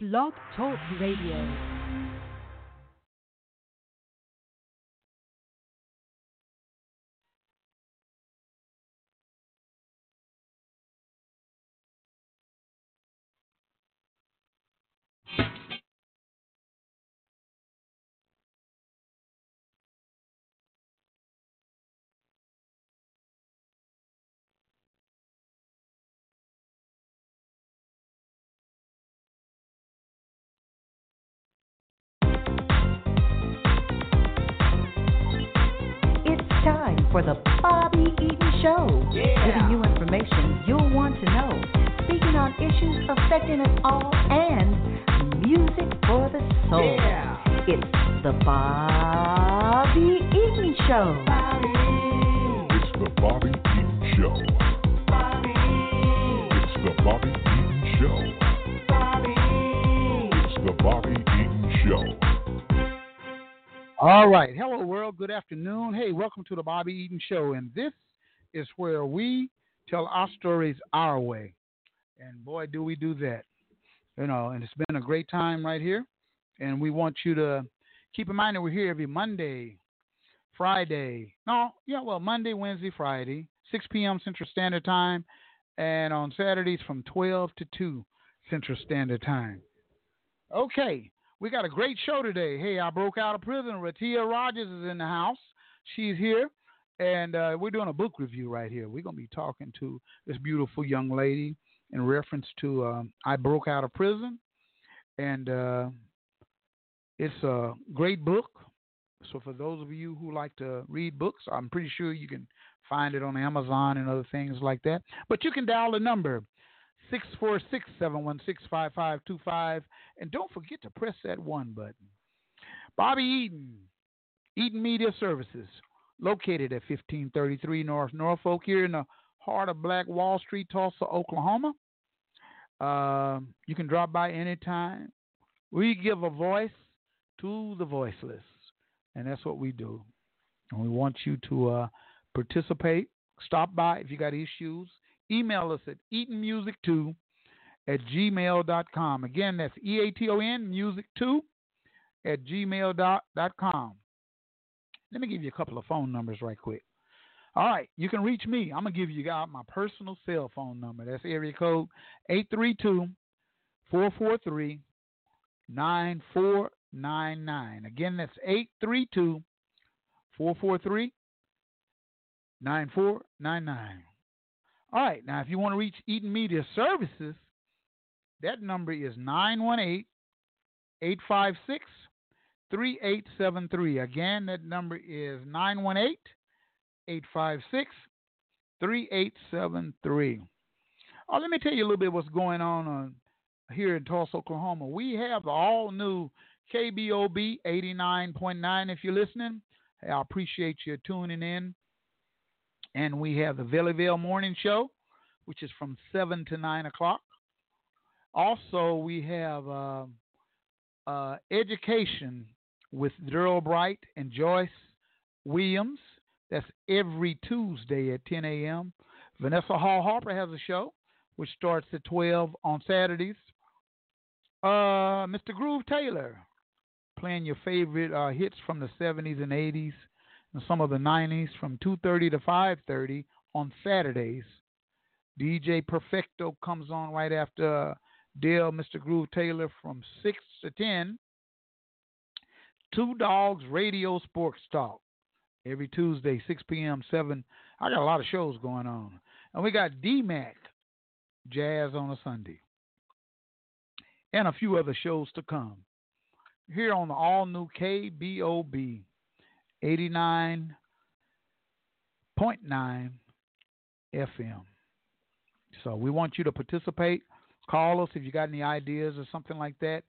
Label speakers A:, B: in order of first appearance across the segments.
A: Blog Talk Radio.
B: It's time for the Bobby Eaton Show, giving you information you'll want to know, speaking on issues affecting us all, and music for the soul. It's the Bobby Eaton Show.
C: It's the Bobby Eaton Show. It's the Bobby Eaton Show. It's the Bobby Eaton Show.
D: All right. Hello, world. Good afternoon. Hey, welcome to the Bobby Eaton Show. And this is where we tell our stories our way. And boy, do we do that. You know, and it's been a great time right here. And we want you to keep in mind that we're here every Monday, Friday. No, yeah, well, Monday, Wednesday, Friday, 6 p.m. Central Standard Time. And on Saturdays from 12 to 2 Central Standard Time. Okay. We got a great show today. Hey, I broke out of prison. Ratia Rogers is in the house. She's here, and uh, we're doing a book review right here. We're gonna be talking to this beautiful young lady in reference to um, I broke out of prison, and uh, it's a great book. So for those of you who like to read books, I'm pretty sure you can find it on Amazon and other things like that. But you can dial the number six four six seven one six five five two five. And don't forget to press that one button. Bobby Eaton, Eaton Media Services, located at 1533 North Norfolk, here in the heart of Black Wall Street, Tulsa, Oklahoma. Um, you can drop by anytime. We give a voice to the voiceless, and that's what we do. And we want you to uh, participate. Stop by if you got issues. Email us at eatonmusic2 at gmail.com. Again, that's E A T O N music two at gmail.com. Let me give you a couple of phone numbers right quick. All right, you can reach me. I'm going to give you out my personal cell phone number. That's area code 832 443 9499. Again, that's 832 443 9499. All right, now if you want to reach Eaton Media Services, that number is 918 856 3873. Again, that number is 918 856 3873. Oh, let me tell you a little bit what's going on uh, here in Tulsa, Oklahoma. We have the all new KBOB 89.9. If you're listening, Hey, I appreciate you tuning in. And we have the Valleyvale Morning Show, which is from 7 to 9 o'clock. Also, we have uh, uh, Education with Daryl Bright and Joyce Williams. That's every Tuesday at 10 a.m. Vanessa Hall Harper has a show, which starts at 12 on Saturdays. Uh, Mr. Groove Taylor playing your favorite uh, hits from the 70s and 80s and some of the 90s from 2:30 to 5:30 on Saturdays. DJ Perfecto comes on right after uh, Dale Mr. Groove Taylor from 6 to 10. Two Dogs Radio Sports Talk every Tuesday, 6 p.m., 7. I got a lot of shows going on. And we got DMAC Jazz on a Sunday and a few other shows to come here on the all new KBOB 89.9 FM. So we want you to participate. Call us if you got any ideas or something like that.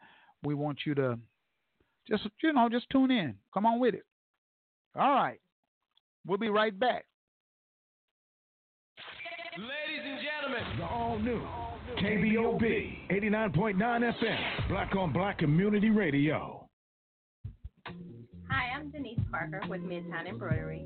D: We want you to just you know just tune in. Come on with it. All right, we'll be right back.
E: Ladies and gentlemen,
F: The all new KBOB 89.9 FM, Black on Black Community Radio.
G: Hi, I'm Denise Parker with Midtown Embroidery.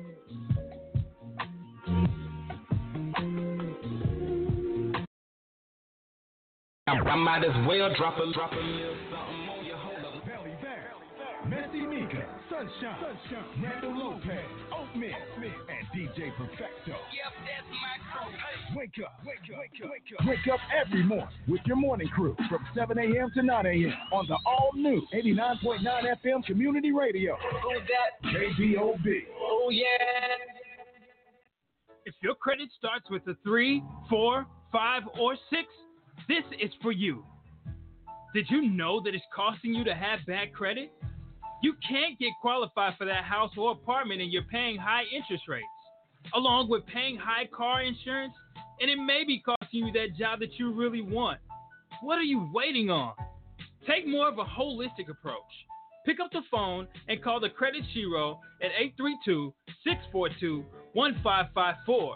H: I might as well drop a drop a little something on your
I: Belly Van, Messy Mika, Sunshine, Sunshine, Randall Lopez, Oatmeal, and DJ Perfecto.
H: Yep, that's my crew. Hey,
I: Wake up, wake up, wake up, wake up. Wake up every morning with your morning crew from 7 a.m. to 9 a.m. on the all new 89.9 FM Community Radio,
H: who's that?
I: KBOB.
H: Oh yeah.
J: If your credit starts with a three, four, five, or six, this is for you. Did you know that it's costing you to have bad credit? You can't get qualified for that house or apartment and you're paying high interest rates, along with paying high car insurance, and it may be costing you that job that you really want. What are you waiting on? Take more of a holistic approach. Pick up the phone and call the Credit Shiro at 832 642 1554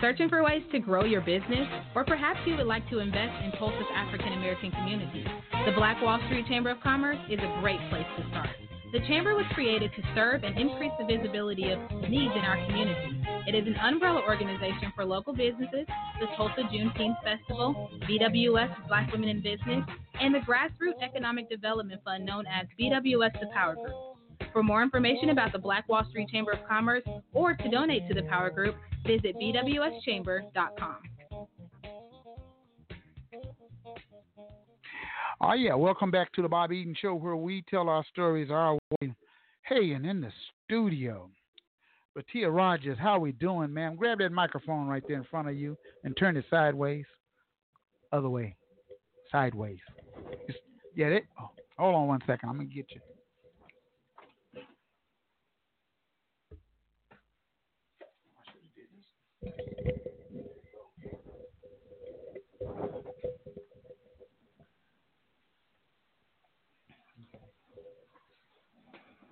K: Searching for ways to grow your business? Or perhaps you would like to invest in Tulsa's African American community? The Black Wall Street Chamber of Commerce is a great place to start. The Chamber was created to serve and increase the visibility of needs in our community. It is an umbrella organization for local businesses, the Tulsa Juneteenth Festival, BWS Black Women in Business, and the Grassroots Economic Development Fund known as BWS The Power Group. For more information about the Black Wall Street Chamber of Commerce or to donate to the Power Group, visit bwschamber.com.
D: Oh, yeah. Welcome back to the Bob Eaton Show, where we tell our stories our way. Hey, and in the studio, Batia Rogers, how we doing, ma'am? Grab that microphone right there in front of you and turn it sideways. Other way. Sideways. Just get it? Oh, hold on one second. I'm going to get you.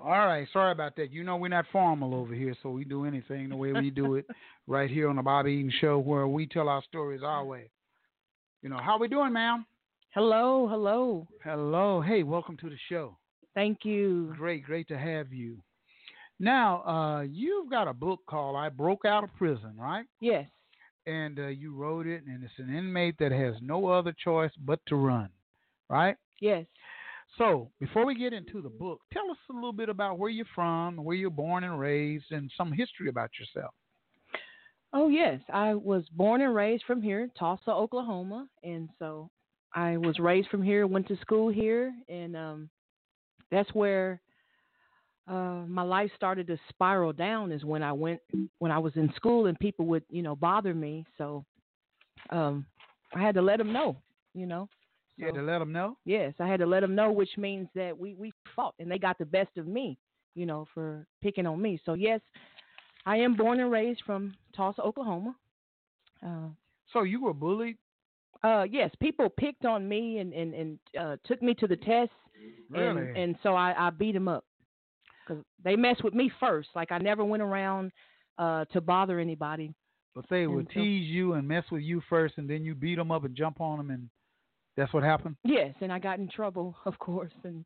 D: All right, sorry about that. You know we're not formal over here, so we do anything the way we do it right here on the Bobby Eaton Show, where we tell our stories our way. You know how we doing, ma'am?
B: Hello, hello.
D: Hello, hey, welcome to the show.
B: Thank you.
D: Great, great to have you. Now, uh, you've got a book called "I Broke Out of Prison," right?
B: Yes,
D: And uh, you wrote it, and it's an inmate that has no other choice but to run, right?
B: yes.
D: So, before we get into the book, tell us a little bit about where you're from, where you're born and raised, and some history about yourself.
B: Oh, yes. I was born and raised from here, Tulsa, Oklahoma, and so I was raised from here, went to school here, and um, that's where uh, my life started to spiral down. Is when I went when I was in school, and people would you know bother me, so um, I had to let them know, you know.
D: You had to let them know.
B: Yes, I had to let them know, which means that we we fought and they got the best of me, you know, for picking on me. So yes, I am born and raised from Tulsa, Oklahoma. Uh,
D: So, you were bullied
K: Uh, yes, people picked on me and and and uh, took me to the test, and
D: Really?
K: and so I, I beat them up because they messed with me first. Like I never went around uh, to bother anybody.
D: But they would
K: And so-
D: tease you and mess with you first, and then you beat them up and jump on them, and that's what happened.
K: Yes, and I got in trouble, of course, and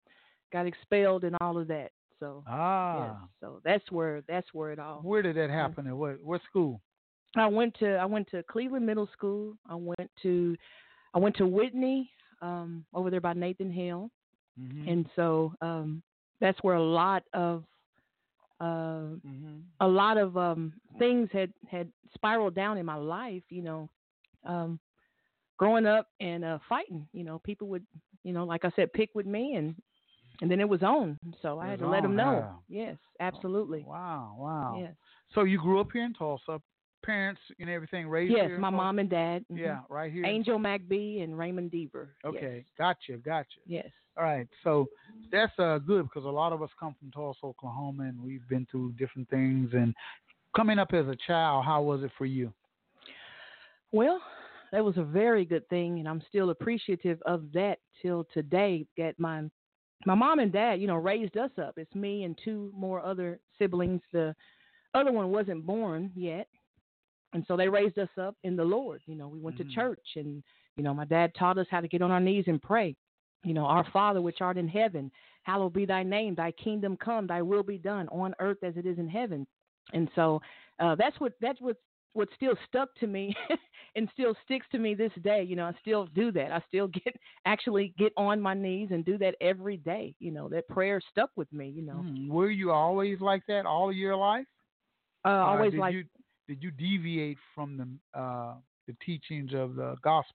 K: got expelled and all of that. So
D: Ah,
K: yes, so that's where that's where it all.
D: where did that happen? At what what school?
K: I went to I went to Cleveland Middle School. I went to I went to Whitney um, over there by Nathan Hill,
D: Mm-hmm.
K: and so um, that's where a lot of uh,
D: Mm-hmm.
K: a lot of um, things had had spiraled down in my life. You know, um, growing up and uh, fighting. You know, people would you know like I said pick with me and and then it was on. So I
D: It
K: had
D: was
K: to let them
D: on,
K: know.
D: huh?
K: Yes, absolutely.
D: Wow, wow.
K: Yes.
D: So you grew up here in Tulsa, parents and everything raised
K: Yes,
D: here. in
K: my
D: Tulsa?
K: mom and dad. mhm.
D: Yeah, right here.
K: Angel McBee and Raymond Deaver.
D: Okay, gotcha, gotcha.
K: Yes.
D: All right, so that's uh, good because a lot of us come from Tulsa, Oklahoma, and we've been through different things. And coming up as a child, how was it for you?
K: Well, that was a very good thing, and I'm still appreciative of that till today. That my my mom and dad, you know, raised us up. It's me and two more other siblings. The other one wasn't born yet, and so they raised us up in the Lord. You know, we went to church, and you know, my dad taught us how to get on our knees and pray. You know, our Father which art in heaven, hallowed be thy name, thy kingdom come, thy will be done on earth as it is in heaven. And so uh, that's what that's what what still stuck to me and still sticks to me this day. You know, I still do that. I still get actually get on my knees and do that every day. You know, that prayer stuck with me. You know,
D: Mm, Were you always like that all your life?
K: uh,
D: Uh,
K: always
D: did
K: like
D: You, did you deviate from the uh, the teachings of the gospel?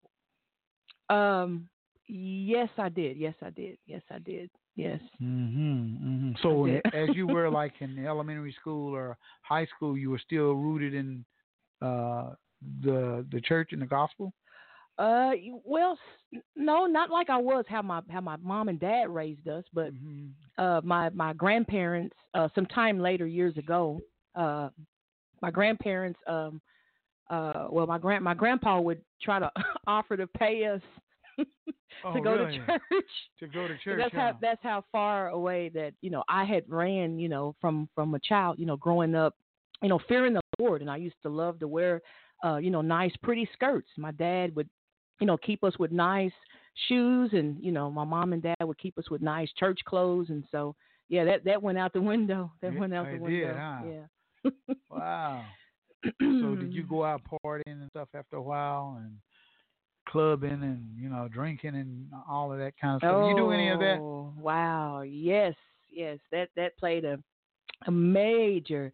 K: um, yes, I did. Yes, I did. Yes, I did. Yes.
D: Mm-hmm. mm-hmm. So
K: I did.
D: as you were like in elementary school or high school, you were still rooted in uh, the the church and the gospel.
K: Uh, you- well, s- no, not like I was how my how my mom and dad raised us, but
D: Mm-hmm.
K: uh, my my grandparents uh, some time later years ago, uh, my grandparents um, uh, well my grand my grandpa would try to offer to pay us
D: Oh,
K: to go to church.
D: To go to
K: So
D: church.
K: that's how
D: huh?
K: that's how far away that you know I had ran you know from from a child you know growing up you know fearing the Lord and I used to love to wear uh, you know nice pretty skirts. My dad would you know keep us with nice shoes and you know my mom and dad would keep us with nice church clothes and so yeah that that went out the window that
D: Yeah,
K: went out
D: it
K: the
D: did,
K: window
D: huh?
K: yeah.
D: Wow. so
K: Hmm.
D: did you go out partying and stuff after a while and clubbing and you know drinking and all of that kind of stuff?
K: oh,
D: you do any of that?
K: Wow. Yes. Yes. That that played a a major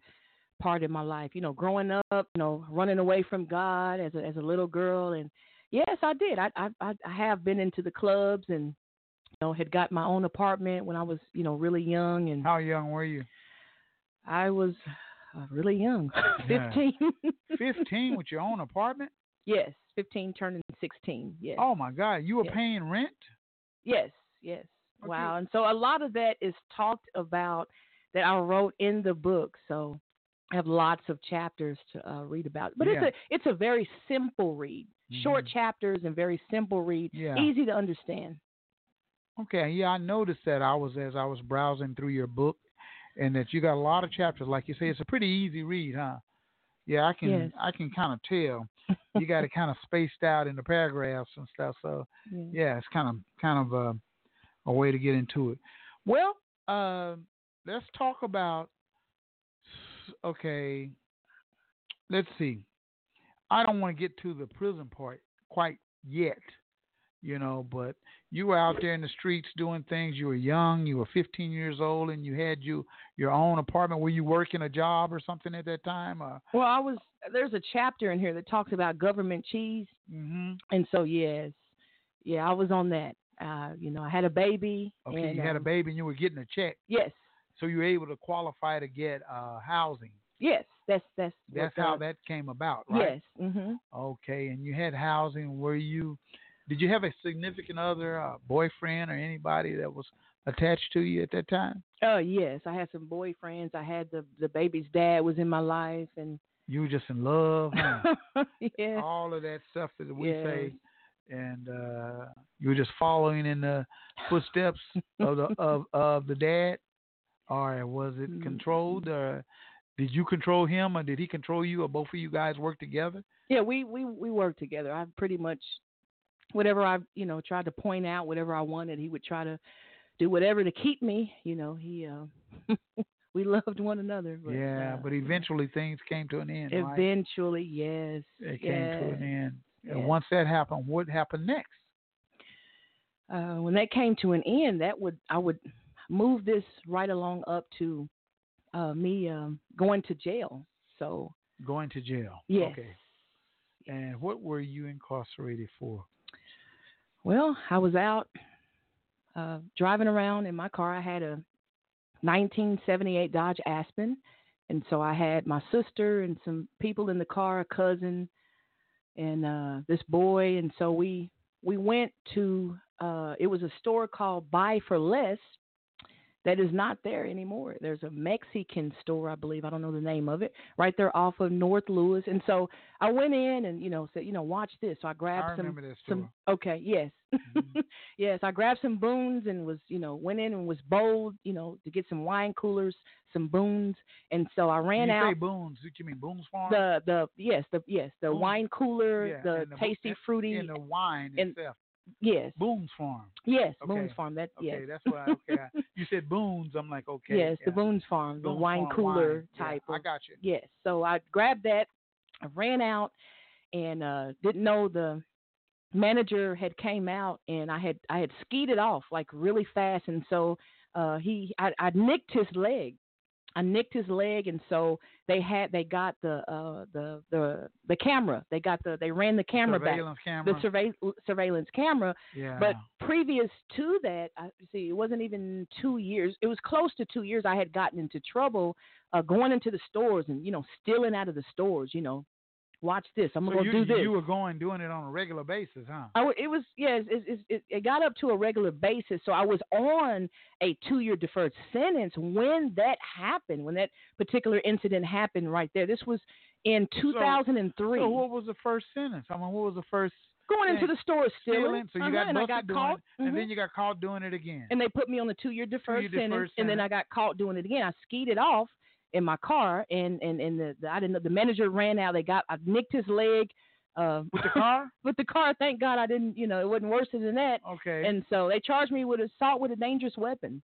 K: part in my life. You know, growing up, you know, running away from God as a as a little girl, and yes, I did. I I I I have been into the clubs and you know had got my own apartment when I was you know really young, and
D: How young were you?
K: I was uh, really young,
D: Yeah.
K: fifteen.
D: Fifteen with your own apartment?
K: yes, fifteen turning sixteen. Yes.
D: Oh my God! You were
K: Yeah.
D: paying rent?
K: Yes, yes. Wow. And so a lot of that is talked about that I wrote in the book. So I have lots of chapters to uh, read about. But
D: Yeah. Mm-hmm.
K: it's a it's a very simple read. Short chapters and very simple read.
D: Yeah.
K: Easy to understand.
D: Okay, yeah, I noticed that. I was as I was browsing through your book, and that you got a lot of chapters. Like you say, it's a pretty easy read, huh? Yeah, I can
K: Yes.
D: I can kind of tell. You got it kind of spaced out in the paragraphs and stuff. So
K: Yeah.
D: yeah, it's kind of kind of a, a way to get into it. Well, uh, let's talk about. Okay, let's see. I don't want to get to the prison part quite yet, you know, but you were out there in the streets doing things. You were young. You were 15 years old, and you had you your own apartment. Were you working a job or something at that time? Or,
K: Well, I was there's a chapter in here that talks about government cheese.
D: mm-hmm.
K: And so yes. Yeah, I was on that. Uh, you know, I had a baby.
D: Okay,
K: and,
D: you had a
K: um,
D: baby, and you were getting a check,
K: Yes.
D: so you were able to qualify to get uh, housing.
K: Yes. That's that's what
D: That's how
K: the-
D: that came about, right?
K: Yes. Mhm.
D: Okay, and you had housing. Were you? Did you have a significant other, a boyfriend, or anybody that was attached to you at that time?
K: Oh yes, I had some boyfriends. I had the the baby's dad was in my life, and
D: You were just in love. huh?
K: yeah,
D: All of Mm. that stuff that we say
K: Yes.
D: and uh, you were just following in the footsteps of the of, of the dad, or was it controlled, or did you control him, or did he control you, or both of you guys work together?
K: Yeah, we we we worked together. I pretty much whatever I you know tried to point out, whatever I wanted, he would try to do whatever to keep me. You know, he uh, we loved one another. But,
D: yeah,
K: uh,
D: but eventually things came to an end. right?
K: eventually, yes,
D: It came
K: yes.
D: to an end. And
K: yes.
D: once that happened, what happened next?
K: uh, when that came to an end, that would I would move this right along up to uh, me um, going to jail. So
D: Going to jail.
K: Yes.
D: Okay. And what were you incarcerated for?
K: Well, I was out uh, driving around in my car. I had a 1978 Dodge Aspen, and so I had my sister and some people in the car, a cousin, and uh, this boy. And so we we went to uh, it was a store called Buy for Less that is not there anymore. There's a Mexican store, I believe. I don't know the name of it. Right there off of North Lewis. And so I went in and you know said you know watch this. So I grabbed
D: I
K: some
D: remember that
K: some okay yes yes i grabbed some boons and was you know went in and was bold you know to get some wine coolers some boons and so i ran
D: you
K: out
D: say Boone's. Did you mean Boone's Farm?
K: the the yes the yes the
D: Boone.
K: wine cooler
D: Yeah,
K: the,
D: and the-
K: tasty
D: and-
K: fruity
D: and the wine
K: and-
D: itself.
K: yes
D: Boone's Farm.
K: yes
D: Okay.
K: boons farm that yes
D: Okay, that's why. Okay, I, you said Boone's. I'm like, okay.
K: yes
D: yeah.
K: the boons farm the
D: Boone's
K: wine
D: Farm
K: cooler
D: wine. Yeah,
K: type
D: I
K: of-
D: got you.
K: yes so i grabbed that i ran out and uh didn't know the manager had came out and i had i had skied it off like really fast and so uh he i, I nicked his leg i nicked his leg and so they had they got the uh the the the camera they got the they ran the camera back
D: Surveillance camera.
K: the survey surveillance camera
D: yeah.
K: but previous to that, I see, it wasn't even two years. It was close to two years. I had gotten into trouble uh, going into the stores and you know stealing out of the stores. You know, watch this. I'm
D: so
K: gonna
D: you,
K: do this.
D: you were going doing it on a regular basis, huh?
K: I, w- it was yes. It, it, it, it got up to a regular basis. So I was on a two-year deferred sentence when that happened. When that particular incident happened, right there. This was in 2003.
D: So what was the first sentence? I mean, what was the first
K: going into the store stealing.
D: stealing? So you
K: Uh-huh,
D: got
K: and I
D: busted
K: got
D: doing
K: caught.
D: it, and
K: Mhm.
D: then you got caught doing it again.
K: and they put me on the two-year deferred,
D: Two-year deferred
K: and then I got caught doing it again. I skied it off in my car, and and and the, the I didn't know the manager ran out. They got I nicked his leg uh,
D: With the car?
K: with the car. Thank God I didn't. You know, it wasn't worse than that.
D: Okay.
K: And so they charged me with assault with a dangerous weapon.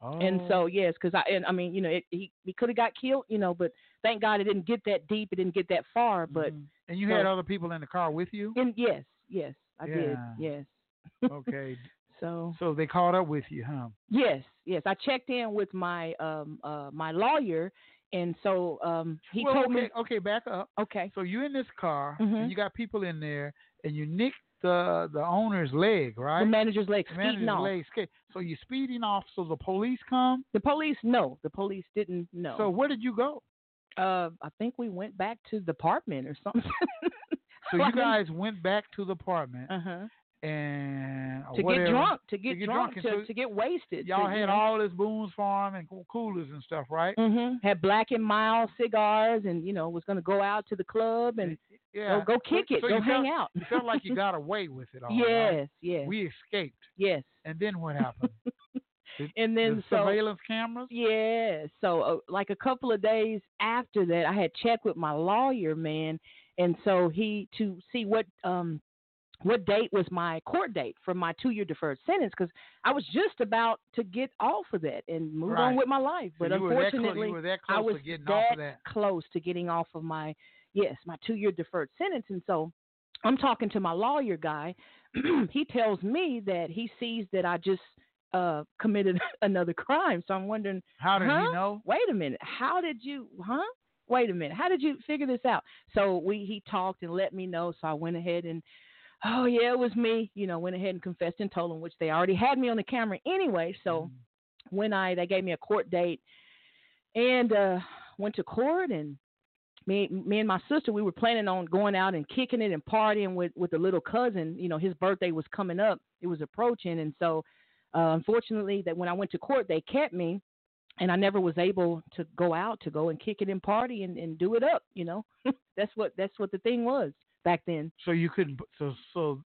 D: oh.
K: And so yes, because I and I mean you know it, he he could have got killed. You know, but thank God it didn't get that deep. It didn't get that far. But
D: Mhm. and you had
K: so-
D: other people in the car with you.
K: and yes, yes, I did.
D: Yeah.
K: Yes. Mm-hmm.
D: Okay.
K: So
D: so they caught up with you, huh?
K: Yes, yes. I checked in with my um uh my lawyer, and so um he
D: well,
K: told
D: okay,
K: me
D: okay, back up.
K: okay,
D: So you in this car,
K: Mhm.
D: and you got people in there, and you nicked the the owner's leg, right?
K: the manager's leg speeding
D: manager's
K: off.
D: leg. escaped. So you're speeding off. So the police come.
K: The police no, the police didn't know.
D: So where did you go?
K: uh, I think we went back to the apartment or something.
D: So you
K: Like-
D: guys went back to the apartment
K: uh-huh.
D: and
K: to
D: whatever.
K: get drunk, to get,
D: get drunk
K: drunk,
D: and
K: to,
D: so
K: to get wasted.
D: Y'all had all this Boone's Farm and coo- coolers and stuff, right?
K: hmm had black and mild cigars, and you know was going to go out to the club and
D: Yeah.
K: go, go kick
D: so,
K: it,
D: so
K: go
D: you
K: hang
D: felt,
K: out.
D: You felt like you got away with it all. right?
K: yes, yes,
D: We escaped.
K: yes.
D: And then what happened?
K: And then
D: the
K: so
D: surveillance cameras?
K: Yeah. So, uh, like a couple of days after that, I had checked with my lawyer, man, and so he to see what um what date was my court date for my two year deferred sentence because I was just about to get off of that and move
D: Right.
K: on with my life,
D: So
K: but
D: you were that clo-
K: unfortunately,
D: you were that
K: I
D: close
K: was
D: to getting
K: that
D: off of that.
K: close to getting off of my yes my two year deferred sentence, and so I'm talking to my lawyer guy. he tells me that he sees that I just uh committed another crime, so I'm wondering
D: How did
K: Huh?
D: he know?
K: wait a minute, how did you, huh? Wait a minute, how did you figure this out? So we he talked and let me know. So I went ahead and, oh yeah, it was me. You know, went ahead and confessed and told them, which they already had me on the camera anyway. So
D: Mm-hmm.
K: when I they gave me a court date and uh went to court and me me and my sister we were planning on going out and kicking it and partying with with a little cousin you know his birthday was coming up it was approaching and so uh, unfortunately that when I went to court they kept me and I never was able to go out to go and kick it and party and and do it up you know that's what that's what the thing was back then
D: So you couldn't. So so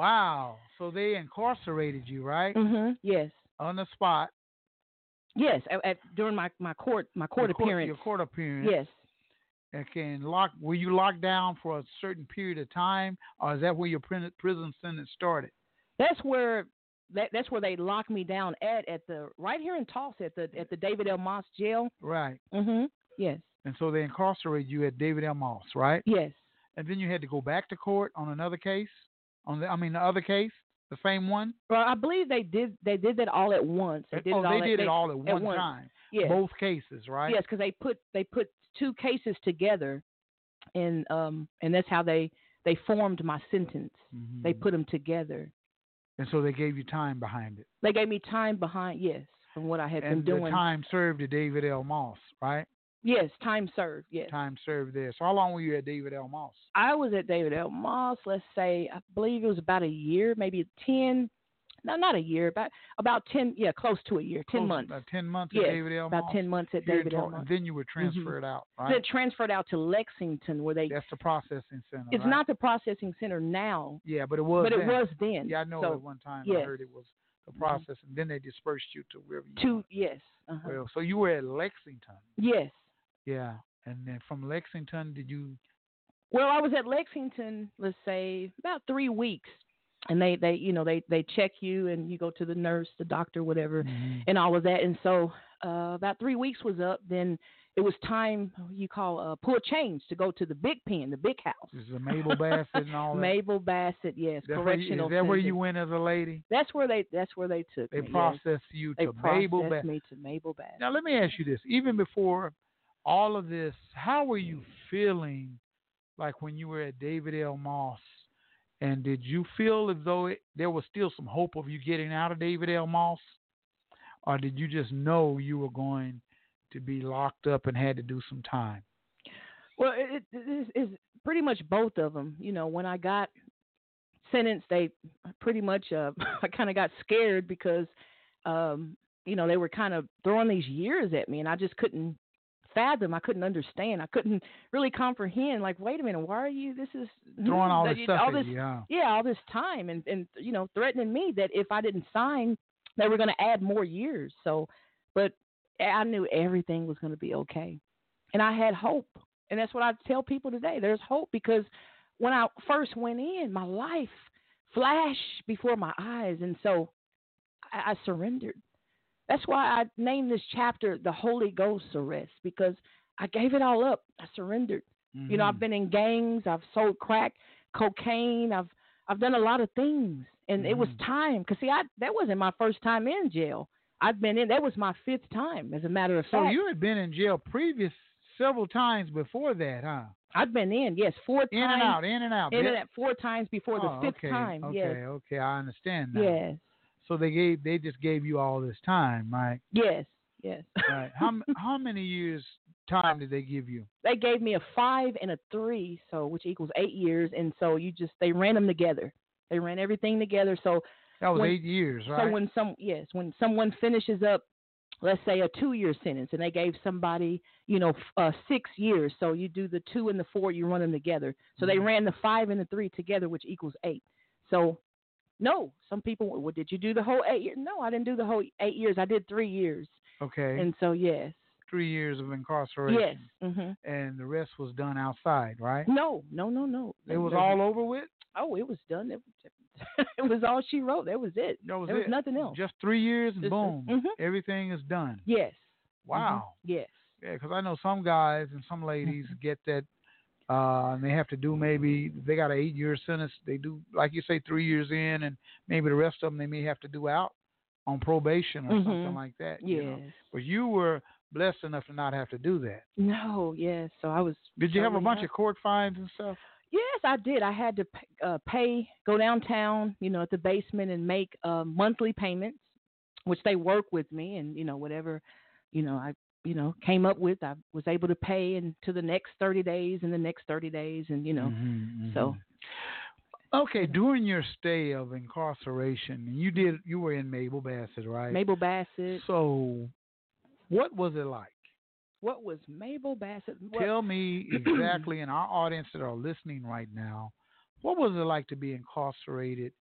D: Wow. So they incarcerated you, right?
K: Mm-hmm. Yes.
D: On the spot.
K: Yes, at, at, during my, my court my court,
D: your court
K: appearance.
D: Your court appearance.
K: Yes.
D: Okay, and lock were you locked down for a certain period of time, or is that where your prin- prison sentence started?
K: That's where that, that's where they locked me down at at the right here in Tulsa at the at the David L. Moss jail.
D: Right.
K: Mhm. Yes.
D: And so they incarcerated you at David L. Moss, right?
K: Yes.
D: And then you had to go back to court on another case. On the I mean the other case, the same one.
K: Well, I believe they did they did that all at once. They did
D: oh,
K: it all
D: they
K: at,
D: did it all at one
K: once.
D: time.
K: Yes.
D: Both cases, right?
K: Yes, because they put they put two cases together, and um and that's how they they formed my sentence. They put them together.
D: Mm-hmm. And so they gave you time behind it.
K: They gave me time behind yes from what I had
D: and
K: been
D: the
K: doing.
D: time served to David L. Moss, right?
K: Yes, time served. Yes.
D: Time served there. So how long were you at David L. Moss?
K: I was at David L. Moss. Let's say I believe it was about a year, maybe ten. No, not a year, about about ten. Yeah, close to a year, ten
D: Close-
K: months.
D: About ten months
K: Yes,
D: at David L. Moss.
K: about 10 months at
D: Here in
K: David L.
D: Tor-
K: Moss. Mm-hmm.
D: Then you were transferred out,
K: They're
D: right?
K: transferred out to Lexington, where they.
D: That's the processing center.
K: it's
D: right?
K: not the processing center now,
D: Yeah, but it was.
K: but it
D: then.
K: was then.
D: Yeah, I know
K: So,
D: at one time I
K: yes. Mm-hmm.
D: heard it was the processing. Then they dispersed you to wherever you.
K: Two. Yes. uh
D: Well, so you were at Lexington.
K: yes.
D: Yeah, and then from Lexington, did you?
K: Well, I was at Lexington, let's say about three weeks, and they they you know they they check you and you go to the nurse, the doctor, whatever, and all of that. And so uh, about three weeks was up. Then it was time you call uh, pull change to go to the big pen, the big house.
D: This is the Mabel Bassett and all that.
K: Mabel Bassett, yes,
D: That's where you-
K: correctional.
D: is that where
K: sentence.
D: you went as a lady?
K: That's where they that's where they took
D: They
K: me. yes.
D: processed you
K: They
D: to
K: processed
D: Mabel Bassett.
K: me to Mabel Bassett.
D: Now, let me ask you this. Even before all of this, how were you feeling like when you were at David L. Moss? And did you feel as though it, there was still some hope of you getting out of David L. Moss? Or did you just know you were going to be locked up and had to do some time?
K: Well, it, it, it's, it's pretty much both of them. You know, when I got sentenced, they pretty much uh, I kind of got scared because, um, you know, they were kind of throwing these years at me, and I just couldn't fathom. I couldn't understand. I couldn't really comprehend. Like, wait a minute, why are you? This is hmm,
D: Throwing all
K: Mm-hmm. that
D: this
K: you-
D: stuff
K: all
D: at
K: this
D: you. Yeah.
K: yeah, all this time and and you know threatening me that if I didn't sign, they were going to add more years. So, but I knew everything was going to be okay, and I had hope, and that's what I tell people today. There's hope because when I first went in, my life flashed before my eyes, and so I, I surrendered. That's why I named this chapter the Holy Ghost Arrest because I gave it all up. I surrendered.
D: Mm-hmm.
K: You know, I've been in gangs, I've sold crack, cocaine, I've I've done a lot of things, and it was
D: Mm-hmm.
K: time. Cause see, I that wasn't my first time in jail. I've been in that was my fifth time, as a matter of
D: So
K: fact.
D: you had been in jail previous several times before that, huh?
K: I've been in yes four
D: In
K: times
D: and out, in and out.
K: in and
D: bitch.
K: out, four times before the
D: Oh,
K: fifth
D: okay,
K: time.
D: Okay,
K: Yes,
D: okay, I understand now.
K: yes,
D: So they gave they just gave you all this time, right?
K: yes, yes.
D: Right. How m- how many years time did they give you?
K: they gave me a five and a three, so which equals eight years, and so you just they ran them together. They ran everything together. So
D: That was
K: When-
D: eight years,
K: So
D: right?
K: when some yes, when someone finishes up, let's say a two-year sentence, and they gave somebody you know f- uh, six years, so you do the two and the four, you run them together. So
D: Mm-hmm.
K: they ran the five and the three together, which equals eight. So no, some people, well, did you do the whole eight years? No, I didn't do the whole eight years. I did three years,
D: okay,
K: and so yes,
D: three years of incarceration,
K: yes, hmm
D: and the rest was done outside, right?
K: no, no, no, no.
D: It was all over with.
K: Oh, it was done. It, it was all she wrote. That was it.
D: That was
K: there was
D: it.
K: nothing else.
D: Just three years, and
K: Just-
D: boom,
K: mhm.
D: everything is done.
K: yes.
D: Wow.
K: Mhm. Yes.
D: Yeah, because I know some guys and some ladies get that, uh, and they have to do maybe they got an eight-year sentence. They do, like you say, three years in, and maybe the rest of them they may have to do out on probation or something
K: Mhm.
D: like that.
K: Yes.
D: you know. But you were blessed enough to not have to do that.
K: No, yes. So I was.
D: Did you have a
K: certainly
D: bunch
K: not-
D: of court fines and stuff?
K: Yes, I did. I had to p- uh, pay, go downtown, you know, at the basement and make uh, monthly payments, which they work with me, and you know, whatever, you know, I, you know, came up with, I was able to pay and to the next thirty days, and the next thirty days, and you know,
D: Mm,
K: so
D: Mm-hmm, Okay, during your stay of incarceration, you did you were in Mabel Bassett, right?
K: Mabel Bassett.
D: So, what was it like?
K: What was Mabel Bassett? What,
D: Tell me exactly, and our audience that are listening right now, what was it like to be incarcerated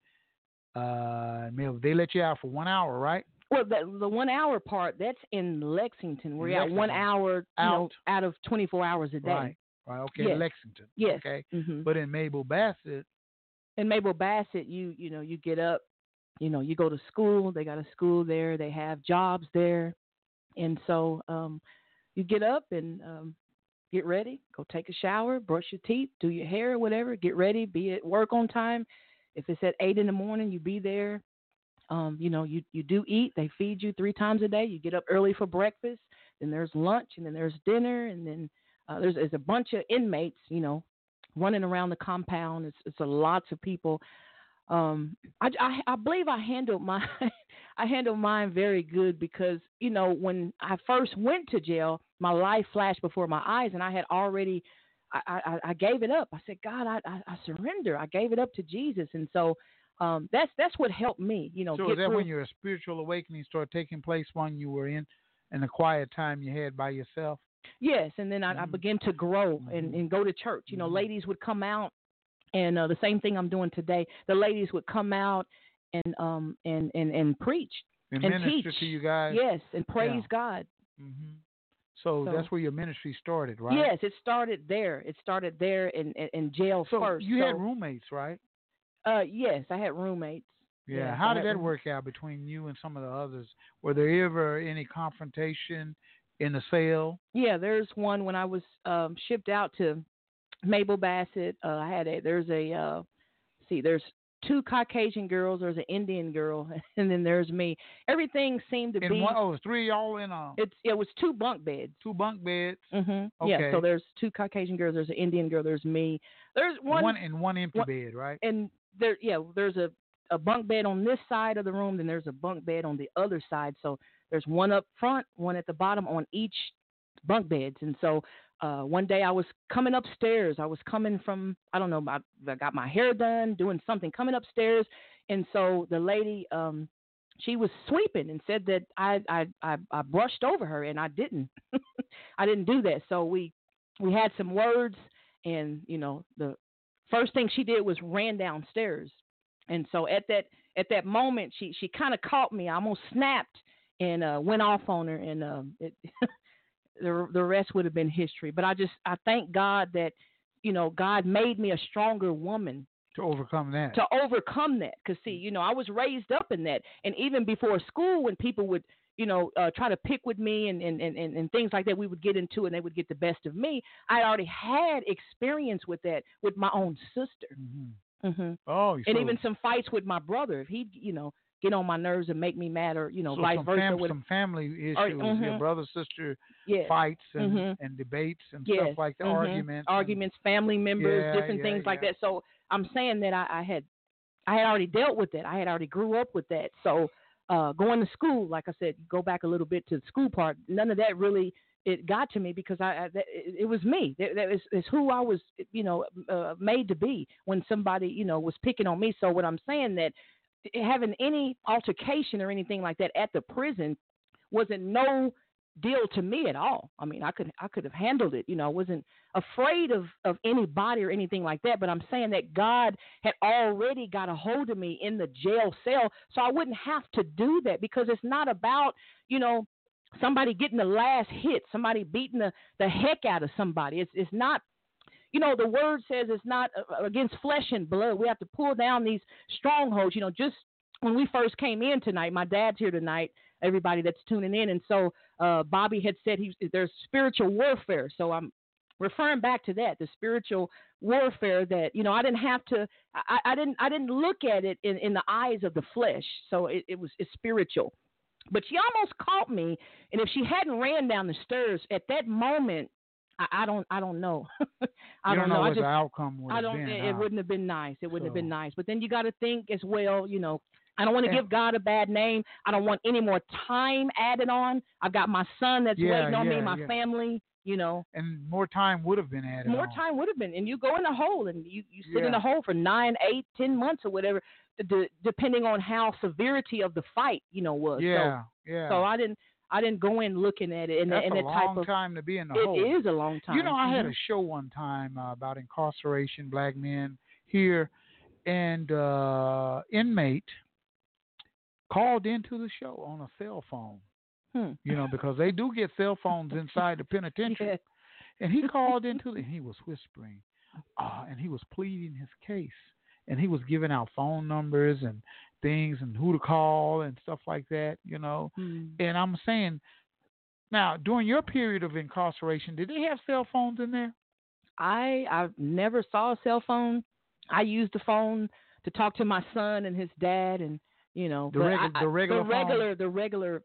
D: Uh, Mel, they let you out for one hour, right?
K: Well, the, the one hour part that's in Lexington. We're at
D: Lexington.
K: one hour you know, out of twenty four hours a day.
D: Right. Right. Okay.
K: Yes.
D: Lexington.
K: Yes.
D: Okay.
K: Mhm.
D: But in Mabel Bassett,
K: in Mabel Bassett, you you know you get up, you know you go to school. They got a school there. They have jobs there, and so um, you get up and um, get ready. Go take a shower, brush your teeth, do your hair, whatever. Get ready. Be at work on time. If it's at eight in the morning, you be there. Um, you know you you do eat. They feed you three times a day. You get up early for breakfast. Then there's lunch, and then there's dinner, and then uh, there's, there's a bunch of inmates. You know running around the compound. It's it's a lots of people. Um, I, I I believe I handled mine. I handled mine very good because you know when I first went to jail, my life flashed before my eyes, and I had already. I, I, I gave it up. I said, God, I, I, I surrender. I gave it up to Jesus, and so um, that's that's what helped me. You know,
D: so
K: get
D: is that
K: through.
D: when your spiritual awakening started taking place when you were in in the quiet time you had by yourself?
K: Yes, and then
D: Mm-hmm.
K: I, I began to grow and, and go to church. You know, ladies would come out, and uh, the same thing I'm doing today. The ladies would come out and um and and and preach
D: And,
K: teach
D: minister to you guys?
K: Yes, and praise
D: Yeah.
K: God.
D: So,
K: So-
D: that's where your ministry started, right?
K: Yes, it started there. It started there in in, in jail
D: So
K: first.
D: you
K: so,
D: had roommates, right?
K: uh yes, I had roommates.
D: Yeah.
K: Yes, I
D: How
K: had
D: did that
K: room-
D: work out between you and some of the others? Were there ever any confrontation in the cell?
K: Yeah, there's one when I was um, shipped out to Mabel Bassett. Uh, I had a there's a uh, see there's two Caucasian girls, there's an Indian girl, and then there's me. Everything seemed to
D: In
K: be
D: one, oh, three y'all in a
K: it's it was two bunk beds.
D: two bunk beds.
K: hmm
D: Okay.
K: Yeah, so there's two Caucasian girls, there's an Indian girl, there's me. There's one,
D: one and one empty
K: one-
D: bed, right?
K: and there yeah there's a a bunk bed on this side of the room then there's a bunk bed on the other side so there's one up front one at the bottom on each bunk beds and so uh one day i was coming upstairs i was coming from i don't know my, i got my hair done doing something coming upstairs and so the lady um she was sweeping and said that i i i, I brushed over her and i didn't i didn't do that so we we had some words and you know the first thing she did was ran downstairs. And so at that at that moment, she she kind of caught me. I almost snapped and uh, went off on her, and um, it, the the rest would have been history. But I just I thank God that you know God made me a stronger woman
D: To overcome that.
K: to overcome that. Because see, you know, I was raised up in that, and even before school, when people would, you know, uh, try to pick with me and and, and and and things like that, we would get into, it and they would get the best of me. I already had experience with that with my own sister, mm-hmm.
D: oh, so,
K: and even some fights with my brother. If he, you know, get on my nerves and make me mad, or you know,
D: so
K: vice
D: some,
K: versa.
D: fam-
K: with
D: some family issues,
K: Or-
D: your
K: mhm.
D: brother sister
K: Yes.
D: fights and,
K: Mhm.
D: and debates and
K: yes.
D: stuff like that,
K: mhm.
D: arguments. and-
K: arguments, family members,
D: Yeah,
K: different
D: yeah,
K: things like
D: yeah.
K: that. So I'm saying that I, I had, I had already dealt with that. I had already grew up with that. So uh, going to school, like I said, go back a little bit to the school part. None of that really it got to me because I, I that, it, it was me. That, that is, is who I was, you know, uh, made to be when somebody, you know, was picking on me. So what I'm saying that having any altercation or anything like that at the prison wasn't no deal to me at all. I mean, I could I could have handled it. You know, I wasn't afraid of of anybody or anything like that. But I'm saying that God had already got a hold of me in the jail cell, so I wouldn't have to do that because it's not about you know somebody getting the last hit, somebody beating the the heck out of somebody. It's it's not you know the word says it's not uh, against flesh and blood we have to pull down these strongholds you know just when we first came in tonight my dad's here tonight everybody that's tuning in and so uh, bobby had said he there's spiritual warfare so i'm referring back to that the spiritual warfare that you know i didn't have to i, I didn't i didn't look at it in, in the eyes of the flesh so it, it was it's spiritual but she almost caught me and if she hadn't ran down the stairs at that moment I, I don't I don't know. I
D: you don't,
K: know.
D: what
K: I just
D: the outcome would
K: I
D: have
K: don't
D: been.
K: it,
D: huh?
K: it wouldn't have been nice. It wouldn't have been
D: So-
K: nice. But then you got to think as well, you know, I don't want to
D: And-
K: give God a bad name. I don't want any more time added on. I've got my son that's
D: Yeah,
K: waiting on
D: yeah,
K: me, my
D: yeah.
K: family, you know.
D: and more time would have been added.
K: More
D: on.
K: time would have been, and you go in the hole, and you you sit
D: Yeah.
K: in the hole for nine, eight, ten months or whatever, d- d- depending on how severity of the fight, you know, was. So-
D: Yeah, yeah.
K: So I didn't, I didn't go in looking at it, and
D: That's
K: and
D: a
K: that type
D: long
K: of
D: time to be in the
K: it
D: hole.
K: is a long time.
D: You know, I had
K: Mhm.
D: a show one time uh, about incarceration, black men here, and uh, inmate called into the show on a cell phone.
K: Hmm.
D: You know, because they do get cell phones inside the
K: Mm-hmm.
D: penitentiary. And he called into the, and he was whispering, uh, and he was pleading his case, and he was giving out phone numbers and things and who to call and stuff like that. You know,
K: Hmm.
D: and I'm saying, now during your period of incarceration, did they have cell phones in there?
K: I I never saw a cell phone. I used the phone to talk to my son and his dad, and you know,
D: The
K: but
D: regu-
K: I- I-
D: the regular
K: the
D: phone?
K: regular, the regular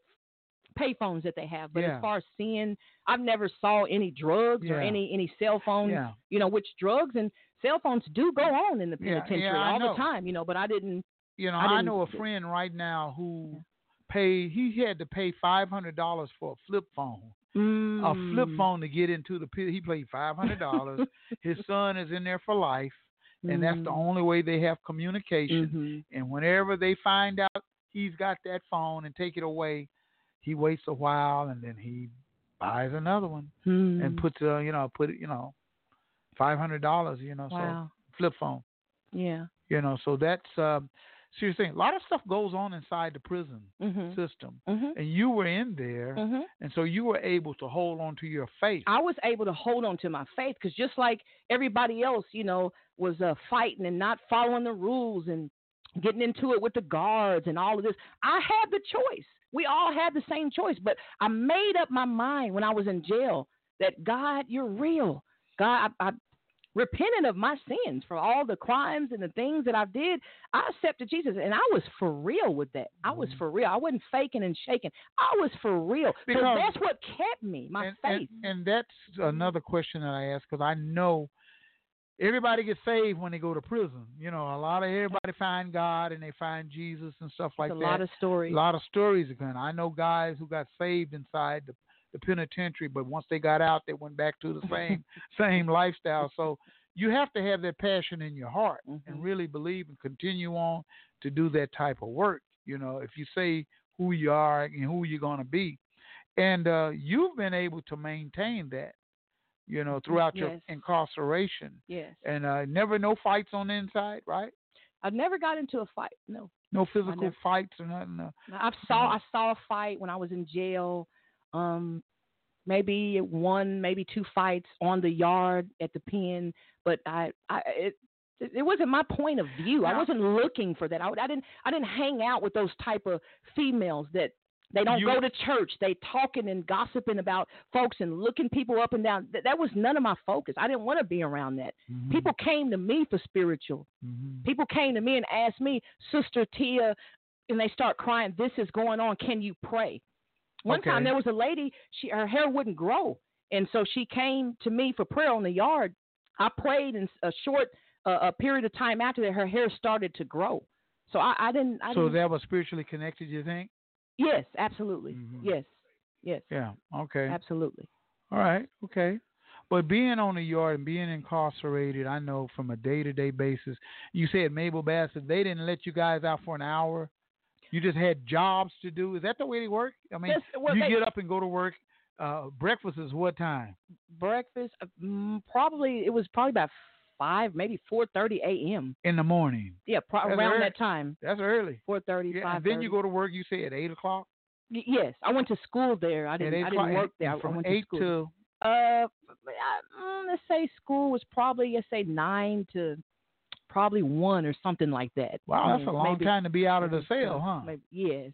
K: pay phones that they have. But
D: Yeah.
K: as far as seeing, I've never saw any drugs or
D: Yeah.
K: any any cell phones.
D: Yeah.
K: You know, which drugs and cell phones do go on in the
D: Yeah, yeah,
K: penitentiary
D: I
K: all
D: know.
K: the time. You know, but I didn't.
D: You know,
K: I
D: I,
K: didn't-
D: know a friend right now who paid. He had to pay five hundred dollars for a flip phone. A
K: mm, Hmm.
D: flip phone to get into the pit. He paid five hundred dollars. His son is in there for life, and that's
K: Hmm.
D: the only way they have
K: Mm. mm-hmm.
D: communication. And whenever they find out he's got that phone and take it away, he waits a while and then he buys another one
K: Mm-hmm.
D: and
K: Mm.
D: puts uh you know put it you know five hundred dollars you know
K: Wow.
D: so flip phone
K: Yeah.
D: you know so that's um serious thing a lot of stuff goes on inside the prison
K: Mhm.
D: system
K: Mhm.
D: and you were in there
K: Mhm.
D: and so you were able to hold on to your faith
K: I was able to hold on to my faith because just like everybody else, you know, was uh, fighting and not following the rules and getting into it with the guards and all of this, I had the choice. We all had the same choice, but I made up my mind when I was in jail that God, you're real. God, I, I repented of my sins for all the crimes and the things that I did. I accepted Jesus, and I was for real with that. I was
D: Mm-hmm.
K: for real. I wasn't faking and shaking. I was for real. so
D: Because-
K: that's what kept me, my
D: and,
K: faith. Mm-hmm.
D: and, and that's another question that I ask because I know everybody gets saved when they go to prison. You know, a lot of everybody find God and they find Jesus and stuff like
K: a
D: that.
K: lot of stories.
D: A lot of stories are going. I know guys who got saved inside the, the penitentiary, but once they got out, they went back to the same same lifestyle. So you have to have that passion in your heart
K: Mm-hmm.
D: and really believe and continue on to do that type of work. You know, if you say who you are and who you're going to be, and uh, you've been able to maintain that, you know, throughout
K: Mm-hmm. Yes.
D: your incarceration,
K: Yes.
D: and uh, never no fights on the inside, right?
K: I've never got into a fight. No.
D: No physical
K: never-
D: fights or nothing. uh, No.
K: I saw
D: mm-hmm.
K: I saw a fight when I was in jail. Um maybe one, maybe two fights on the yard at the pen, but I I it it wasn't my point of view. I wasn't looking for that. I, I didn't. I didn't hang out with those type of females that they don't
L: You-
K: go to church. They talking and gossiping about folks and looking people up and down. That, that was none of my focus. I didn't want to be around that.
D: Mm-hmm.
K: People came to me for spiritual. People came to me and asked me, Sister Tia, and they start crying. This is going on. Can you pray? One
L: Okay.
K: time there was a lady. She her hair wouldn't grow, and so she came to me for prayer on the yard. I prayed, and a short uh, a period of time after that, her hair started to grow. So I, I didn't. I
D: so
K: didn't,
D: that was spiritually connected, you think?
K: Yes, absolutely. Yes, yes.
D: Yeah. Mm-hmm. Okay.
K: Absolutely.
D: All right. Okay. But being on the yard and being incarcerated, I know from a day to day basis. You said Mabel Bassett, they didn't let you guys out for an hour. You just had jobs to do. Is that the way they work? I mean,
K: Yes, well,
D: you
K: they-
D: get up and go to work. Uh, breakfast is what time?
K: Breakfast, uh, mm, probably it was probably about five, maybe four thirty a.m.
D: In the morning.
K: Yeah, pro-
D: That's
K: around
D: early.
K: that time.
D: That's early.
K: Four thirty,
D: Yeah, and then you go to work. You say at eight o'clock.
K: Y- Yes, I went to school there. I
D: At
K: didn't.
D: eight
K: I
D: o'clock,
K: didn't work there. I-
D: and from
K: I went
D: eight
K: to school. to. Uh, I- mm, let's say school was probably let's say nine to probably one or something like that.
D: Wow, that's
K: Maybe-
D: a long
K: Mm, maybe-
D: time to be out of the
K: maybe two,
D: cell, huh?
K: Maybe, yes.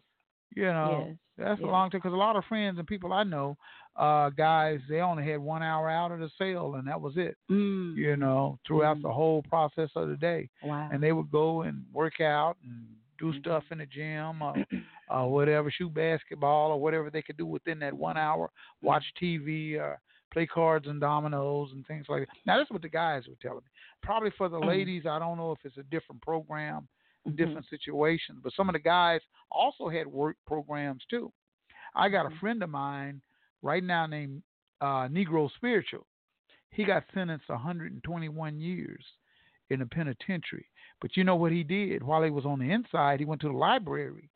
D: You know,
K: Yes,
D: that's
K: yes.
D: a long time because a lot of friends and people I know, uh, guys, they only had one hour out of the cell and that was it.
K: Mm.
D: You know, throughout the whole process of the day.
K: Wow.
D: And they would go and work out and do stuff in the gym or uh, whatever, shoot basketball or whatever they could do within that one hour, watch TV or play cards and dominoes and things like that. Now, that's what the guys were telling me. Probably for the
F: Mhm.
D: ladies, I don't know if it's a different program,
K: Mm-hmm.
D: different situation, but some of the guys also had work programs too. I got a friend of mine right now named uh, Negro Spiritual. He got sentenced 121 years in the penitentiary. But you know what he did? While he was on the inside, he went to the library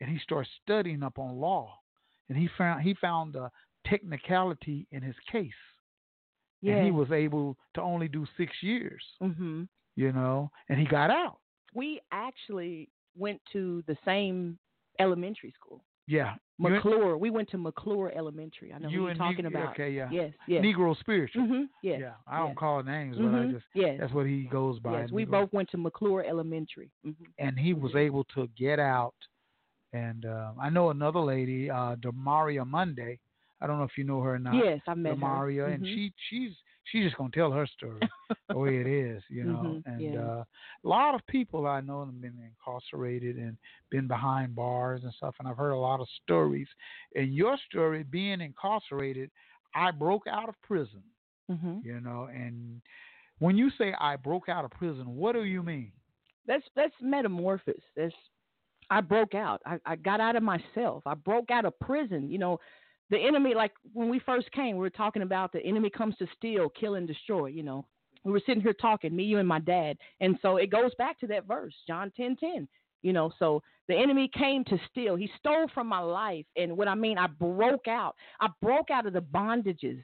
D: and he started studying up on law. And he found he found the technicality in his case. And he
K: Yes.
D: was able to only do six years.
K: Mm-hmm.
D: You know, and he got out.
K: We actually went to the same elementary school.
D: Yeah. You in-
K: McClure. we went to McClure Elementary. I know
D: You
K: what
D: and
K: you're talking
D: Neg-
K: about.
D: okay, yeah.
K: Yes, yes.
D: Negro spiritual.
K: hmm Yes.
D: Yeah. I don't call names, but I
K: Mhm,
D: just
K: yes.
D: that's what he goes by. Uh,
K: Yes, we
D: Negro.
K: both went to McClure Elementary. hmm
D: and he was able to get out. And um, I know another lady, uh, Demaria Monday. I don't know if you know her or not.
K: Yes, I met her.
D: Demaria, and
K: Mhm.
D: she she's she's just gonna tell her story the way it is, you know.
K: Mhm,
D: And
K: yeah.
D: uh, a lot of people I know have been incarcerated and been behind bars and stuff. And I've heard a lot of stories. And your story, being incarcerated, I broke out of prison,
K: hmm
D: you know. And when you say I broke out of prison, what do you mean?
K: That's that's metamorphosis. That's I broke out. I, I got out of myself. I broke out of prison. You know, the enemy. Like when we first came, we were talking about the enemy comes to steal, kill, and destroy. You know, we were sitting here talking, me, you, and my dad, and so it goes back to that verse, John ten ten. You know, so the enemy came to steal. He stole from my life, and what I mean, I broke out. I broke out of the bondages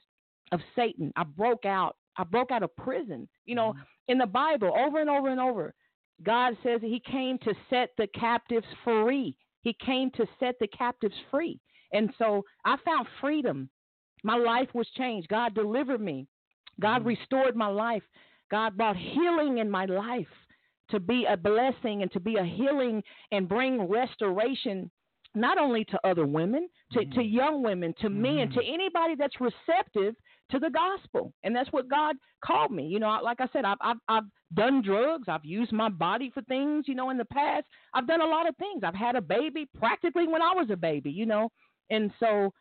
K: of Satan. I broke out. I broke out of prison. You know, in the Bible, over and over and over, God says that He came to set the captives free. He came to set the captives free. And so I found freedom. My life was changed. God delivered me. God restored my life. God brought healing in my life to be a blessing and to be a healing and bring restoration not only to other women, to, to young women, to men, to anybody that's receptive to the gospel. And that's what God called me. You know, I- like I said, I've, I've, I've done drugs. I've used my body for things, you know, in the past. I've done a lot of things. I've had a baby practically when I was a baby, you know. And so,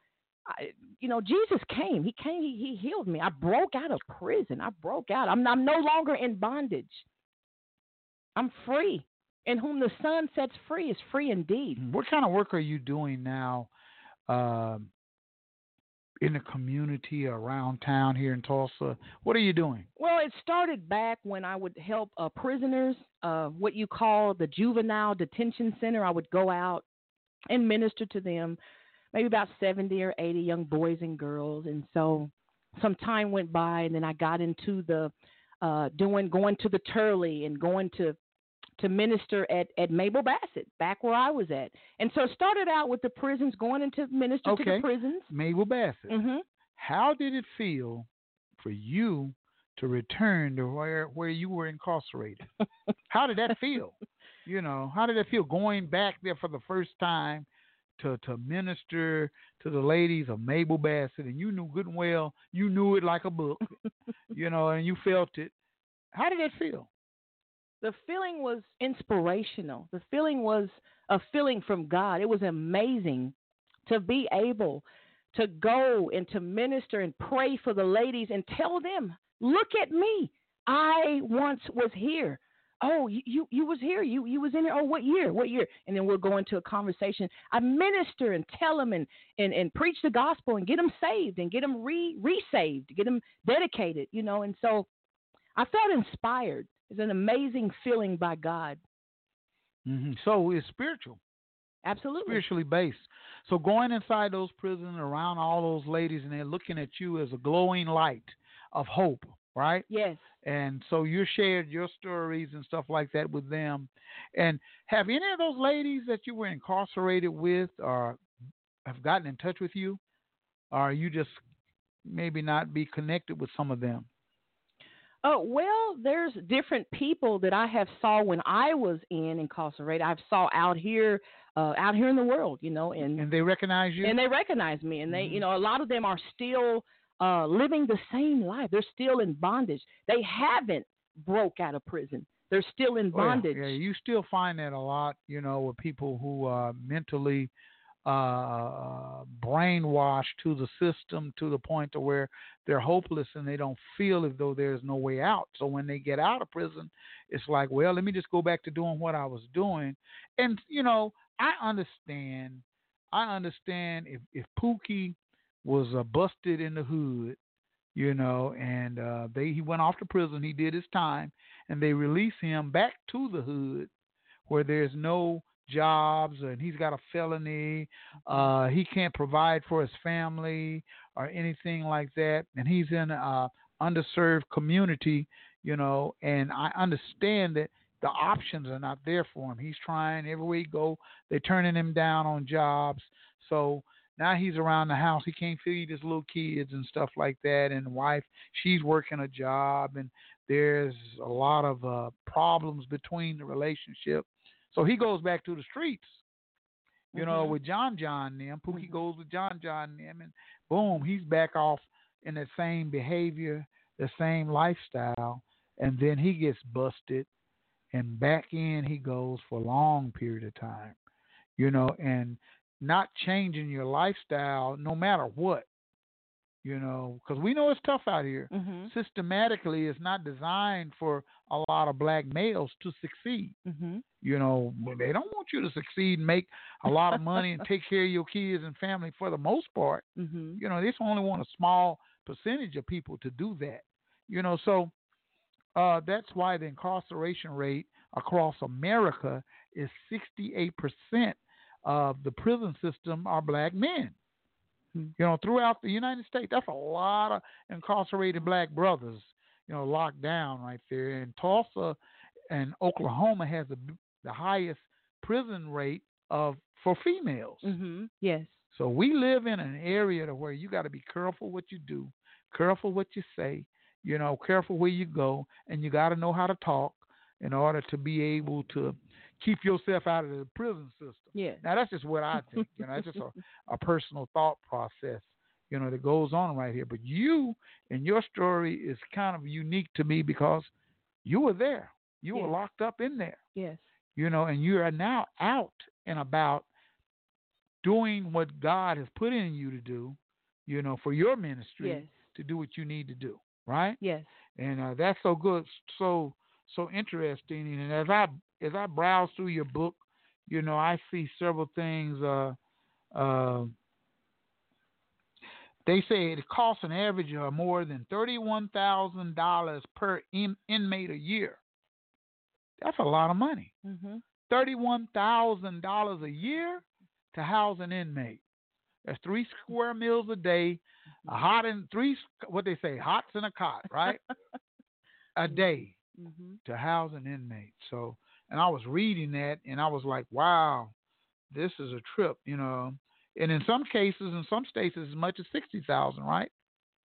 K: I, you know, Jesus came. He came. He, he healed me. I broke out of prison. I broke out. I'm, I'm no longer in bondage. I'm free. And whom the Son sets free is free indeed.
D: What kind of work are you doing now um, in the community around town here in Tulsa? What are you doing?
K: Well, it started back when I would help uh, prisoners, uh, what you call the juvenile detention center. I would go out and minister to them, maybe about 70 or 80 young boys and girls. And so some time went by, and then I got into the uh, doing going to the Turley and going to to minister at, at Mabel Bassett, back where I was at. And so it started out with the prisons, going into minister to
D: Okay.
K: the prisons.
D: Mabel Bassett.
K: hmm
D: How did it feel for you to return to where where you were incarcerated? how did that feel? You know, how did that feel going back there for the first time to to minister to the ladies of Mabel Bassett, and you knew good and well you knew it like a book, you know, and you felt it. How did that feel?
K: the feeling was inspirational. The feeling was a feeling from God. It was amazing to be able to go and to minister and pray for the ladies and tell them, look at me. I once was here. Oh, you, you, you was here. You you was in here. Oh, what year? What year? And then we'll go into a conversation. I minister and tell them and, and, and preach the gospel and get them saved and get them re resaved, get them dedicated, you know. And so I felt inspired. It's an amazing feeling by God.
D: hmm So it's spiritual.
K: Absolutely.
D: spiritually based. So going inside those prisons around all those ladies and they're looking at you as a glowing light of hope, right?
K: Yes.
D: And so you shared your stories and stuff like that with them. And have any of those ladies that you were incarcerated with or have gotten in touch with you? Or you just maybe not be connected with some of them?
K: Oh well, there's different people that I have saw when I was in incarcerated. I've saw out here, uh, out here in the world, you know, and
D: And they recognize you? Mm-hmm.
K: and they recognize me, and they, you know, a lot of them are still uh, living the same life. They're still in bondage. They haven't broke out of prison. They're still in
D: Oh, yeah.
K: bondage.
D: Yeah, you still find that a lot, you know, with people who are mentally uh, brainwashed to the system to the point to where they're hopeless and they don't feel as though there's no way out. So when they get out of prison, it's like, well, let me just go back to doing what I was doing. And you know, I understand. I understand if if Pookie was uh, busted in the hood, you know, and uh, they he went off to prison. He did his time, and they release him back to the hood where there's no jobs and he's got a felony uh he can't provide for his family or anything like that and he's in a underserved community you know and i understand that the options are not there for him. He's trying everywhere he go. They're turning him down on jobs. So now he's around the house. He can't feed his little kids and stuff like that. And the wife, she's working a job, and there's a lot of uh, problems between the relationship. So he goes back to the streets. You know, with John John and them, Pookie goes with John John and them, and boom, he's back off in the same behavior, the same lifestyle, and then he gets busted and back in he goes for a long period of time. You know, and not changing your lifestyle no matter what. You know, because we know it's tough out here.
K: Mm-hmm.
D: Systematically, it's not designed for a lot of black males to succeed.
K: Mm-hmm.
D: You know, they don't want you to succeed, and make a lot of money, and take care of your kids and family for the most part.
K: Mm-hmm.
D: You know, they just only want a small percentage of people to do that. You know, so uh, that's why the incarceration rate across America is 68% of the prison system are black men.
K: Hmm.
D: You know, throughout the United States, that's a lot of incarcerated black brothers, you know, locked down right there. And Tulsa and Oklahoma has the, the highest prison rate of for females.
K: Mm-hmm. Yes.
D: So we live in an area to where you got to be careful what you do, careful what you say, you know, careful where you go, and you got to know how to talk in order to be able to keep yourself out of the prison system.
K: Yes.
D: Now that's just what I think. You know, that's just a, a personal thought process, you know, that goes on right here. But you and your story is kind of unique to me because you were there. You were
K: Yes.
D: locked up in there
K: Yes.
D: you know, and you are now out and about doing what God has put in you to do, you know, for your ministry
K: Yes.
D: to do what you need to do, right?
K: Yes.
D: And uh, that's so good, so so interesting. And as I as I browse through your book, you know, I see several things. Uh, uh, they say it costs an average of more than thirty-one thousand dollars per in, inmate a year. That's a lot of money
K: Mm-hmm.
D: thirty-one thousand dollars a year to house an inmate. That's three square meals a day, a hot and three what they say, hots and a cot, right? a day
K: Mm-hmm.
D: to house an inmate. So, and I was reading that, and I was like, wow, this is a trip, you know. And in some cases, in some states, it's as much as sixty thousand, right?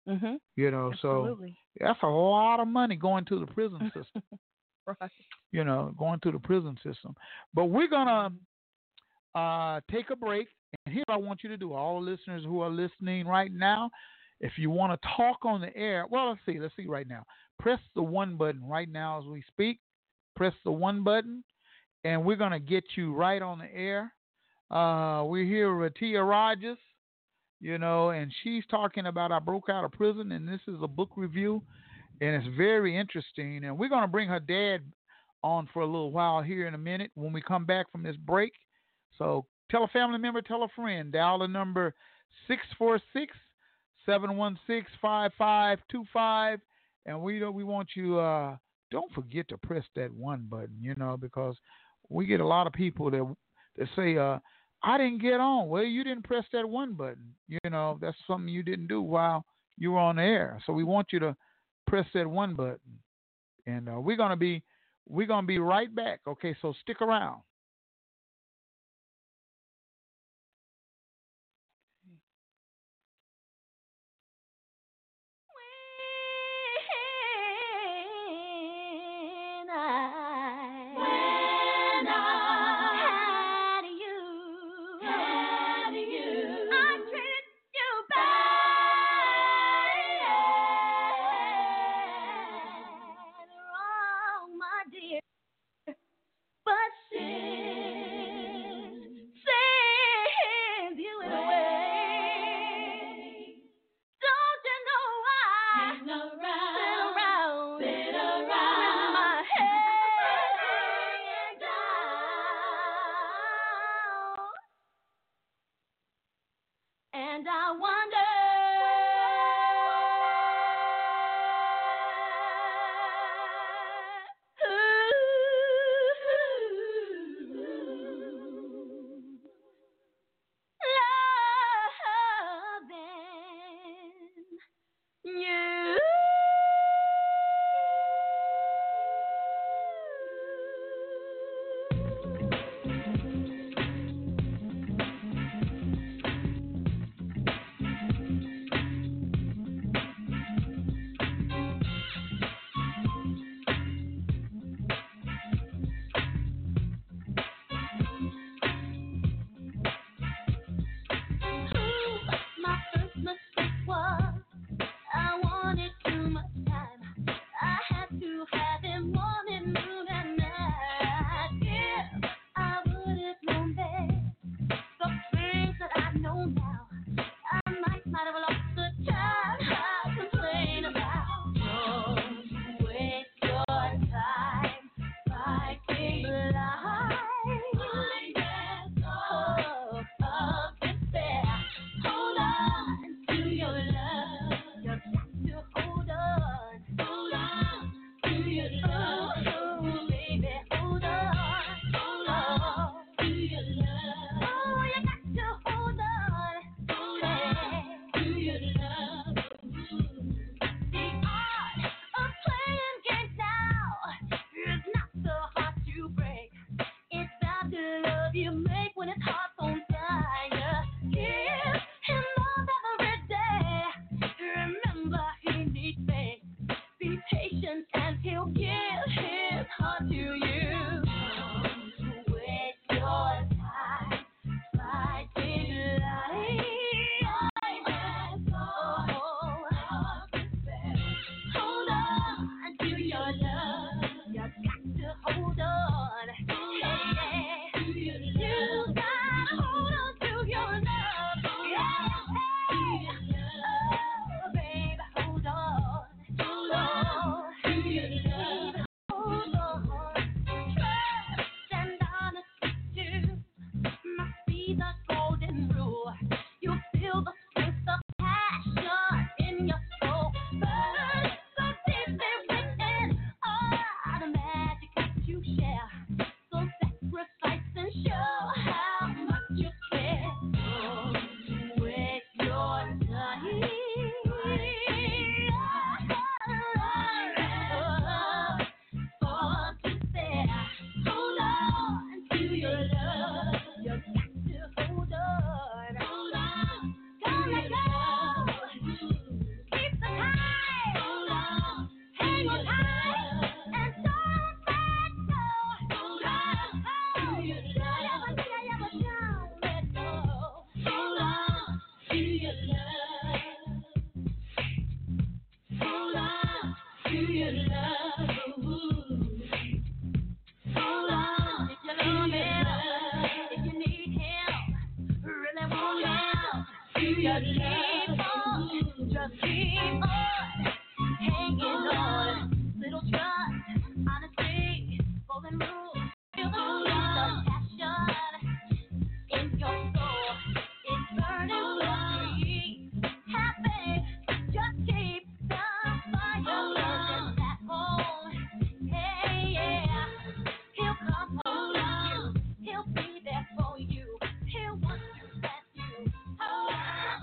K: Mm-hmm.
D: You know,
K: Absolutely.
D: so that's a lot of money going to the prison system
K: Right.
D: you know, going through the prison system. But we're gonna uh, take a break, and here I want you to do all the listeners who are listening right now. If you want to talk on the air, well, let's see, let's see right now. Press the one button right now as we speak. Press the one button, and we're gonna get you right on the air. Uh, we're here with Tia Rogers, you know, and she's talking about I broke out of prison, and this is a book review, and it's very interesting. And we're gonna bring her dad on for a little while here in a minute when we come back from this break. So tell a family member, tell a friend. Dial the number 646 716 5525. And we, don't, we want you, uh, don't forget to press that one button, you know, because we get a lot of people that, that say, uh, I didn't get on. Well, you didn't press that one button. You know, that's something you didn't do while you were on the air. So we want you to press that one button. And uh, we're going to be we're going to be right back. Okay, so stick around.
L: But see.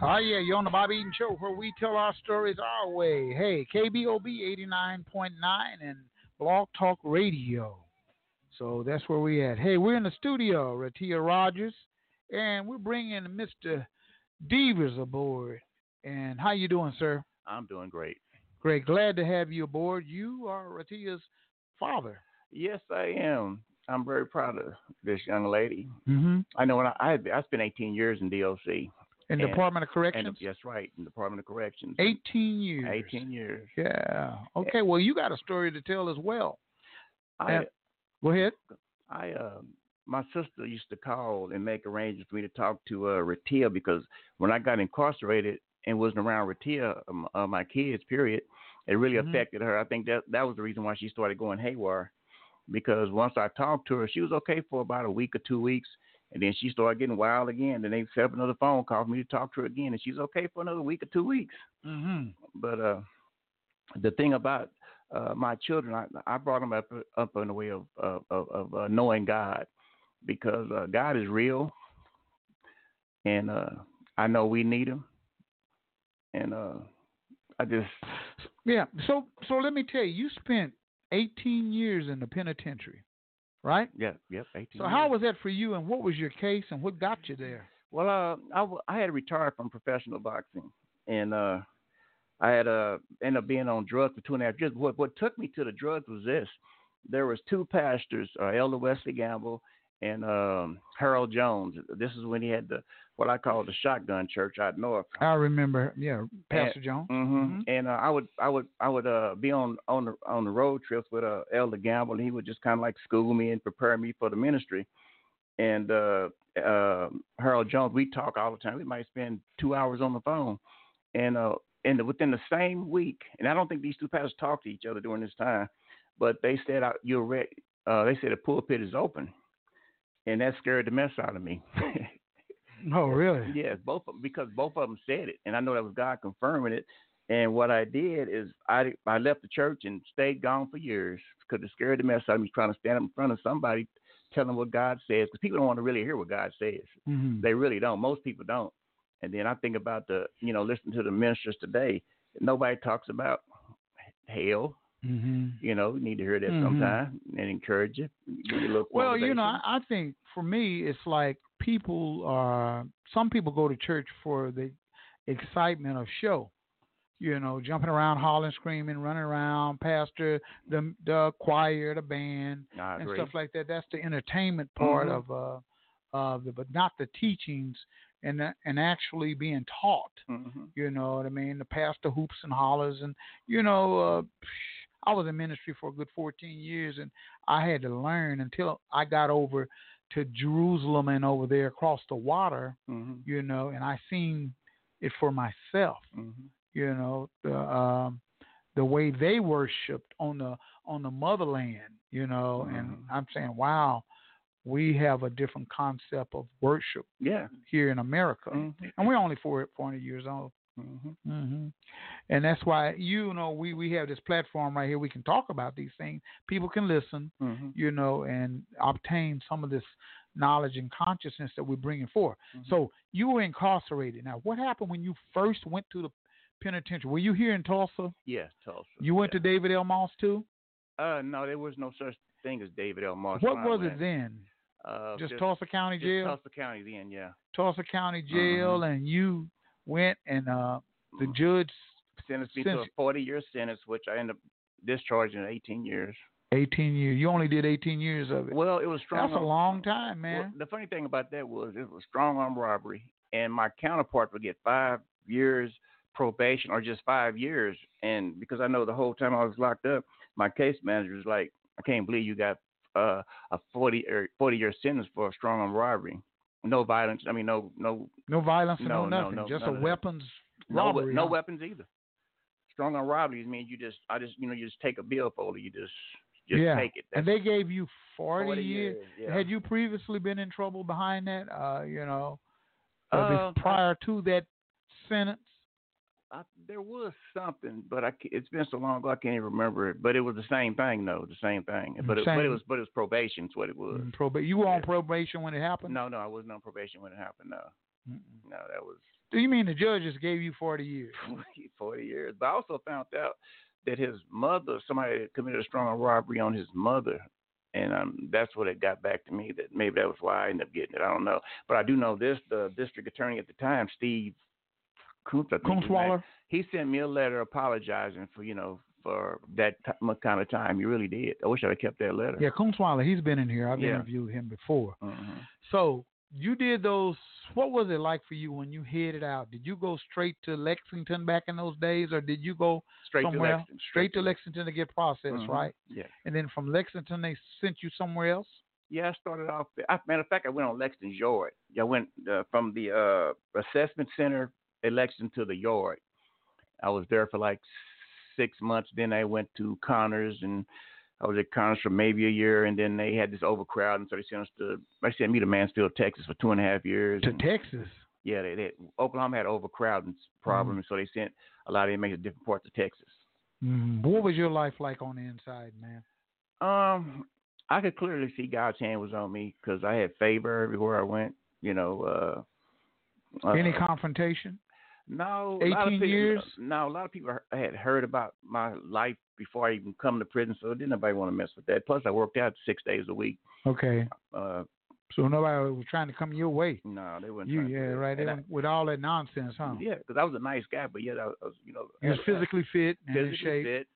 D: Oh, yeah, you're on the Bobby Eaton Show where we tell our stories our way. Hey, KBOB 89.9 and Blog Talk Radio. So that's where we at. Hey, we're in the studio, Ratia Rogers, and we're bringing Mr. Devers aboard. And how you doing, sir?
L: I'm doing great.
D: Great. Glad to have you aboard. You are Ratia's father.
L: Yes, I am. I'm very proud of this young lady.
D: Mm-hmm.
L: I know when I I, I spent 18 years in DOC.
D: In
L: and-
D: Department of Corrections?
L: And, yes, right. In Department of Corrections.
D: 18 years.
L: 18 years.
D: Yeah. Okay, well, you got a story to tell as well.
L: I,
D: Uh, go ahead.
L: I uh, my sister used to call and make arrangements for me to talk to uh, Ratia because when I got incarcerated and wasn't around Ratia, um, uh, my kids, period, it really
M: Mhm.
L: affected her. I think that that was the reason why she started going haywire because once I talked to her, she was okay for about a week or two weeks. And then she started getting wild again. Then they set up another phone call for me to talk to her again, and she's okay for another week or two weeks.
D: Mm-hmm.
L: But uh, the thing about uh, my children, I, I brought them up up in the way of of, of, of uh, knowing God, because uh, God is real, and uh, I know we need Him, and uh, I just
D: Yeah. So so let me tell you, you spent 18 years in the penitentiary, right?
L: yeah yep. 18
D: So
L: years.
D: how was that for you, and what was your case, and what got you there?
L: Well, uh, I, w- I had retired from professional boxing, and uh, I had uh, ended up being on drugs for two and a half years. What what took me to the drugs was this: there was two pastors, uh, Elder Wesley Gamble and um, Harold Jones. This is when he had the what I call the shotgun church out north.
D: I remember, yeah, Pastor
L: And-
D: Jones.
L: mhm. And uh, I would I would I would uh, be on on the on the road trips with uh, Elder Gamble, and he would just kind of like school me and prepare me for the ministry. And uh, uh, Harold Jones, we talk all the time. We might spend two hours on the phone, and uh, and within the same week, and I don't think these two pastors talked to each other during this time, but they said uh, you're re- uh, they said the pulpit is open, and that scared the mess out of me.
D: Oh, really?
L: Yes, both of, because both of them said it, and I know that was God confirming it. And what I did is I I left the church and stayed gone for years because it scared the mess out of me trying to stand up in front of somebody, telling them what God says because people don't want to really hear what God says.
D: Mhm.
L: They really don't. Most people don't. And then I think about the you know listen to the ministers today. Nobody talks about hell.
D: Mm-hmm.
L: You know, you need to hear that
D: Mhm.
L: sometime and encourage it. Give you a little
D: Well, you know, I,
L: motivation.
D: I think for me, it's like people are. Some people go to church for the excitement of show. You know, jumping around, hollering, screaming, running around, pastor, the the choir, the band,
L: I
D: and
L: agree.
D: stuff like that. That's the entertainment part
L: Mhm.
D: of uh, of the, but not the teachings and the- and actually being taught.
L: Mhm.
D: You know what I mean? The pastor hoops and hollers, and you know, uh, I was in ministry for a good 14 years, and I had to learn until I got over to Jerusalem and over there across the water.
L: Mhm.
D: You know, and I seen it for myself.
L: Mhm.
D: You know, the um, the way they worshipped on the on the motherland. You know, and I'm saying, wow, we have a different concept of worship.
L: Yeah.
D: Here in America,
L: Mhm.
D: and we're only four 400 years old.
L: mm-hmm,
D: hmm And that's why you know we we have this platform right here. We can talk about these things. People can listen,
L: Mhm.
D: you know, and obtain some of this knowledge and consciousness that we're bringing forth. So you were incarcerated. Now, what happened when you first went to the penitentiary? Were you here in Tulsa?
L: Yeah, Tulsa.
D: You went to David L. Moss too.
L: Uh, no, there was no such thing as David L. Marshall.
D: What
L: when I
D: was
L: went.
D: it then?
L: Uh,
D: Just Tulsa County
L: just
D: Jail?
L: Tulsa County then, yeah.
D: Tulsa County Jail, and you went and uh, the judge
L: Mm-hmm. Sentenced me to a
D: Since-
L: 40 year sentence, which I ended up discharging in 18 years.
D: 18 years. You only did 18 years of it.
L: Well, it was strong.
D: That's a long time, man.
L: Well, the funny thing about that was it was strong arm robbery, and my counterpart would get five years probation or just five years. And because I know the whole time I was locked up, my case manager was er, like, "I can't believe you got uh, a 40 or 40 year sentence for a strong arm robbery." no violence. I mean, no, no,
D: No violence and
L: No,
D: no,
L: no,
D: nothing.
L: no,
D: just
L: none
D: a
L: of that.
D: weapons
L: no, we-
D: robbery.
L: no
D: huh?
L: weapons either. Strong arm robberies means you just, I just, you know, you just take a billfold and you just, just
D: yeah.
L: take it.
D: and they gave you 40,
L: 40
D: years.
L: years, yeah.
D: Had you previously been in trouble behind that? Uh, you know, uh,
L: Uh,
D: bef- prior to that sentence.
L: I, there was something, but I, ca- it's been so long ago I can't even remember it. But it was the same thing, though, the same thing. But it, but it
D: Mm, Same.
L: was, but it was probation. Is what it was.
D: Mm, Proba- you were on probation when it happened.
L: No, no, I wasn't on probation when it happened. No, no, that was
D: Do you mean the judge just gave you forty years?
L: 40, 40 years. But I also found out that his mother, somebody had committed a strong arm robbery on his mother. And um, that's what it got back to me that maybe that was why I ended up getting it. I don't know. But I do know this the district attorney at the time, Steve Coombs, I think his name,
D: Kuntzweiler?
L: he sent me a letter apologizing for, you know, for that t- mu- kind of time. He really did. I wish I'd have kept that letter.
D: Yeah, Kuntzweiler, he's been in here. I've
L: Yeah.
D: interviewed him before.
L: Mhm.
D: So you did those. What was it like for you when you headed out? Did you go straight to Lexington back in those days, or did you go
L: Straight to
D: somewhere?
L: Lexington,
D: Straight to Lexington to get processed,
L: Mhm.
D: right?
L: Yeah.
D: And then from Lexington, they sent you somewhere else.
L: Yeah, I started off. I, matter of fact, I went on Lexington Yard. I went uh, from the uh, assessment center at Lexington to the yard. I was there for like six months. Then I went to Connors, and I was at Connors for maybe a year. And then they had this overcrowding, so they sent us to. They sent me to Mansfield, Texas, for two and a half years.
D: To
L: and-
D: Texas.
L: yeah, they, they Oklahoma had overcrowding
D: Mm-hmm.
L: problem, so they sent a lot of inmates to different parts of Texas.
D: Mm, What was your life like on the inside, man?
L: Um, I could clearly see God's hand was on me because I had favor everywhere I went. You know, uh, uh,
D: Any confrontation?
L: no, a lot of
D: 18
L: people-
D: years?
L: No, a lot of people he- had heard about my life before I even come to prison, so didn't nobody want to mess with that. Plus, I worked out six days a week.
D: Okay.
L: Uh,
D: So nobody was trying to come your way.
L: no, they wouldn't.
D: You
L: trying to
D: yeah
L: do that.
D: right
L: And I-
D: there with all that nonsense, huh?
L: yeah, because I was a nice guy, but yet I was, I was, you know,
D: You was
L: I- I-
D: physically fit and in
L: physically
D: shape,
L: fit.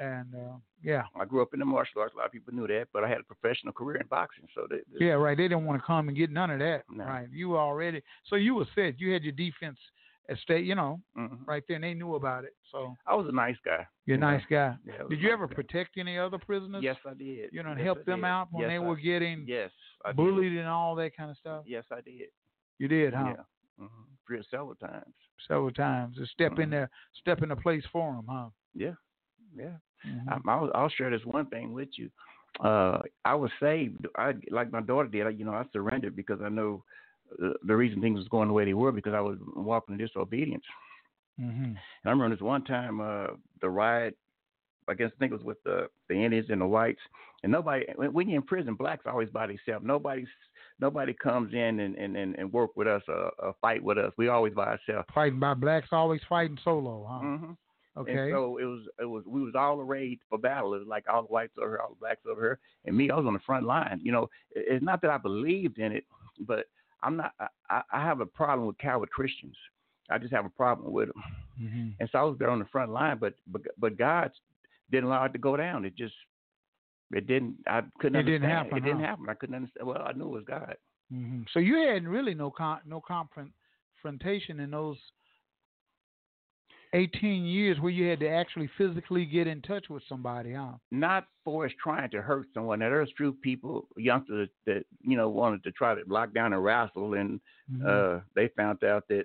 D: and uh, yeah,
L: I grew up in the martial arts. A lot of people knew that, but I had a professional career in boxing, so they, they-
D: yeah, right. They didn't want to come and get none of that,
L: No.
D: right? You were already so you were set. You had your defense at state, you know,
L: Mhm.
D: right there, and they knew about it. So
L: I was a nice guy.
D: you're a
L: you know.
D: nice guy.
L: Yeah, I was
D: Did
L: a
D: you
L: nice
D: ever
L: guy.
D: protect any other prisoners?
L: Yes, I did.
D: You know, and
L: yes,
D: help
L: I
D: them
L: did.
D: out when
L: yes,
D: they
L: I,
D: were getting
L: yes, I did.
D: bullied and all that kind of stuff.
L: Yes, I did.
D: You did, huh?
L: Yeah, hmm Real several times.
D: Several times. To step in
L: Mhm.
D: there, step in a place for them, huh?
L: Yeah, yeah.
D: Mhm.
L: I, I'll, I'll share this one thing with you. Uh, I was saved. I like my daughter did. I, you know, I surrendered because I know uh, the reason things was going the way they were because I was walking in disobedience.
D: Mm-hmm.
L: And I remember this one time, uh, the riot, I guess I think it was with the, the Indians and the whites, and nobody, when, when you're in prison, blacks are always by themselves. Nobody's, nobody comes in and, and, and, and work with us, uh, uh, fight with us. We always by ourselves.
D: Fighting by blacks, always fighting solo, huh?
L: Mhm.
D: Okay.
L: And so it was, it was, we was all arrayed for battle. It was like all the whites over here, all the blacks over here, and me, I was on the front line. You know, it, it's not that I believed in it, but I'm not, I- I, I have a problem with coward Christians. I just have a problem with them.
D: mm-hmm.
L: And so I was there on the front line, but but, but God didn't allow it to go down. It just it didn't. I couldn't.
D: It
L: understand.
D: didn't happen,
L: It didn't
D: huh?
L: happen. I couldn't understand. Well, I knew it was God.
D: hmm So you had really no con- no confront- confrontation in those eighteen years where you had to actually physically get in touch with somebody, huh?
L: Not for us trying to hurt someone. Now there's few people, youngsters that you know wanted to try to lock down and wrestle, and
D: Mm-hmm.
L: uh, they found out that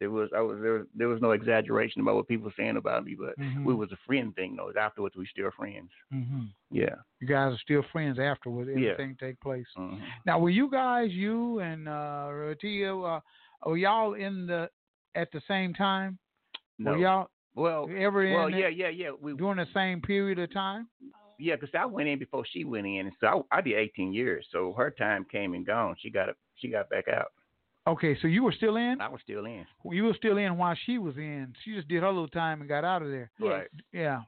L: there was I was there. There was no exaggeration about what people were saying about me, but
D: Mhm.
L: we was a friend thing though. Afterwards, we still friends.
D: hmm
L: Yeah.
D: You guys are still friends afterwards.
L: Yeah.
D: Everything take place.
L: Mhm.
D: Now, were you guys, you and uh, Rotia, uh, were y'all in the at the same time?
L: No.
D: Were y'all
L: Well.
D: ever in
L: Well,
D: it
L: yeah, yeah, yeah. We
D: during the same period of time?
L: Yeah, because I went in before she went in, and so I, I did 18 years. So her time came and gone. She got she got back out.
D: Okay, so you were still in.
L: I was still in.
D: You were still in while she was in. She just did her little time and got out of there.
L: Right.
D: Yeah.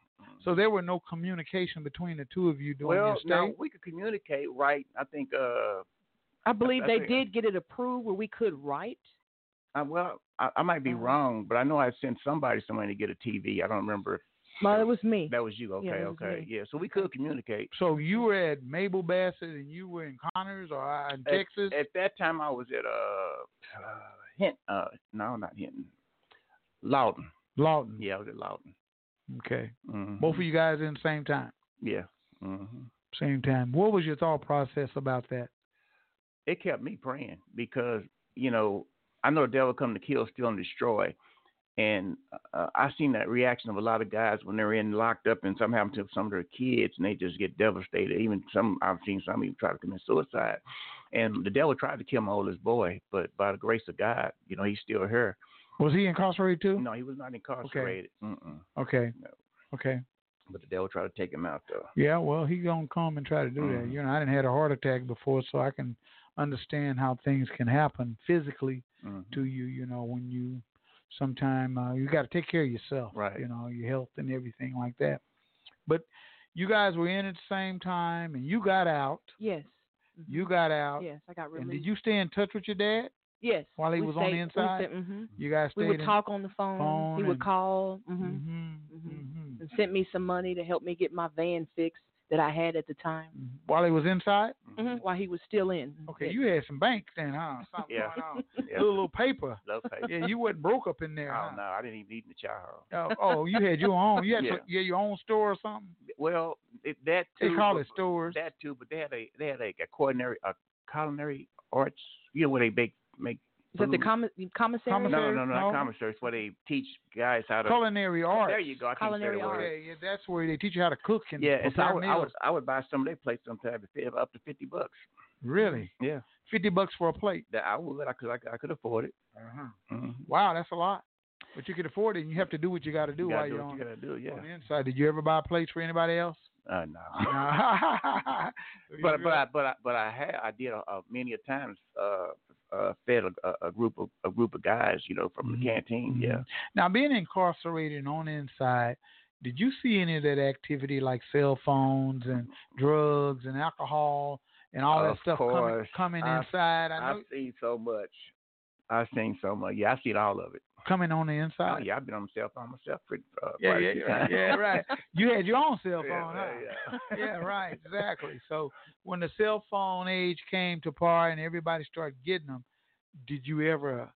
D: So there were no communication between the two of you during
L: Well,
D: your
L: now
D: stay.
L: we could communicate, right? I think. Uh,
K: I believe
L: I
K: they
L: think-
K: did get it approved where we could write.
L: I, well, I, I might be wrong, but I know I sent somebody somewhere to get a TV. I don't remember.
K: Well, it was me.
L: That was you. Okay,
K: Yeah, that was
L: okay,
K: me.
L: yeah. So we could communicate.
D: So you were at Mabel Bassett and you were in Connors or uh, in Texas.
L: At, at that time, I was at uh, uh Hint. Uh, no, not Hinton. Loudon.
D: Lawton.
L: Yeah, I was at Loudon.
D: Okay.
L: Mhm.
D: Both of you guys in the same time.
L: Yeah. hmm
D: Same time. What was your thought process about that?
L: it kept me praying because you know I know the devil come to kill, steal, and destroy, and uh, I've seen that reaction of a lot of guys when they're in locked up, and something happened to some of their kids, and they just get devastated. Even some I've seen some even try to commit suicide, and the devil tried to kill my oldest boy, but by the grace of God, you know he's still here.
D: Was he incarcerated too?
L: No, he was not incarcerated. Mm-mm.
D: Okay. Okay.
L: But the devil tried to take him out though.
D: Yeah, well, he gonna come and try to do that.
L: Mhm.
D: You know, I didn't had a heart attack before, so I can understand how things can happen physically
L: Mm-hmm.
D: to you. You know, when you sometime uh, you got to take care of yourself.
L: Right.
D: You know, your health and everything like that. But you guys were in at the same time, and you got out.
K: Yes. Mm-hmm.
D: You got out.
K: Yes, I got
D: And
K: released.
D: did you stay in touch with your dad
K: Yes.
D: while he
K: we
D: was
K: stayed-
D: on the
K: we
D: inside?
K: stayed- mhm.
D: You guys stayed.
K: We would
D: in- Mm-hmm.
K: talk on the phone.
D: phone
K: he would
D: and-
K: call mhm, mhm, and sent me some money to help me get my van fixed that I had at the time
D: Mm-hmm. while he was inside.
K: Mhm, while he was still in.
D: Mm-hmm. Okay, you had some bank then, huh? Something
L: Yeah.
D: going on.
L: Yeah.
D: Little, little paper.
L: Love paper.
D: Yeah, you wasn't broke up in there.
L: Oh
D: huh?
L: no, I didn't even need the child.
D: Oh, oh, you had your own. You had
L: Yeah.
D: to- you had your own store or something.
L: Well, it, that
D: They
L: too.
D: call
L: but-
D: it stores.
L: That too, but they had a they had a, a culinary a culinary arts. You know where they make make.
K: Is that the
L: food.
K: commis- commissary?
L: No, no,
D: No.
L: no, not commissary. It's where they teach guys how to
D: Culinary arts.
L: There you go. I can't say the
K: Culinary
L: word.
K: arts.
D: Yeah, yeah, that's where they teach you how to cook and
L: Yeah, and so I
D: prepare
L: would, I would
D: meals.
L: I would buy some of their plates sometimes if it- up to fifty bucks.
D: Really,
L: Yeah,
D: fifty bucks for a plate.
L: that I would. I could I, could- I could afford it.
D: Uh-huh.
L: hmm
D: Wow, that's a lot. But you can afford it, and you have to do what you got to do
L: you
D: while
L: gotta do
D: you're
L: what
D: on,
L: you gotta do.
D: on the
L: Yeah.
D: inside. Did you ever buy plates for anybody else?
L: Uh, no.
D: No.
L: but but I but I but I had I did uh, many a times uh, uh, fed a, a- a group of a group of guys you know
D: Mm-hmm.
L: from the canteen yeah
D: Now, being incarcerated and on the inside, did you see any of that activity like cell phones and drugs and alcohol and all
L: Of
D: that stuff coming,
L: course.
D: coming
L: I-
D: inside? Mm-hmm. I know
L: I've seen so much I've seen so much yeah I've seen all of it
D: coming on the
L: oh
D: inside.
L: yeah I've been on myself on myself pretty uh,
D: yeah,
L: quite a
D: yeah,
L: few
D: yeah,
L: times.
D: yeah, right. You had your own cell phone,
L: Yeah,
D: huh?
L: yeah,
D: yeah, right, exactly. So when the cell phone age came to par and everybody started getting them, did you ever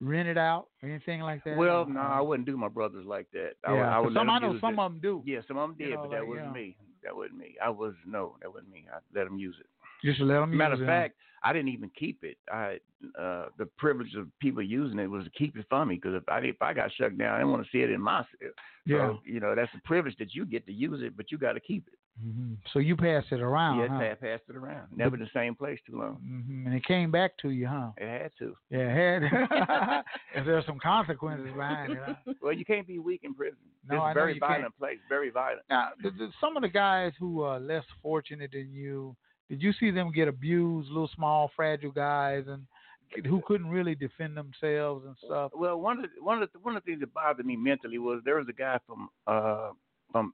D: rent it out or anything like that?
L: well no I wouldn't do my brothers like that I would,
D: Yeah,
L: I would
D: some
L: let
D: I
L: 'em
D: know
L: use
D: some
L: it.
D: of them do.
L: yeah some of them
D: you
L: did
D: know,
L: but that
D: like,
L: wasn't
D: yeah.
L: me that wasn't me I was no that wasn't me I let them use it
D: Just let them.
L: Matter
D: use them.
L: of fact, I didn't even keep it. I uh, the privilege of people using it was to keep it from me because if I if I got shut down, I didn't want to see it in my. So,
D: yeah.
L: you know that's the privilege that you get to use it, but you got to keep it.
D: hmm So you passed it around,
L: yeah,
D: huh?
L: pa- passed it around. Never in the same place too long.
D: hmm And it came back to you, huh?
L: It had to.
D: Yeah, it had. and there's some consequences behind it. Huh?
L: Well, you can't be weak in prison.
D: No,
L: it's
D: I know
L: a very
D: you can't.
L: violent place. Very violent.
D: Now, th- th- some of the guys who are less fortunate than you, did you see them get abused, little small, fragile guys, and who couldn't really defend themselves and stuff?
L: Well, one of the, one of the, one of the things that bothered me mentally was there was a guy from uh from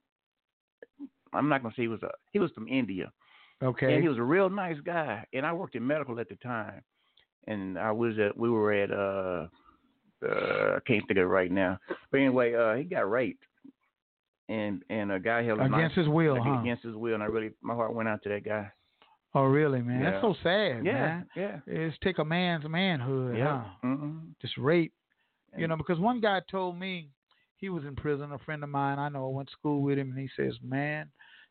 L: I'm not gonna say he was a he was from India.
D: Okay.
L: And he was a real nice guy. And I worked in medical at the time. And I was at we were at uh, uh I can't think of it right now. But anyway, uh he got raped. And and a guy held a knife
D: Against his will, huh?
L: against his will and I really my heart went out to that guy.
D: oh, really, man?
L: Yeah.
D: That's so sad,
L: yeah,
D: man.
L: yeah.
D: It's take a man's manhood,
L: Yeah.
D: huh?
L: Mm-hmm.
D: Just rape. You know, because one guy told me he was in prison, a friend of mine I know, I went to school with him, and he says, Man,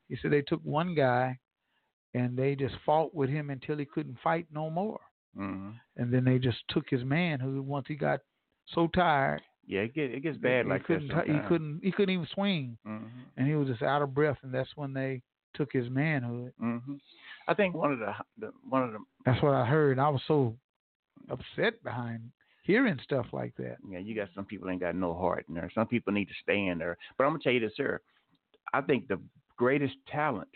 D: he said they took one guy and they just fought with him until he couldn't fight no more.
L: hmm
D: And then they just took his manhood once he got so tired
L: Yeah, it gets it gets bad
D: he
L: like
D: couldn't
L: that.
D: t- he couldn't he couldn't even swing
L: hmm
D: and he was just out of breath and that's when they took his manhood.
L: hmm I think one of the, the one of the
D: That's what I heard. I was so upset behind hearing stuff like that.
L: Yeah, you got some people ain't got no heart in there. Some people need to stay in there. But I'm gonna tell you this, sir. I think the greatest talent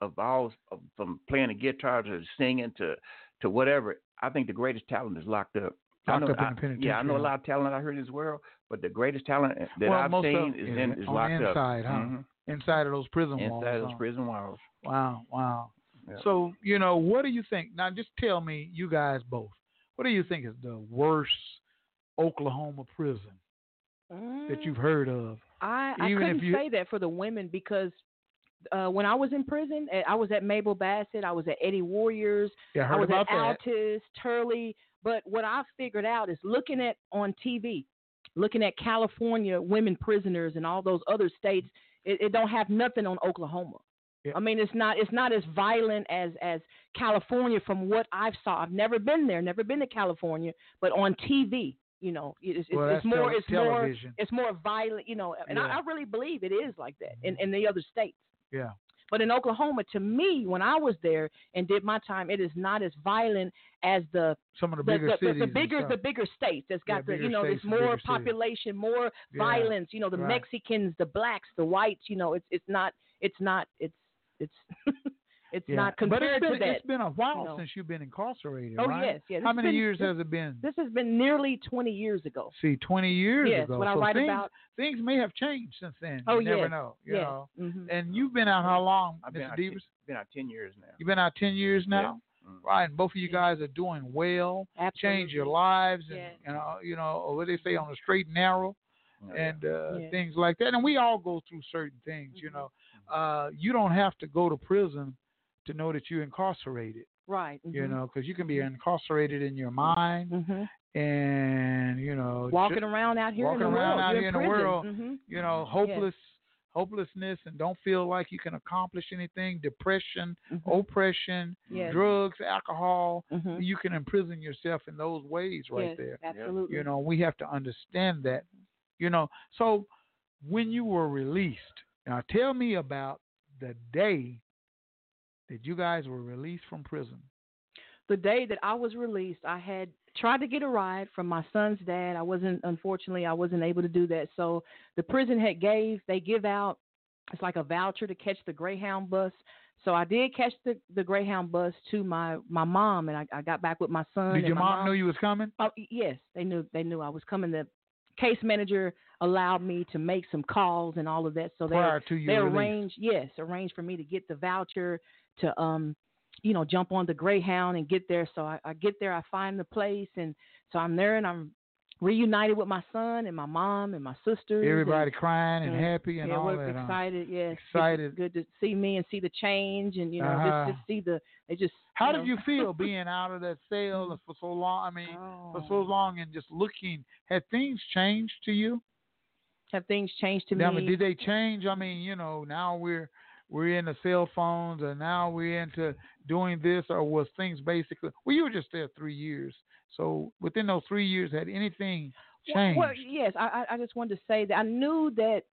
L: of all, of, from playing the guitar to singing to to whatever, I think the greatest talent is locked up. I
D: Locked
L: know,
D: up in
L: I-
D: the penitentiary.
L: yeah, I know a lot of talent out here in this world, but the greatest talent that
D: Well,
L: I've
D: most of
L: seen
D: it
L: is,
D: is
L: in, is
D: on
L: locked
D: the inside,
L: up.
D: huh?
L: Mhm.
D: Inside of those prison walls.
L: Inside those
D: huh?
L: prison walls.
D: Wow, wow.
L: Yeah.
D: So, you know, what do you think? Now, just tell me, you guys both, what do you think is the worst Oklahoma prison that you've heard of?
K: Mm-hmm. I, I
D: Even if
K: couldn't
D: you-
K: say that for the women because uh, when I was in prison, eh, I was at Mabel Bassett, I was at Eddie Warriors,
D: Yeah, I
K: I
D: heard
K: was
D: about
K: at
D: that.
K: Altus, Turley. But what I figured out is looking at on TV, looking at California women prisoners and all those other states, it, it don't have nothing on Oklahoma. I mean, it's not it's not as violent as as California from what I've saw. I've never been there, never been to California, but on TV, you know, it- it's,
B: Well,
K: it's, it's
B: that's
K: more
B: tele-
K: it's
B: television.
K: more it's more violent, you know. And
B: Yeah.
K: I, I really believe it is like that in, in the other states.
D: Mm-hmm. Yeah.
K: But in Oklahoma, to me, when I was there and did my time, it is not as violent as the
D: some of the
K: the,
D: bigger
K: the,
D: cities and
K: bigger
D: stuff.
K: the bigger states that's
D: Yeah,
K: got the
D: bigger
K: you know
D: states
K: there's
D: and
K: more
D: bigger cities.
K: population, more
D: Yeah,
K: violence. You know the
D: right.
K: Mexicans, the blacks, the whites. You know it's it's not it's not it's it's it's
D: Yeah.
K: not
D: But it's
K: compared
D: been,
K: to that.
D: It's been a while
K: you know.
D: since you've been incarcerated,
K: Oh,
D: right?
K: yes, yeah,
D: How
K: this
D: many
K: been-
D: years
K: this-
D: has it been?
K: This has been nearly 20 years ago.
D: See, 20 years
K: Yes,
D: ago.
K: when I
D: So
K: write
D: things,
K: about-
D: things may have changed since then.
K: Oh
D: you never
K: yes,
D: know. You
K: yes.
D: know.
K: Mhm.
D: And you've been out how long,
L: I've been
D: Mr.
L: out,
D: Devers?
L: been out ten years now.
D: You've been out 10 years now,
F: Mm.
D: right? And both of you guys are doing well, change your lives, and you know, you know, or what they say on the straight and narrow, and uh,
F: Oh, Yeah. Mm-hmm.
D: things like that. And we all go through certain things, you know. Uh, you don't have to go to prison to know that you're incarcerated,
K: Right.
D: you
K: mhm.
F: Mm-hmm.
D: know, because you can be incarcerated in your mind, and you know, ju-
K: mm-hmm. walking around out here
D: walking
K: in the
D: around
K: world.
D: out
K: You're
D: here in the
K: prison.
D: world,
K: Mhm.
D: you know,
K: Yes.
D: hopeless, hopelessness, and don't feel like you can accomplish anything. Depression,
F: Mm-hmm.
D: oppression,
K: mm-hmm. Yes.
D: drugs, alcohol.
K: Mhm.
D: You can imprison yourself in those ways right
K: Yes,
D: there.
K: absolutely.
D: You know, we have to understand that. You know, so when you were released, now tell me about the day that you guys were released from prison.
K: the day that I was released, I had tried to get a ride from my son's dad. I wasn't unfortunately I wasn't able to do that. So the prison had gave they give out it's like a voucher to catch the Greyhound bus. So I did catch the, the Greyhound bus to my my mom, and I, I got back with my son.
D: Did
K: and
D: your
K: my
D: mom, know you was coming?
K: Oh yes, they knew they knew I was coming. The case manager allowed me to make some calls and all of that. So they
D: Prior to your
K: they
D: release.
K: arranged yes arranged for me to get the voucher to um you know jump on the Greyhound and get there. So I, I get there, I find the place, and so I'm there and I'm reunited with my son and my mom and my sisters.
D: Everybody
K: and,
D: crying and happy and
K: yeah,
D: all
K: we're
D: that. huh?
K: Excited, yes.
D: Excited.
K: Good to see me and see the change, and you know,
D: Uh-huh.
K: just, just see the. They just.
D: How
K: you
D: did
K: know. Mm-hmm.
D: you feel being out of that cell for so long? I mean, for
K: Oh.
D: so long and just looking. Had things changed to you?
K: Have things changed to
D: I mean,
K: me?
D: did they change? I mean, you know, now we're we're into cell phones, and now we're into doing this, or was things basically? Well, you were just there three years, so within those three years, had anything
K: Well,
D: changed?
K: well, yes, I, I I just wanted to say that I knew that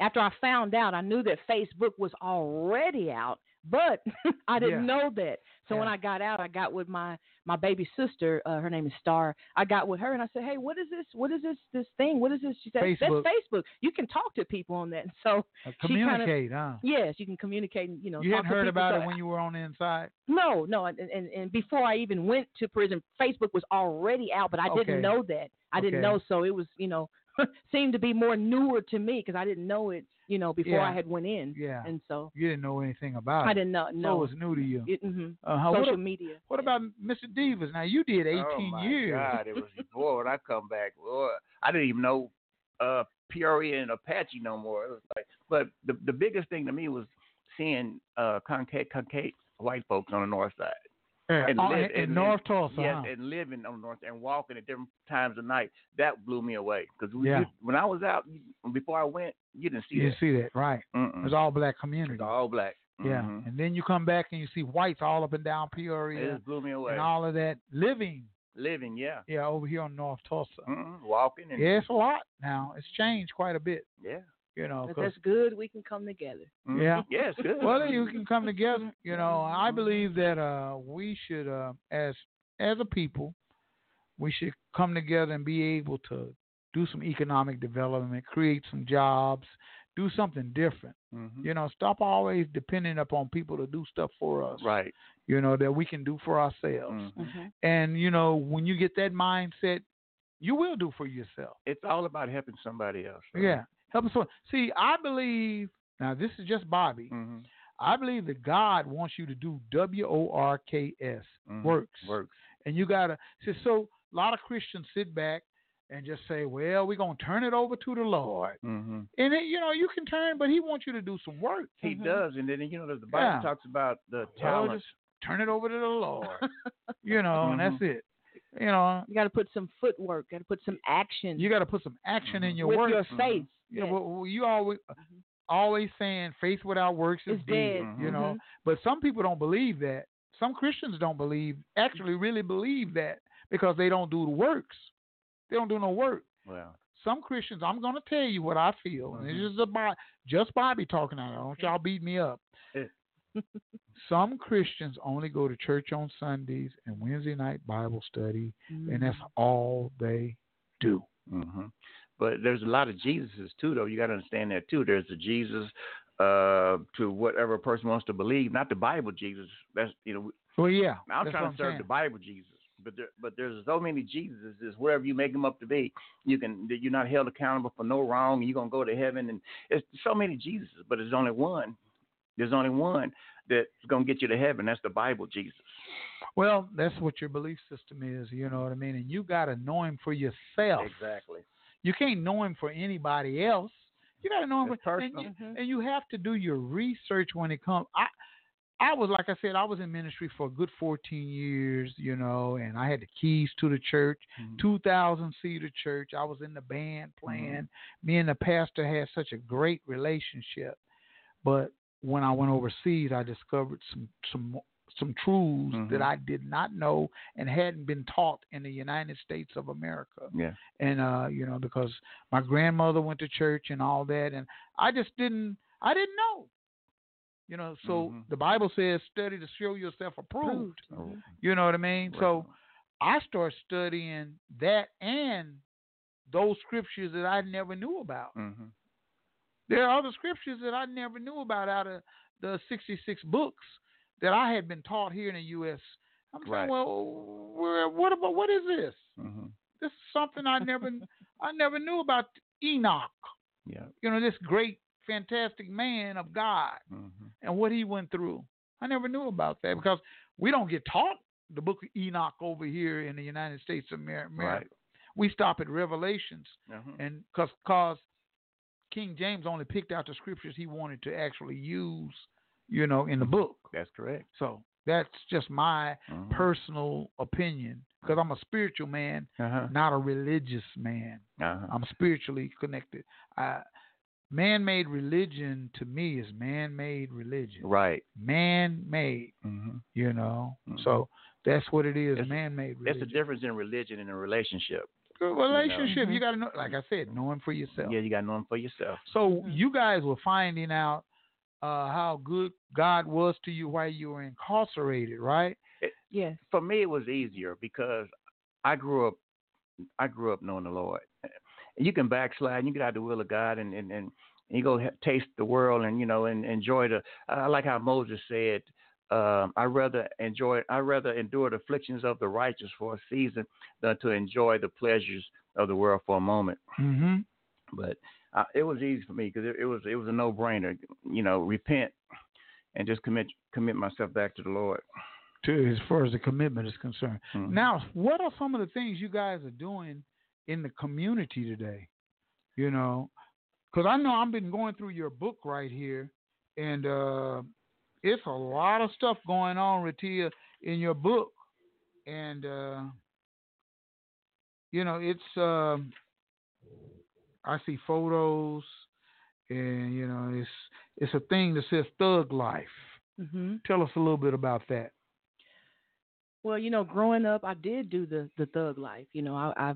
K: after I found out, I knew that Facebook was already out, but I didn't
B: Yeah.
K: know that. So when
B: Yeah.
K: I got out, I got with my my baby sister. Uh, her name is Star. I got with her and I said, "Hey, what is this? What is this? This thing? What is this?" She said,
D: Facebook.
K: "That's Facebook. You can talk to people on that." So
D: Uh,
K: she kinda-
D: communicate, huh?
K: Yes, you can communicate. And, you know,
D: You
K: talk
D: hadn't
K: to
D: heard
K: people.
D: about
K: So
D: it when you were on the inside.
K: no, no, and, and and before I even went to prison, Facebook was already out, but I
D: Okay.
K: didn't know that. I didn't
D: Okay.
K: know, so it was you know seemed to be more newer to me because I didn't know it you know before
D: Yeah.
K: I had went in.
D: Yeah.
K: and so
D: You didn't know anything about it.
K: I did not know.
D: So it was new to you.
K: It- mhm.
D: Uh-huh. What
K: Social
D: a-
K: media.
D: What about Mr. Divas? Now you did 18
L: oh my
D: years.
L: God, it was boy when I come back. Boy, I didn't even know uh, Peoria and Apache no more. It was like, but the the biggest thing to me was seeing uh, concave, concave white folks on the north side.
D: Yeah,
L: And
D: uh,
L: live-
D: in- in
L: and-
D: North Tulsa,
L: yes,
D: huh?
L: and living on the north and walking at different times of night, that blew me away. Because
D: Yeah.
L: when I was out, before I went, you didn't see
D: You
L: that.
D: didn't see that, right? It was all black community.
L: It's all black.
D: Yeah,
L: Mhm.
D: and then you come back and you see whites all up and down
L: It
D: Peoria
L: just blew me away.
D: and all of that living.
L: living, yeah,
D: Yeah, over here on North Tulsa.
L: Mhm. walking and
D: Yeah, it's a lot now. It's changed quite a bit.
L: Yeah.
D: You know,
K: But
D: 'cause-
K: that's good. We can come together.
D: yeah,
L: Yes, good.
D: Well, you can come together. You know, I believe that uh, we should, uh, as as a people, we should come together and be able to do some economic development, create some jobs, do something different.
L: Mm-hmm.
D: You know, stop always depending upon people to do stuff for us.
L: Right. Mm-hmm.
D: You know that we can do for ourselves. And you know, when you get that mindset, you will do for yourself.
L: It's all about helping somebody else.
D: Yeah, help us. See, I believe now. This is just Bobby.
L: Mm. Mm-hmm.
D: I believe that God wants you to do W O R K S works.
L: Mm-hmm. Works.
D: And you gotta see. So a lot of Christians sit back and just say, "Well, we're gonna turn it over to the Lord."
L: Mm-hmm.
D: And it, you know, you can turn, but He wants you to do some work.
L: He does, and then you know the Bible
D: Mm-hmm. Yeah.
L: talks about the
D: Well,
L: talents.
D: just turn it over to the Lord. you know, and that's it. You know,
K: you got to put some footwork. Got to put some action.
D: You got to put some action in your
K: With
D: work. Mm-hmm.
K: your faith.
L: Mm-hmm.
D: Yeah, well, well, you always uh, always saying faith without works is
K: It's
D: dead,
K: dead.
D: you know.
K: Mhm.
D: But some people don't believe that. Some Christians don't believe,
L: Mm-hmm.
D: actually really believe that because they don't do the works. They don't do no work.
L: Well,
D: Some Christians, I'm going to tell you what I feel. And
L: Mm-hmm.
D: it's just about just Bobby talking out. Don't y'all beat me up. Some Christians only go to church on Sundays and Wednesday night Bible study, and that's
L: Mm-hmm.
D: all they do.
L: hmm But there's a lot of Jesuses too, though. You got to understand that too. There's a Jesus uh, to whatever a person wants to believe, not the Bible Jesus. That's you know.
D: Well, yeah.
L: I'm
D: that's
L: trying to
D: what
L: serve
D: saying.
L: the Bible Jesus, but there, but there's so many Jesuses. Wherever you make them up to be, you can that you're not held accountable for no wrong. You're gonna go to heaven, and it's so many Jesuses, but there's only one. There's only one that's gonna get you to heaven. That's the Bible Jesus.
D: Well, that's what your belief system is. You know what I mean? And you got to know him for yourself.
L: Exactly.
D: You can't know him for anybody else. You got to know him.
L: It's
D: for-
L: personal.
D: And you, and you have to do your research when it comes. I, I was like I said, I was in ministry for a good 14 years, you know, and I had the keys to the church,
L: Mm-hmm.
D: 2,000 seater church. I was in the band playing. Me and the pastor had such a great relationship, but when I went overseas, I discovered some some some truths that I did not know and hadn't been taught in the United States of America
L: Yeah.
D: and uh you know because my grandmother went to church and all that and i just didn't i didn't know you know so the bible says study to show yourself approved you know what i mean so i start studying that and those scriptures that i never knew about
L: Mm-hmm.
D: there are other scriptures that i never knew about out of the 66 books that i had been taught here in the us i'm saying
L: Right.
D: well where- what about what is this
L: hmm
D: this is something I never I never knew about Enoch.
L: Yeah.
D: You know, this great, fantastic man of God
L: hmm
D: and what he went through. I never knew about that because we don't get taught the book of Enoch over here in the United States of Amer- America.
L: Right.
D: We stop at Revelations
L: Mhm.
D: and cause, cause King James only picked out the scriptures he wanted to actually use, you know, in the book.
L: That's correct. Mm-hmm.
D: So that's just my personal opinion because I'm a spiritual man,
L: Uh-huh.
D: not a religious man.
L: Uh-huh.
D: I'm spiritually connected. I, man-made religion to me is man-made religion.
L: Right.
D: Man-made,
L: Mm-hmm.
D: you know. So that's what it is. man-made
L: That's the
D: religion.
L: difference in religion and a relationship.
D: Good
L: you know.
D: relationship. You, got to know, like I said, know him for yourself.
L: Yeah, you got to know him for yourself.
D: So you guys were finding out uh, how good God was to you while you were incarcerated, right?
K: Yes.
L: For me, it was easier because I grew up. I grew up knowing the Lord. You can backslide. and You get out the will of God, and and and you go ha- taste the world, and you know, and enjoy the. I like how Moses said, um, "I rather enjoy. I rather endure the afflictions of the righteous for a season than to enjoy the pleasures of the world for a moment."
D: Mm-hmm.
L: but uh, it was easy for me because it, it was it was a no brainer. You know, repent and just commit commit myself back to the Lord.
D: to as far as the commitment is concerned. Now, what are some of the things you guys are doing in the community today? You know, because I know I've been going through your book right here, and uh, it's a lot of stuff going on, Ratia, in your book, and uh, you know, it's um, I see photos, and you know, it's it's a thing that says thug life.
K: Mm-hmm.
D: Tell us a little bit about that.
K: Well, you know, growing up, I did do the the thug life. You know, I I,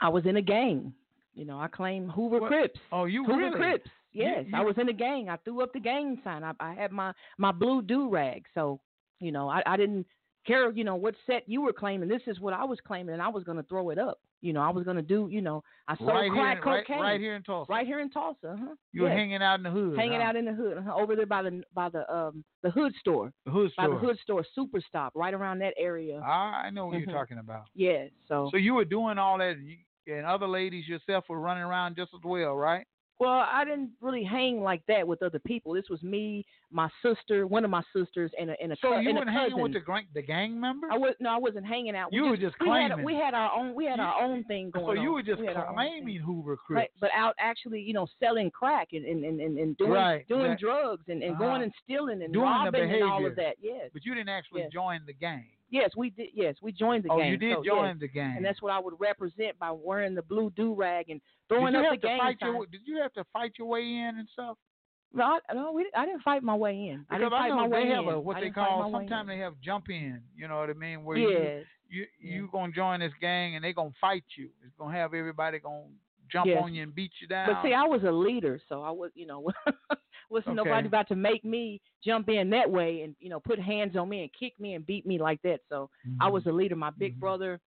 K: I was in a gang. You know, I claim Hoover
D: What?
K: Crips.
D: Oh, you
K: Hoover
D: really?
K: Crips.
D: You-
K: Yes, I
D: you-
K: was in a gang. I threw up the gang sign. I, I had my my blue do rag. So, you know, I, I didn't care. You know what set you were claiming. This is what I was claiming, and I was going to throw it up. You know, I was going to do. You know, I sold
D: Right here
K: crack
D: in- right-
K: cocaine
D: right here in Tulsa.
K: Right here in Tulsa. Huh?
D: You were
K: Yes.
D: hanging out in the hood.
K: hanging out in the hood uh-huh, over there by the by the um the hood store
D: the hood
K: by the
D: store.
K: hood store super stop right around that area
D: I I know what
K: Mhm.
D: you're talking about.
K: yes so
D: So you were doing all that, and, you, and other ladies yourself were running around just as well, right?
K: well i didn't really hang like that with other people this was me my sister one of my sisters and a and a,
D: So
K: cou-
D: you
K: and a
D: weren't hanging with the
K: cousin.
D: gang, the gang members.
K: I was no, I wasn't hanging out. We
D: You were just
K: just, we had,
D: claiming.
K: we had our own we had our own thing going
D: so
K: on.
D: you were just
K: We had our own thing.
D: claiming Hoover
K: But,
D: Crips.
K: but out actually, you know, selling crack and and and, and- and doing
D: Right,
K: doing
D: that-
K: drugs and, and
D: Uh-huh.
K: going and stealing and
D: Doing the
K: robbing and all of
D: behavior.
K: that. Yes.
D: But you didn't actually
K: Yes.
D: join the gang.
K: Yes, we did. Yes, we joined the
D: Oh,
K: gang.
D: you did
K: so,
D: join
K: yes.
D: the gang.
K: and that's what I would represent by wearing the blue do rag and
D: Did
K: throwing
D: you
K: up
D: have
K: the
D: to
K: gang
D: fight
K: sign.
D: your? Did you have to fight your way in and stuff?
K: No, I, no, we, I didn't fight my way in. I
D: Because
K: didn't fight
D: know
K: my way
D: they have
K: in.
D: a what
K: I
D: they
K: didn't fight my
D: call
K: way in.
D: sometimes they have jump in. You know what I mean? Where
K: Yes.
D: you you you gonna join this gang and they gonna fight you. It's gonna have everybody gonna jump
K: Yes.
D: on you and beat you down.
K: But see, I was a leader, so I was, you know, was
D: Okay.
K: nobody about to make me jump in that way and you know put hands on me and kick me and beat me like that. So I was a leader. My
D: Mm-hmm.
K: big brother,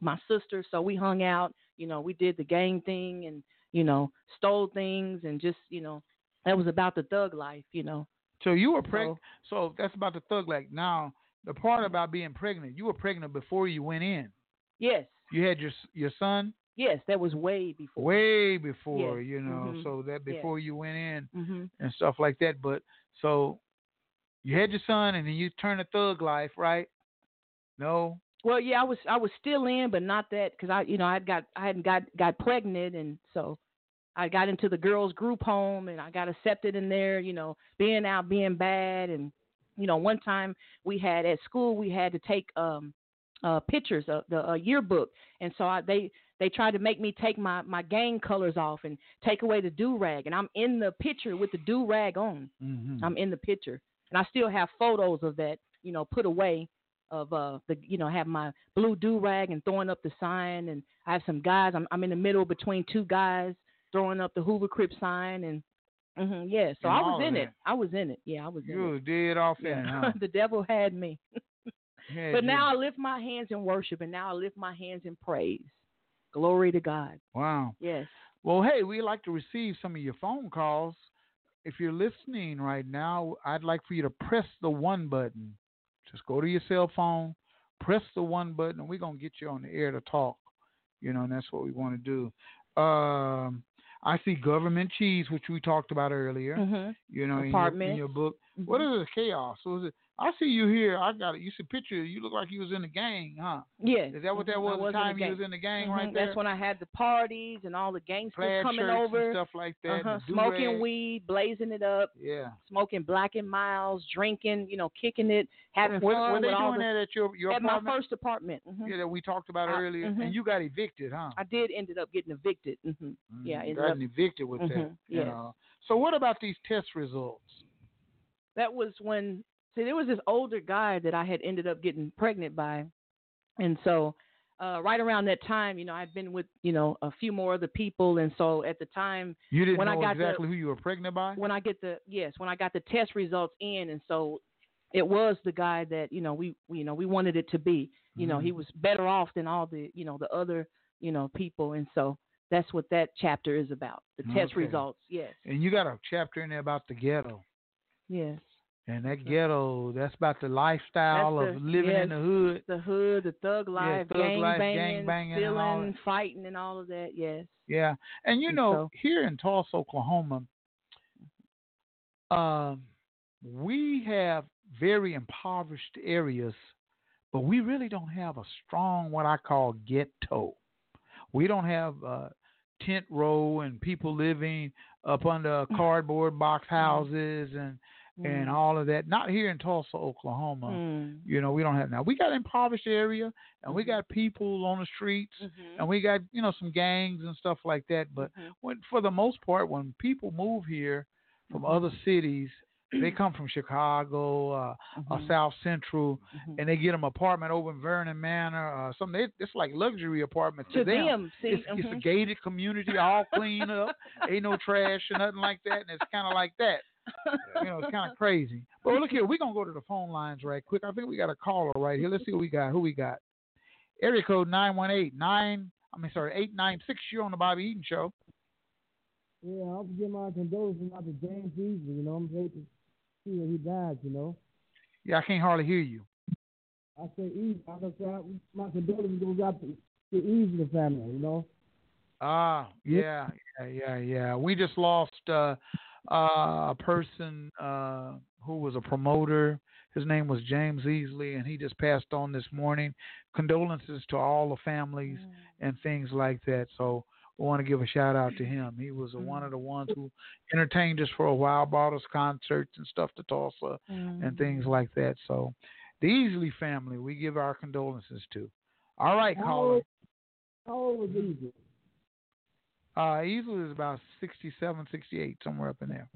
K: my sister, so we hung out. You know, we did the gang thing and you know stole things and just you know that was about the thug life. You know,
D: so you were pregnant. So, that's about the thug like now. The part about being pregnant, you were pregnant before you went in.
K: Yes.
D: You had your s- your son
K: yes, that was way before.
D: way before,
K: Yes.
D: you know,
K: Mhm.
D: so that
K: Yes.
D: before you went in
K: hmm
D: and stuff like that. But so you had your son and then you turned to thug life, right? No.
K: Well, yeah, I was I was still in, but not that because I you know I had got I hadn't got got pregnant, and so I got into the girls group home, and I got accepted in there. You know, being out, being bad, and you know one time we had at school we had to take um uh pictures of the uh, yearbook, and so I they they tried to make me take my my gang colors off and take away the do rag, and I'm in the picture with the do rag on.
D: Mm-hmm.
K: I'm in the picture, and I still have photos of that, you know, put away of uh the you know have my blue do rag and throwing up the sign, and I have some guys. I'm I'm in the middle between two guys throwing up the Hoover Crip sign, and mhm, yeah, so
D: And
K: I
D: all
K: was
D: of
K: in
D: that.
K: it. I was in it. Yeah, I was
D: You
K: in
D: was
K: it.
D: dead off in it,
K: Yeah.
D: huh?
K: the devil had me,
D: Had
K: but
D: you.
K: now I lift my hands in worship, and now I lift my hands in praise. Glory to God.
D: Wow.
K: Yes.
D: Well, hey, we'd like to receive some of your phone calls. If you're listening right now, I'd like for you to press the one button. Just go to your cell phone, press the one button, and we're going to get you on the air to talk. You know, and that's what we want to do. Um, I see government cheese, which we talked about earlier.
K: Mhm.
D: You know, in your, in
K: Apartments. Mm-hmm.
D: your book. What is this chaos? Was it? I see you here. I got it. You see picture. You look like you was in the gang, huh?
K: Yes.
D: Is that what that
K: Mhm. I
D: was? The
K: in
D: time you
K: gang.
D: was in the gang,
K: Mhm.
D: right there.
K: That's when I had the parties and all the
D: plaid
K: gangsters coming
D: shirts
K: over.
D: and stuff like that. and
K: Uh-huh.
D: the
K: Smoking
D: do-rag.
K: weed, blazing it up,
D: Yeah.
K: smoking black and miles, drinking, you know, kicking it, having
D: were,
K: fun.
D: were they
K: with all
D: doing
K: the-
D: that at your your
K: at my
D: apartment?
K: first apartment. Mhm.
D: yeah, that we talked about
K: I-
D: earlier,
K: mhm.
D: and you got evicted, huh? Mm,
K: I did ended up getting evicted. hmm Yeah, I
D: you
K: ended
D: got
K: up-
D: evicted with that.
K: Mhm,
D: You
K: yes.
D: know. So what about these test results?
K: that was when. See, there was this older guy that I had ended up getting pregnant by, and so uh, right around that time, you know, I'd been with you know a few more other people, and so at the time
D: You didn't
K: when
D: know
K: I got the,
D: exactly who you were pregnant by.
K: when I get the yes, when I got the test results in, and so it was the guy that you know we, we you know we wanted it to be. You know,
D: Mhm.
K: he was better off than all the you know the other you know people, and so that's what that chapter is about. The test
D: Okay.
K: results, yes,
D: Mm-hmm. And you got a chapter in there about the ghetto,
K: yes.
D: and that ghetto that's about the lifestyle
K: That's
D: of
K: the-
D: living
K: yes.
D: in the hood.
K: The hood, the thug life,
D: thug
K: gang
D: life,
K: banging,
D: gangbanging and all
K: stealing, fighting, and all of that. Yes,
D: Yeah, and you
K: And
D: know,
K: so-
D: here in Tulsa, Oklahoma, um, we have very impoverished areas, but we really don't have a strong what I call ghetto. We don't have uh, tent row and people living up under cardboard box
K: Mm-hmm.
D: houses and and all of that. Not here in Tulsa, Oklahoma.
K: Mm.
D: You know, we don't have now. We got impoverished area, and
K: Mm-hmm.
D: we got people on the streets, and we got you know some gangs and stuff like that. But when, for the most part, when people move here from other cities, they come from Chicago uh,
K: Mm-hmm.
D: or South Central, and they get them apartment over in Vernon Manor or something. It- It's like luxury apartment to,
K: To them, see,
D: it's, it's a
K: mhm.
D: gated community, all clean up, ain't no trash or nothing like that, and it's kind of like that. You know, it's kind of crazy. But look here, we're gonna go to the phone lines right quick. I think we got a caller right here. Let's see what we got. Who we got? Area code nine one eight nine. I mean, sorry, eight nine six. You're on the Bobby Eaton Show.
M: Yeah, I have to give my condolences out to James Beasley. You know, I'm hate to see that he died. You know,
D: Yeah, I can't hardly hear you.
M: I say Easley. I gotta say I- my condolences goes out to the Easley family. You know,
D: Ah, yeah, yeah, yeah, yeah. We just lost uh, uh, a person uh, who was a promoter. His name was James Easley, and he just passed on this morning. Condolences to all the families and things like that. So we want to give a shout out to him. He was one of the ones who entertained us for a while, brought us concerts and stuff to Tulsa and things like that. So the Easley family, we give our condolences to. All right,
M: How
D: caller.
M: old- How old was Easley?
D: Uh, Easel is about 67, 68, somewhere up in there.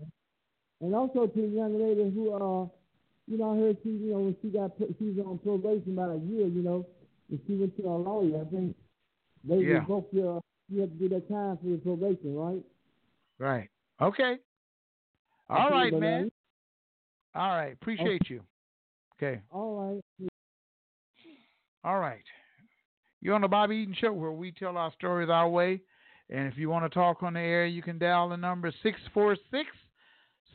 M: And also to the young lady who, uh, you know, I heard she, you know, when she got, put- she was on probation about a year, you know, and she went to a lawyer. I think they
D: Yeah.
M: revoked your, you have to do that time for your probation, right?
D: Right. Okay.
M: I
D: All
M: see you,
D: right,
M: Donna.
D: man. All right. Appreciate you. Okay.
M: All right.
D: All right. You're on the Bobby Eaton Show where we tell our stories our way. And if you want to talk on the air, you can dial the number 646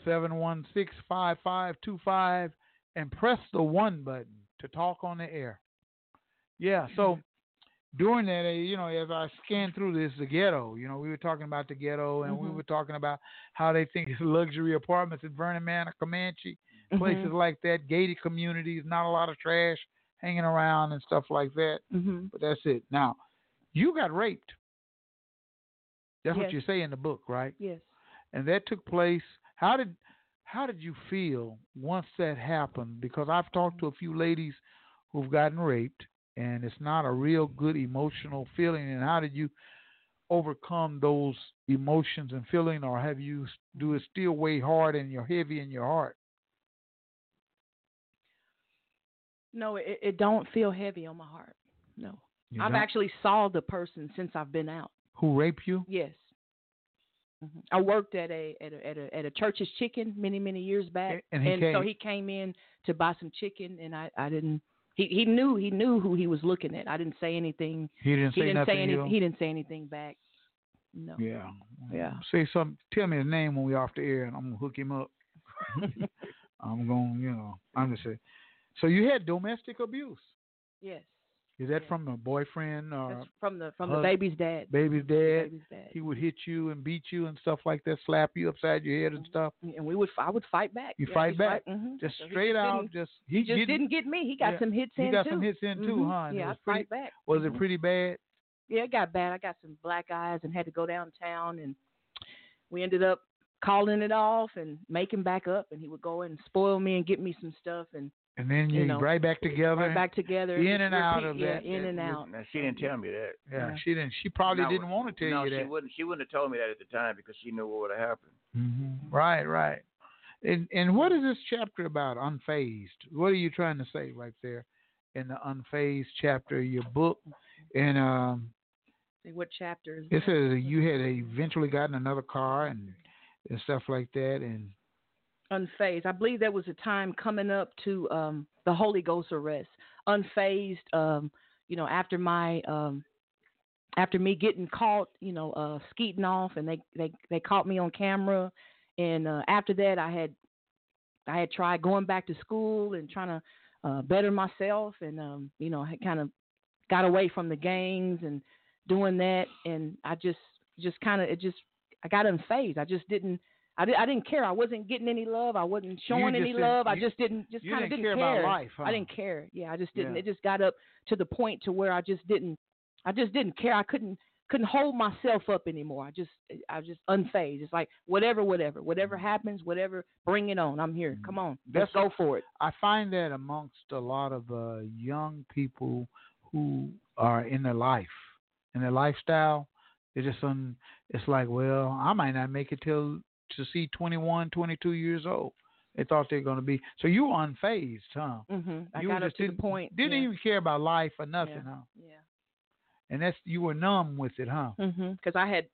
D: 716 5525 and press the one button to talk on the air. Yeah, so during that, eh, you know, as I scanned through this, the ghetto, you know, we were talking about the ghetto and we
N: Mhm.
D: were talking about how they think it's luxury apartments in Vernon Manor, Comanche,
K: mm-hmm.
D: places
N: Mhm.
D: like that, gated communities, not a lot of trash hanging around and stuff like that.
K: Mm-hmm.
D: But that's it. Now, you got raped. That's what
K: Yes.
D: you say in the book, right?
K: Yes.
D: And that took place. How did how did you feel once that happened? Because I've talked to a few ladies who've gotten raped, and it's not a real good emotional feeling. And how did you overcome those emotions and feeling, or have you do it still weigh hard and you're heavy in your heart?
K: No, it, it don't feel heavy on my heart. No.
D: You
K: I've
D: don't-
K: actually saw the person since I've been out.
D: who raped you?
K: Yes. Mhm. I worked at a at a at a, at a church's chicken many many years back,
D: And- and he
K: so
D: came.
K: he came in to buy some chicken, and I I didn't. He he knew he knew who he was looking at. I didn't say anything.
D: He didn't
K: He
D: say
K: didn't
D: nothing.
K: say
D: to
K: anything.
D: you?
K: He didn't say anything back. No.
D: Yeah.
K: Yeah.
D: Say some. Tell me his name when we off the air, and I'm gonna hook him up. I'm going. to You know. I'm just saying. So you had domestic abuse.
K: Yes.
D: Is that from a boyfriend or
K: That's from the from the
D: hus-
K: baby's dad.
D: Baby's dad.
K: Baby's dad.
D: He would hit you and beat you and stuff like that. Slap you upside your head and stuff.
K: And we would. I would fight back.
D: You
K: Yeah,
D: fight
K: he's
D: back.
K: right. Mhm.
D: Just
K: Mm-hmm. So he
D: straight out.
K: didn't-
D: Just
K: he, just
D: didn't,
K: didn't get me. He got
D: Yeah.
K: some hits
D: He
K: in
D: got
K: too.
D: some hits in too,
K: Mhm.
D: huh? And it
K: Yeah, I
D: was pretty-
K: fight back.
D: Was it
K: Mhm.
D: pretty bad?
K: yeah, it got bad. I got some black eyes and had to go downtown, and we ended up calling it off and making back up. And he would go and spoil me and get me some stuff, and
D: And then
K: You
D: you,
K: know,
D: right back together.
K: right back together.
D: In and out
K: repeat-
D: of
K: yeah,
D: that.
K: in and out.
L: Now, she didn't tell me that.
D: Yeah, she didn't. She probably
L: No,
D: didn't want to tell
L: no,
D: you that.
L: she wouldn't. She wouldn't have told me that at the time because she knew what would have happened.
D: Right, right. And and what is this chapter about? Unfazed. What are you trying to say right there in the unfazed chapter of your book? And um,
K: Say what chapter is
D: it
K: that?
D: says that you had eventually gotten another car and and stuff like that. And
K: unfazed. I believe there was a time coming up to um, the Holy Ghost arrest, unfazed. Um, you know, after my um, after me getting caught, you know, uh, skeeting off, and they they they caught me on camera, and uh, after that, I had I had tried going back to school and trying to uh, better myself, and um, you know, had kind of got away from the gangs and doing that, and I just just kind of it just I got unfazed. I just didn't. I, did, I didn't care. I wasn't getting any love. I wasn't showing
D: just
K: any
D: didn't-
K: love. I
D: you-
K: just didn't. Just
D: you
K: kind of
D: didn't
K: didn't
D: care about life, huh?
K: I didn't care. Yeah, I just didn't.
D: Yeah.
K: It just got up to the point to where I just didn't. I just didn't care. I couldn't couldn't hold myself up anymore. I just I was just unfazed. It's like whatever, whatever, whatever
D: Mm-hmm.
K: happens, whatever, bring it on. I'm here. Come on, let's go for it.
D: I find that amongst a lot of uh, young people who are in their life, in their lifestyle, they're just on. It's like, well, I might not make it till to see 21, 22 years old. They thought they're going to be. So you were unfazed, huh?
K: Mm-hmm. I
D: you
K: got up
D: just
K: to the
D: didn't-
K: point.
D: Didn't
K: yeah.
D: even care about life or nothing, huh?
K: Yeah.
D: And that's you were numb with it, huh?
K: because Mm-hmm. I had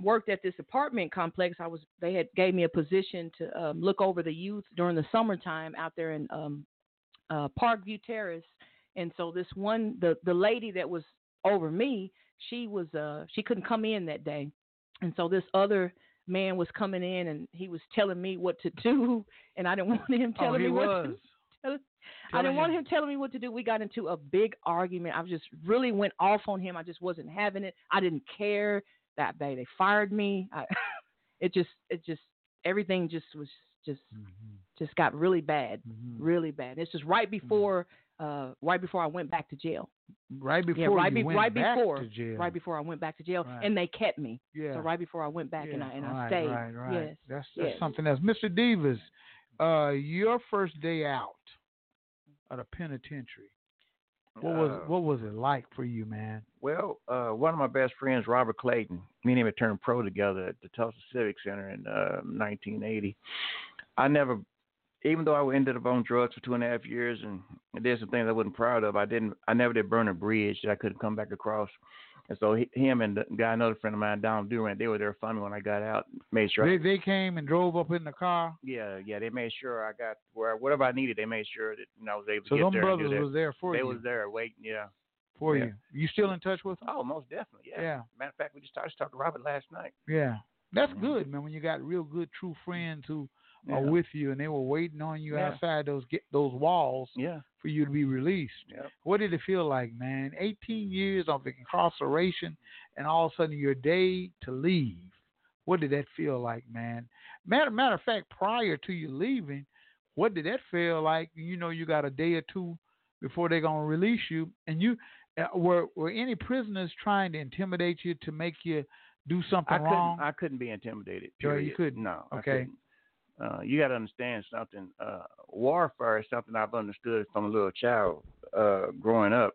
K: worked at this apartment complex. I was they had gave me a position to um, look over the youth during the summertime out there in um, uh, Parkview Terrace. And so this one the the lady that was over me, she was uh she couldn't come in that day, and so this other man was coming in and he was telling me what to do, and I didn't want him telling
D: oh, he
K: me what. To,
D: was.
K: I
D: Telling
K: didn't want
D: you.
K: him telling me what to do. We got into a big argument. I just really went off on him. I just wasn't having it. I didn't care that day. They fired me. I, it just, it just, everything just was just,
D: Mm-hmm.
K: just got really bad, really bad. This is
D: Mm.
K: right before, uh, right before I went back to jail.
D: Right before
K: yeah, right,
D: you
K: be-
D: went
K: right
D: back
K: before,
D: to jail.
K: right before I went back to jail,
D: Right.
K: and they kept me.
D: Yeah.
K: So right before I went back, and I and I
D: right,
K: stayed.
D: Right, right.
K: Yes.
D: That's, that's
K: yes.
D: something else. Mr. Davis, uh, your first day out of the penitentiary. What was
L: Uh,
D: what was it like for you, man?
L: Well, uh, one of my best friends, Robert Clayton, me and him had turned pro together at the Tulsa Civic Center in uh, 1980. I never, even though I ended up on drugs for two and a half years and I did some things I wasn't proud of, I didn't, I never did burn a bridge that I couldn't come back across. And so he, him and the guy, another friend of mine, Don Durant, they were there for me when I got out. Made sure. I-
D: They, they came and drove up in the car.
L: yeah, yeah, they made sure I got where whatever I needed. They made sure that you know, I was able
D: So
L: to
D: them
L: get there. and do
D: brothers
L: that.
D: was there for
L: they
D: you.
L: was there waiting. Yeah,
D: for
L: Yeah.
D: you. You still in touch with them?
L: Oh, most definitely. Yeah.
D: Yeah.
L: Matter of fact, we just started talking to Robert last night.
D: Yeah. That's good, man. When you got real good, true friends who are
L: Mm-hmm. Yeah.
D: with you, and they were waiting on you
L: Yeah.
D: outside those get those walls.
L: Yeah.
D: For you to be released.
L: Yep.
D: What did it feel like, man? 18 years of incarceration, and all of a sudden your day to leave. What did that feel like, man? Matter matter of fact, prior to you leaving, what did that feel like? You know, you got a day or two before they're gonna release you, and you uh, were were any prisoners trying to intimidate you to make you do something
L: I couldn't.
D: wrong?
L: I couldn't be intimidated.
D: Sure,
L: Period.
D: you couldn't.
L: No. I
D: Okay.
L: couldn't. Uh, you got to understand something. Uh, warfare is something I've understood from a little child uh, growing up.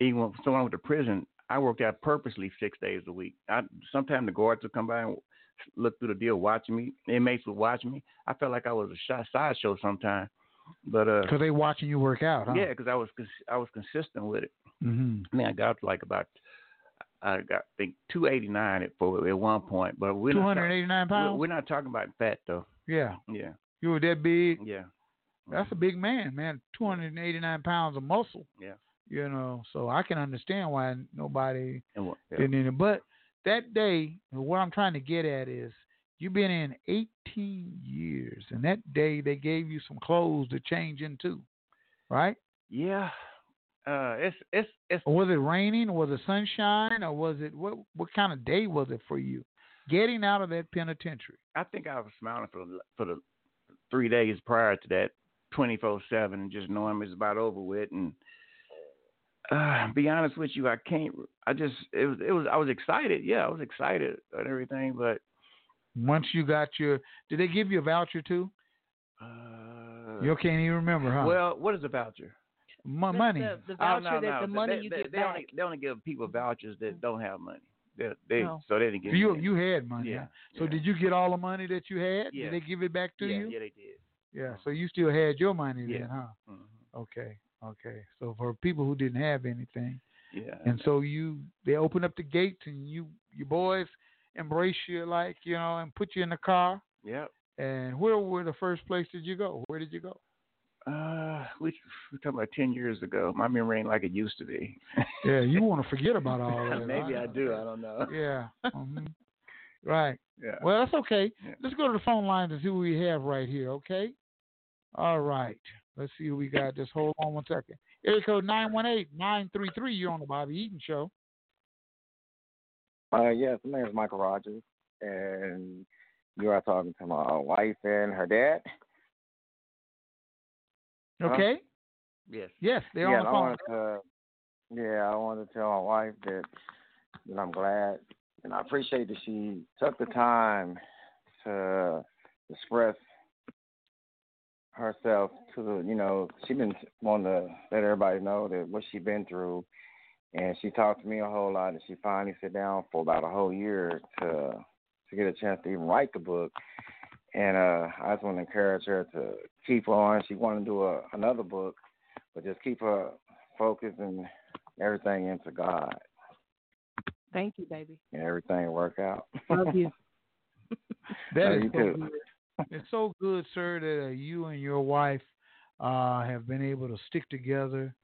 L: Even when someone went to prison, I worked out purposely six days a week. I sometimes the guards would come by and look through the deal, watching me. Inmates would watch me. I felt like I was a shy, sideshow sometimes. But uh,
D: Because they watching you work out, huh?
L: yeah, because I was cons- I was consistent with it.
D: Mm-hmm.
L: I mean, I got up to like about I got I think two eighty nine at for at one point, but we're
D: Two
L: not
D: hundred
L: talking,
D: eighty nine
L: we're,
D: pounds.
L: we're not talking about fat though.
D: yeah,
L: Yeah,
D: you were that big.
L: yeah,
D: That's a big man, man. Two hundred eighty nine pounds of muscle.
L: Mm-hmm. yeah.
D: You know, so I can understand why nobody
L: And what? yeah.
D: didn't. Any. But that day, what I'm trying to get at is, you've been in eighteen years, and that day they gave you some clothes to change into, right?
L: Yeah. Uh, it's it's it's
D: Or was it raining? Or was it sunshine? Or was it what? What kind of day was it for you? Getting out of that penitentiary.
L: I think I was smiling for the, for the three days prior to that, twenty four seven, and just knowing it's about over with. And uh, be honest with you, I can't. I just it was it was I was excited. Yeah, I was excited and everything, but
D: Once you got your, did they give you a voucher too?
L: uh,
D: You can't even remember, huh?
L: well, what is a voucher?
D: Mo-
K: The-
D: money.
K: The, the
L: Oh,
K: voucher
L: no,
K: that the
L: no.
K: money
L: they,
K: you
L: they,
K: get
L: they
K: back. Mm.
L: Only, they only give people vouchers that don't have money. They, they
K: No.
L: so they didn't
D: So
L: get.
D: you
L: anything.
D: you had money.
L: Yeah,
D: huh? So did you get all the money that you had?
L: Yeah.
D: Did they give it back to
L: yeah,
D: you?
L: yeah, they did.
D: Yeah, So you still had your money
L: Yeah.
D: then, huh?
L: Mhm.
D: Okay. Okay. So for people who didn't have anything,
L: Yeah.
D: and so you they opened up the gates and you your boys embrace you like you know and put you in the car.
L: yeah.
D: And where were the first place did you go? Where did you go?
L: Uh, we we're talking about ten years ago. My memory ain't like it used to be.
D: Yeah, you want to forget about all that.
L: Maybe I
D: know.
L: do. I don't know.
D: Oh, Yeah. hmm Right.
L: Yeah.
D: Well, that's okay.
L: Yeah.
D: Let's go to the phone lines and see what we have right here, okay? All right. Let's see who we got. Just hold on one second. Area code 918-933. You're on the Bobby Eaton Show.
N: Uh, yes, my name is Michael Rogers, and you are talking to my wife and her dad. Huh?
D: Okay?
L: Yes.
D: Yes, they're
N: yeah,
D: on the
N: I
D: phone.
N: wanted to, yeah, I wanted to tell my wife that, that I'm glad and I appreciate that she took the time to express herself to the, you know, she been wanting to let everybody know that what she been through, and she talked to me a whole lot, and she finally sat down for about a whole year to to get a chance to even write the book. And uh, I just want to encourage her to keep on. She wanted to do a, another book, but just keep her focus and everything into God,
K: Thank you, baby.
N: and everything will work out.
K: Love you.
D: That
N: Love
D: is
N: you
D: so
N: too.
D: good. It's so good, sir, that uh, you and your wife uh, have been able to stick together,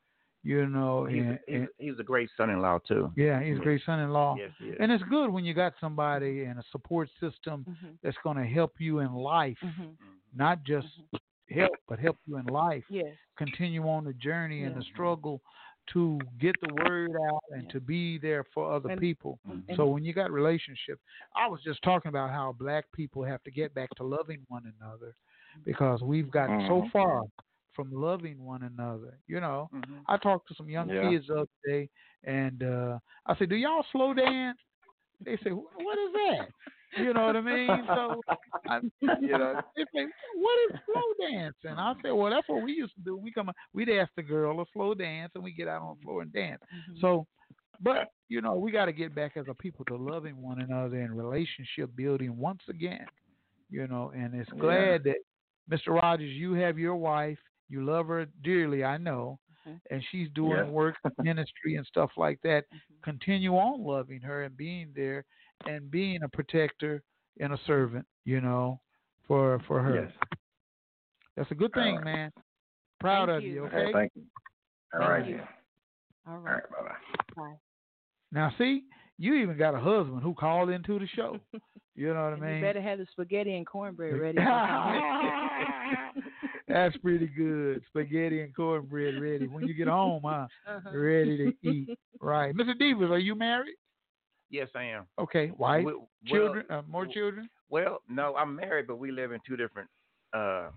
D: you know.
L: He's,
D: And,
L: he's,
D: and-
L: he's a great son-in-law too.
D: yeah, he's a great son-in-law.
L: Yes, yes.
D: And it's good when you got somebody and a support system
K: Mhm.
L: Mm-hmm.
D: that's going to help you in life,
K: Mhm.
D: not just
L: Mm-hmm.
D: help, but help you in life.
K: Yes.
D: Continue on the journey and the
K: Yeah.
D: struggle to get the word out and to be there for other
K: And-
D: people.
K: Mhm.
D: so when you got relationships, I was just talking about how black people have to get back to loving one another because we've gotten so
K: Mm-hmm.
N: Mhm.
D: far from loving one another. You know,
L: Mm-hmm.
D: I talked to some young
N: Yeah.
D: kids the other day, and uh, I said, "Do y'all slow dance?" They say, "Wh- "What is that?" You know what I mean? So I,
N: You know.
D: they say, "What is slow dance?" And I said, "Well, that's what we used to do. We come, we'd ask the girl to slow dance, and we get out on the floor and dance."
N: Mm-hmm.
D: So, but you know, we got to get back as a people to loving one another and relationship building once again. You know, and it's
N: Yeah.
D: glad that Mr. Rogers, you have your wife. You love her dearly, I know,
N: Mm-hmm.
D: and she's doing
O: Yeah.
D: work, ministry, and stuff like that.
K: Mm-hmm.
D: Continue on loving her and being there and being a protector and a servant, you know, for for her.
O: Yes.
D: That's a good thing,
O: right.
D: man. Proud
O: Thank
D: of you.
O: you.
D: okay?
O: Okay, thank you.
N: All
D: Thank
N: right.
D: you.
N: then.
K: All
N: right. Bye bye.
D: Now, see, you even got a husband who called into the show. You know what I
K: You
D: mean?
K: better have the spaghetti and cornbread ready.
D: That's pretty good. Spaghetti and cornbread ready when you get home, huh?
K: Uh-huh.
D: Ready to eat. Right. Mr. Divas, are you married?
L: Yes, I am.
D: Okay. Wife,
L: Well-
D: children, uh, more children?
L: Well, no, I'm married, but we live in two different. Uh,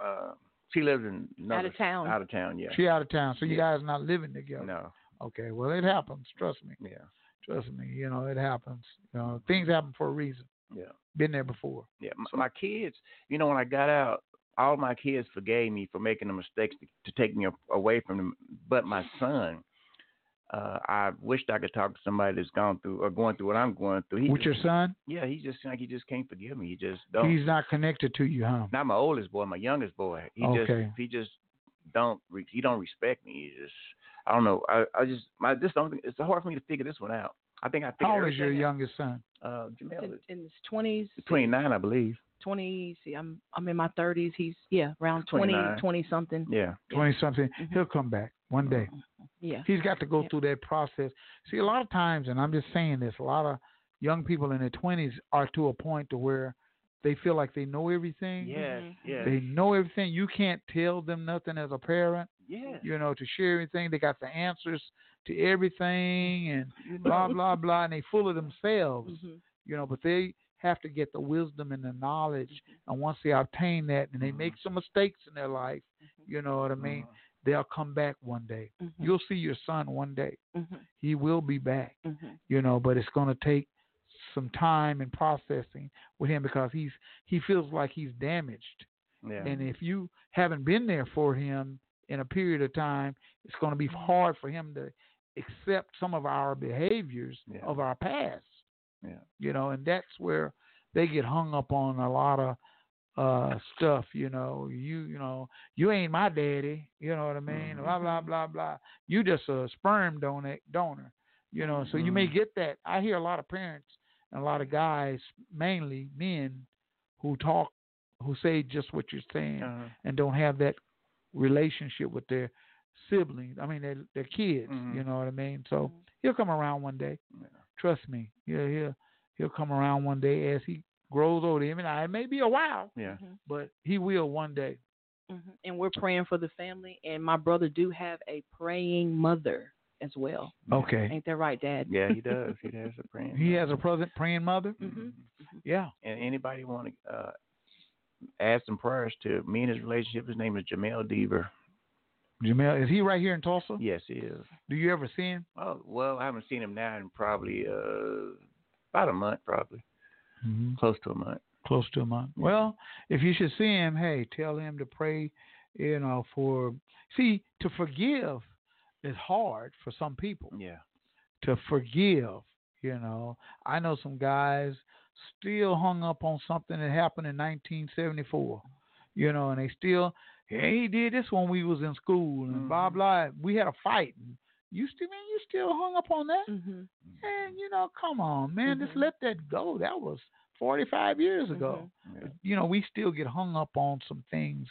L: uh, she lives in another,
D: town.
L: Out of town, yeah.
D: She out of town, so you guys not living together.
L: No.
D: Okay. Well, it happens. Trust me.
L: Yeah.
D: Trust me. You know, it happens. You know, things happen for a reason.
L: Yeah.
D: Been there before.
L: Yeah, my, my kids. You know, when I got out, all my kids forgave me for making the mistakes to, to take me a- away from them. But my son, uh, I wished I could talk to somebody that's gone through or going through what I'm going through. He
D: With your
L: just-
D: son?
L: Yeah, he just like he just can't forgive me. He just don't.
D: He's not connected to you, huh?
L: not my oldest boy, my youngest boy. He
D: Okay.
L: just he just don't re- he don't respect me. He just I don't know. I, I just my this don't think- it's hard for me to figure this one out. I think I figured
D: How old is
L: everything
D: your
L: out.
D: youngest son?
L: Uh, Jamel
K: in,
L: is
K: in his twenties,
L: 29, I believe.
K: twenty. See, I'm I'm in my thirties. He's yeah, around 20,
D: 29.
K: 20 something.
L: Yeah. Mm-hmm.
D: 20 something. He'll come back one day.
K: Yeah.
D: He's got to go through that process. See, a lot of times, and I'm just saying this, a lot of young people in their 20s are to a point to where they feel like they know everything.
L: Yes, yes.
D: They know everything. You can't tell them nothing as a parent.
L: Yeah.
D: You know, to share everything. They got the answers to everything and blah, blah, blah. And they full of themselves,
K: Mm-hmm.
D: you know, but they have to get the wisdom and the knowledge. And once they obtain that and they make some mistakes in their life, you know what I mean? They'll come back one day.
K: mm-hmm,
D: You'll see your son one day. He will be back,
K: mm-hmm,
D: you know, but it's going to take some time and processing with him because he's he feels like he's damaged.
L: Uh-huh. Yeah.
D: And if you haven't been there for him in a period of time, it's going to be
L: Mm-hmm.
D: hard for him to accept some of our behaviors of our past.
L: Yeah.
D: You know, and that's where they get hung up on a lot of uh stuff, you know. You you know, you ain't my daddy, you know what I mean?
L: Mm-hmm.
D: Blah blah blah blah. You just a sperm donate donor. You know, so you may
L: Mm-hmm.
D: get that. I hear a lot of parents and a lot of guys, mainly men, who talk who say just what you're saying
L: Uh-huh.
D: and uh, don't have that relationship with their siblings. I mean, their their kids. You know what I mean? So he'll come around one day. Trust me. Yeah, he'll he'll come around one day as he grows older. Him and I, it may be a while,
L: Yeah.
D: but he will one day.
K: mm-hmm. And we're praying for the family. And my brother do have a praying mother as well.
D: Okay.
K: Ain't that right, Dad?
L: Yeah, he does. He has a friend.
D: He has a present praying mother.
K: Mm-hmm.
D: Yeah.
L: And anybody want to uh, add some prayers to me and his relationship? His name is Jamel Deaver.
D: Jamel, is he right here in Tulsa?
L: Yes, he is.
D: Do you ever see him?
L: Oh well, I haven't seen him now in probably uh, about a month, probably close to a month.
D: Close to a month. Well, if you should see him, hey, tell him to pray, you know, for see, to forgive is hard for some people.
L: Yeah.
D: To forgive, you know. I know some guys still hung up on something that happened in nineteen seventy four. You know, and they still hey, he did this when we was in school and blah blah. We had a fight and you still man, you still hung up on that?
K: mm-hmm,
D: And you know, come on, man, just let that go. That was forty five years ago you know, we still get hung up on some things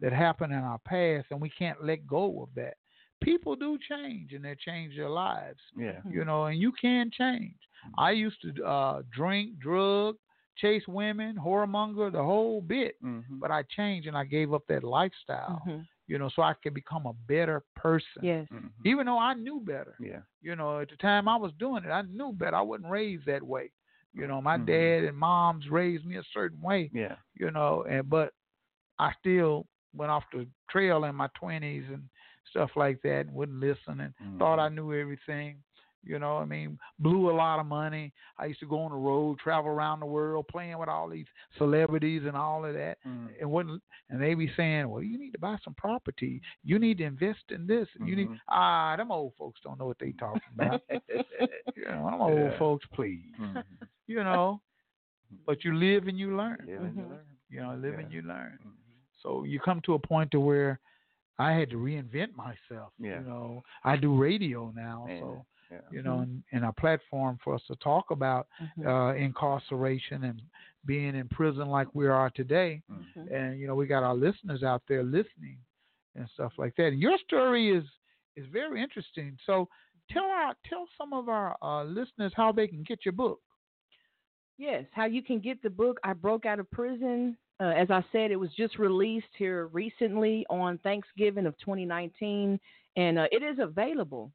D: that happen in our past and we can't let go of that. People do change and they change their lives,
L: Yeah.
D: you know, and you can change. I used to uh, drink, drug, chase women, whoremonger, the whole bit, but I changed and I gave up that
L: Oh.
D: lifestyle,
K: Mm-hmm.
D: you know, so I could become a better person.
K: Yes.
L: Mm-hmm.
D: Even though I knew better.
L: Yeah.
D: You know, at the time I was doing it, I knew better. I wasn't raised that way. You know, my
L: Mhm.
D: dad and moms raised me a certain way.
L: Yeah.
D: You know, and but I still went off the trail in my twenties and stuff like that and wouldn't listen and thought I knew everything. You know, what I mean, blew a lot of money. I used to go on the road, travel around the world, playing with all these celebrities and all of that, and wouldn't. And they be saying, "Well, you need to buy some property. You need to invest in this. You need ah, them old folks don't know what they talking about. you know, them old
O: Yeah.
D: folks, please.
L: Mm-hmm.
D: You know, but you live and you learn. Mm-hmm.
L: Live and you
D: You know, live and you learn. So you come to a point to where I had to reinvent myself.
L: Yeah.
D: You know, I do radio now,
L: Yeah,
D: so
L: yeah.
D: you know, and, and a platform for us to talk about uh, incarceration and being in prison like we are today. And you know, we got our listeners out there listening and stuff like that. And your story is is very interesting. So tell our tell some of our uh, listeners how they can get your book.
K: Yes, how you can get the book. I broke out of prison. Uh, as I said, it was just released here recently on Thanksgiving of 2019, and uh, it is available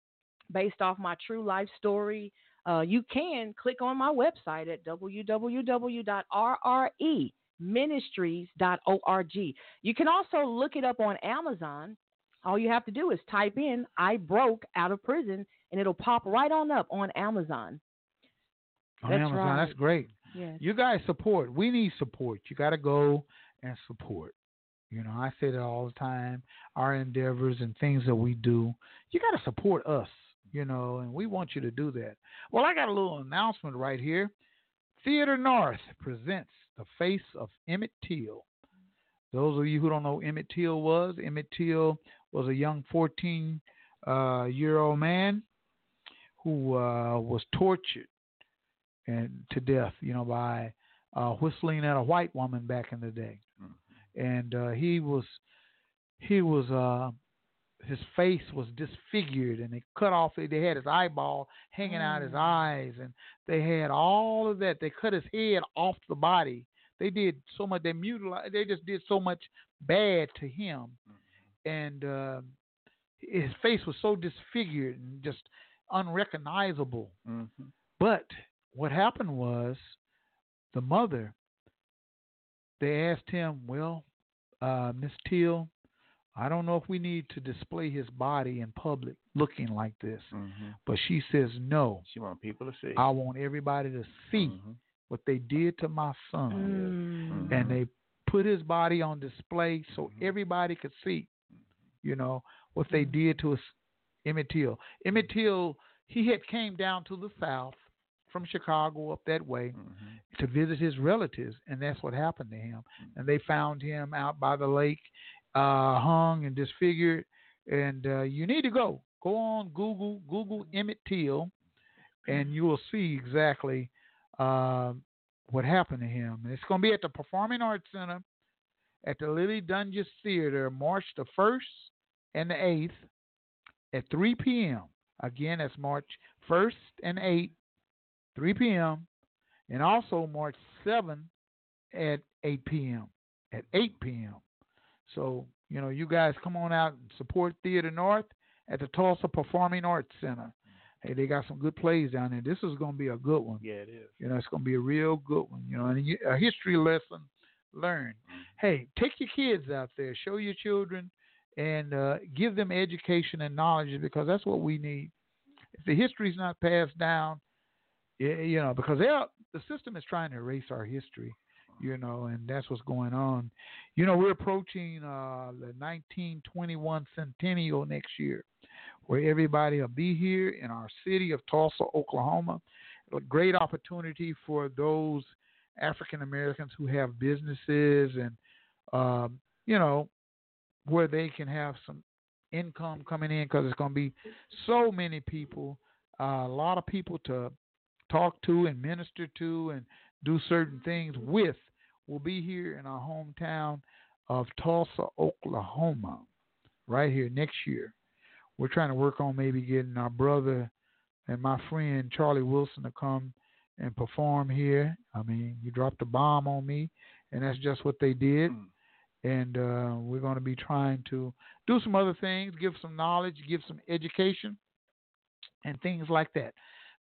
K: based off my true life story. Uh, you can click on my website at e www.rreministries.org. You can also look it up on Amazon. All you have to do is type in "I broke out of prison" and it'll pop right on up on Amazon.
D: on
K: That's
D: Amazon.
K: right.
D: That's great.
K: Yes.
D: You guys support. We need support. You got to go and support. You know, I say that all the time. Our endeavors and things that we do, you got to support us. You know, and we want you to do that. Well, I got a little announcement right here. Theater North presents The Face of Emmett Till. Those of you who don't know who Emmett Till was, Emmett Till was a young 14 uh, year old man who uh, was tortured and to death, you know, by uh, whistling at a white woman back in the day. And uh, he was, he was, uh, his face was disfigured, and they cut off. They had his eyeball hanging out his eyes, and they had all of that. They cut his head off the body. They did so much. They mutilized. They just did so much bad to him, and uh, his face was so disfigured and just unrecognizable.
L: Mm-hmm.
D: But what happened was the mother, they asked him, Well, uh, Miss Teal, I don't know if we need to display his body in public looking like this.
L: Mm.
D: But she says, No,
L: Mm-hmm. She want people to see. Mm-hmm.
D: I want everybody to see
L: Mm.
D: what they did to my
K: Mm.
D: son. And they put his body on display so everybody could see, you know, what they did to us, Emmett Till. Emmett Till, he had came down to the South from Chicago up that way
L: Mm-hmm.
D: to visit his relatives, and that's what happened to him. And they found him out by the lake, uh, hung and disfigured. And uh, you need to go. Go on Google, Google Emmett Till, and you will see exactly uh, what happened to him. And It's going to be at the Performing Arts Center at the Lily Dunges Theater, March the 1st and the 8th at 3 p.m. Again, that's March 1st and 8th, 3 p.m., and also March 7th at 8 p.m. At 8 p.m. So, you know, you guys come on out and support Theater North at the Tulsa Performing Arts Center. Hey, they got some good plays down there. This is going to be a good one.
L: Yeah, it is.
D: You know, it's going to be a real good one. You know, and you- a history lesson learned. Hey, take your kids out there, show your children, and uh, give them education and knowledge because that's what we need. If the history's not passed down, y- you know, because they're- the system is trying to erase our history, you know, and that's what's going on. You know, we're approaching uh, the 1921 centennial next year, where everybody will be here in our city of Tulsa, Oklahoma. A great opportunity for those African Americans who have businesses and, um, you know, where they can have some income coming in because it's going to be so many people, uh, a lot of people to talk to and minister to and do certain things with will be here in our hometown of Tulsa, Oklahoma, right here next year. We're trying to work on maybe getting our brother and my friend Charlie Wilson to come and perform here. I mean, you dropped a bomb on me, and that's just what they did. And uh, we're going to be trying to do some other things, give some knowledge, give some education, and things like that.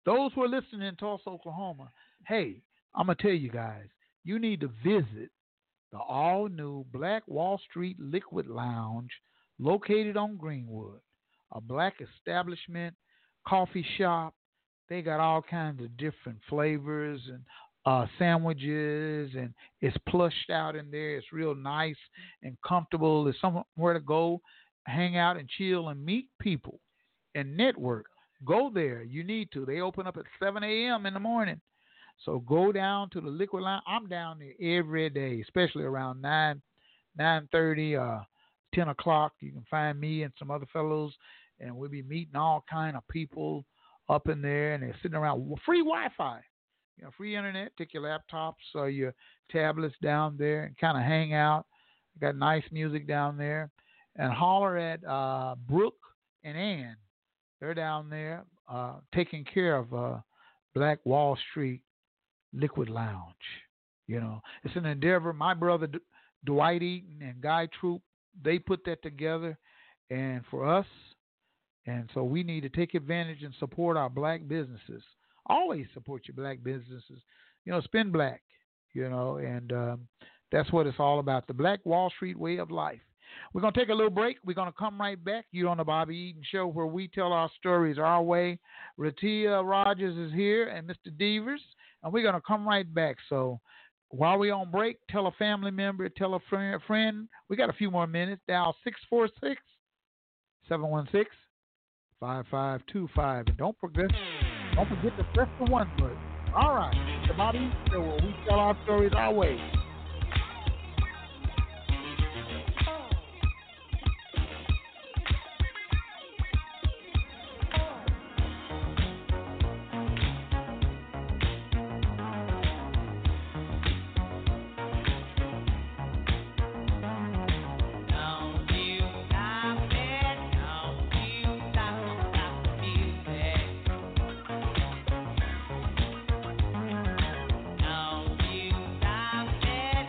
D: Those who are listening in Tulsa, Oklahoma, hey, I'm going to tell you guys, you need to visit the all new Black Wall Street Liquid Lounge located on Greenwood, a black establishment, coffee shop. They got all kinds of different flavors and uh, sandwiches, and it's plushed out in there. It's real nice and comfortable. There's somewhere to go, hang out and chill and meet people and network. Go there. You need to. They open up at 7 a.m. in the morning. So go down to the liquid line. I'm down there every day, especially around 9, nine thirty, uh, ten o'clock. You can find me and some other fellows, and we'll be meeting all kind of people up in there, and they're sitting around w- free Wi-Fi, you know, free internet. Take your laptops or your tablets down there and kind of hang out. Got nice music down there, and holler at uh, Brooke and Ann. They're down there uh, taking care of uh, Black Wall Street Liquid Lounge. You know, it's an endeavor. My brother D- Dwight Eaton and Guy Troop, they put that together, and for us, and so we need to take advantage and support our black businesses. Always support your black businesses. You know, spend black. You know, and um, that's what it's all about. The Black Wall Street way of life. We're going to take a little break. We're going to come right back. You're on the Bobby Eaton Show where we tell our stories our way. Ratia Rogers is here and Mr. Devers, and we're going to come right back. So while we're on break, tell a family member, tell a friend. friend. We got a few more minutes. Dial 646 716 5525. And don't forget, don't forget to press the one button. All right. The Bobby Eaton Show where we tell our stories our way.
O: Now you stop it.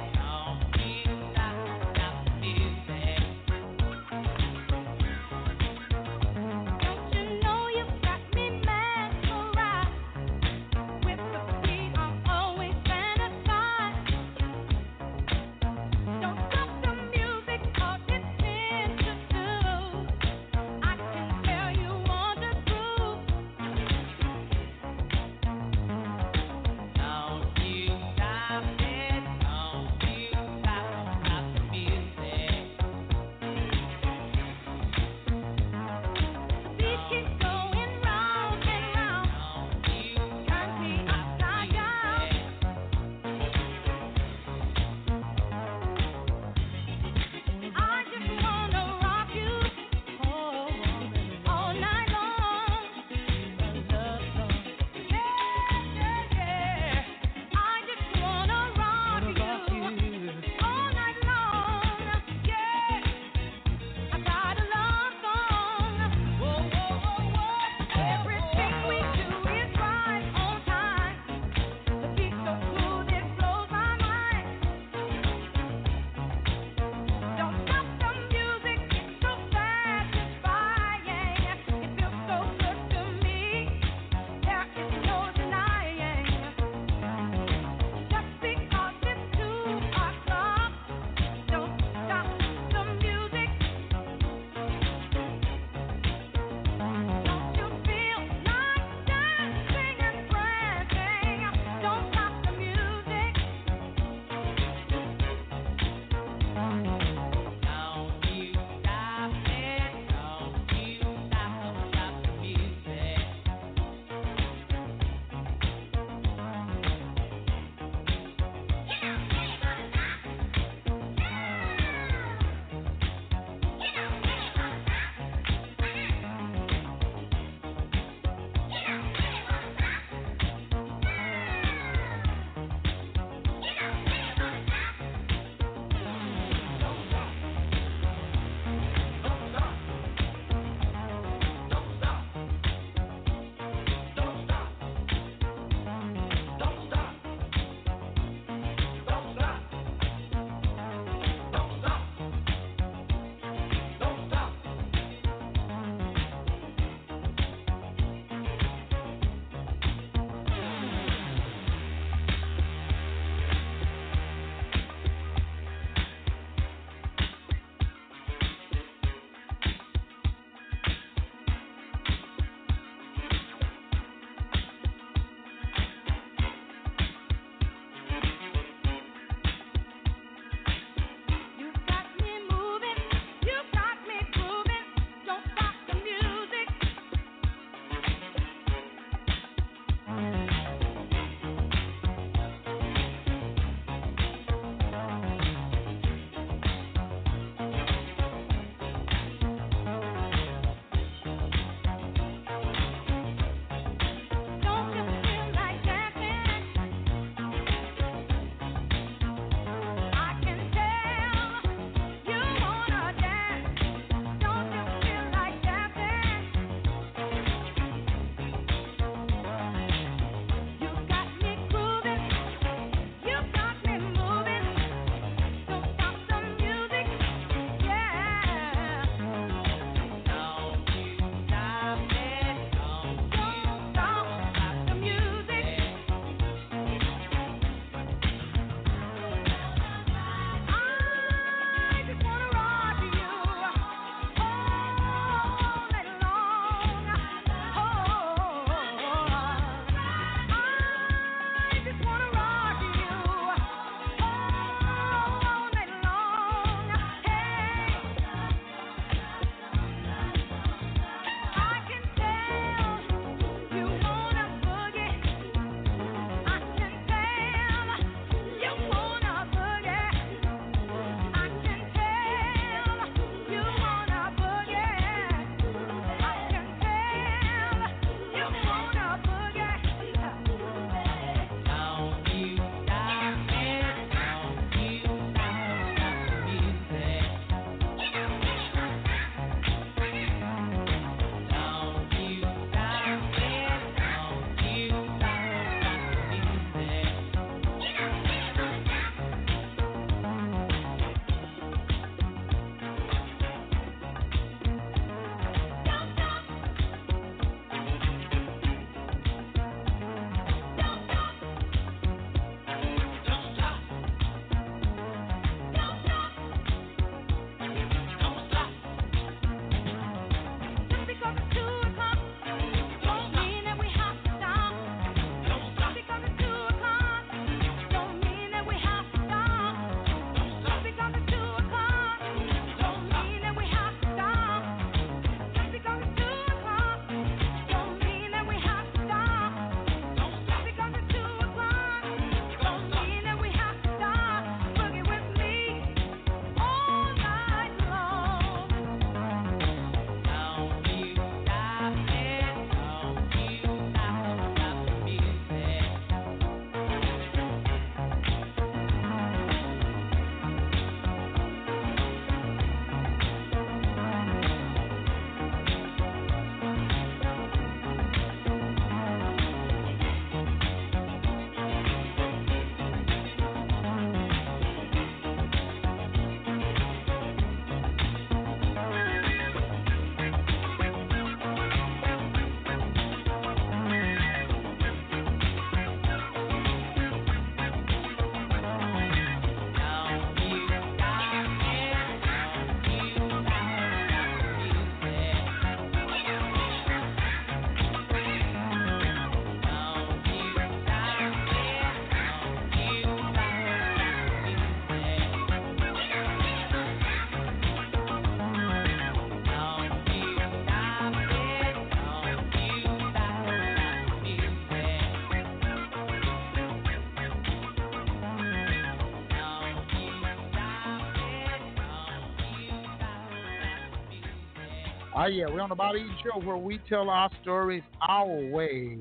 D: Oh, yeah, we're on the Bobby Eaton Show where we tell our stories our way.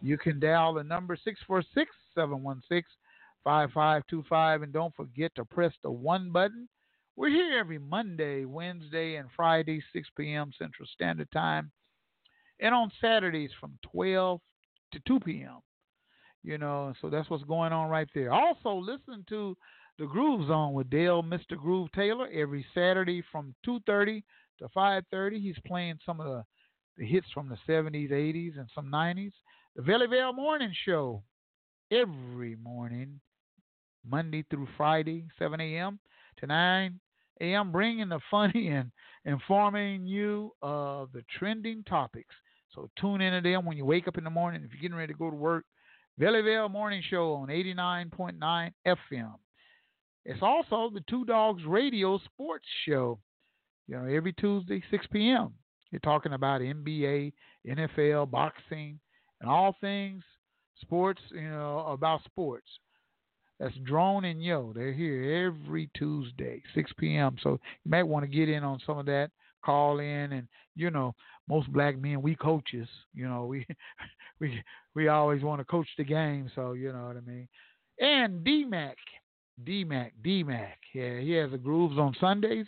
D: You can dial the number 646 716 5525 and don't forget to press the one button. We're here every Monday, Wednesday, and Friday, 6 p.m. Central Standard Time, and on Saturdays from 12 to 2 p.m. You know, so that's what's going on right there. Also, listen to the Groove Zone with Dale, Mr. Groove Taylor, every Saturday from 2:30 to 5:30. He's playing some of the, the hits from the 70s, 80s, and some 90s. The Valley Vale Morning Show every morning, Monday through Friday, 7 a.m. to 9 a.m. Bringing the funny and informing you of the trending topics. So tune in to them when you wake up in the morning. If you're getting ready to go to work, Valley Vale Morning Show on 89.9 FM. It's also the Two Dogs Radio Sports Show. You know, every Tuesday, 6 p.m. You're talking about NBA, NFL, boxing, and all things sports. You know about sports. That's Drone and Yo. They're here every Tuesday, 6 p.m. So you might want to get in on some of that. Call in, and you know, most black men we coaches. You know, we we we always want to coach the game. So you know what I mean. And DMAC, DMAC, DMAC. Yeah, he has the grooves on Sundays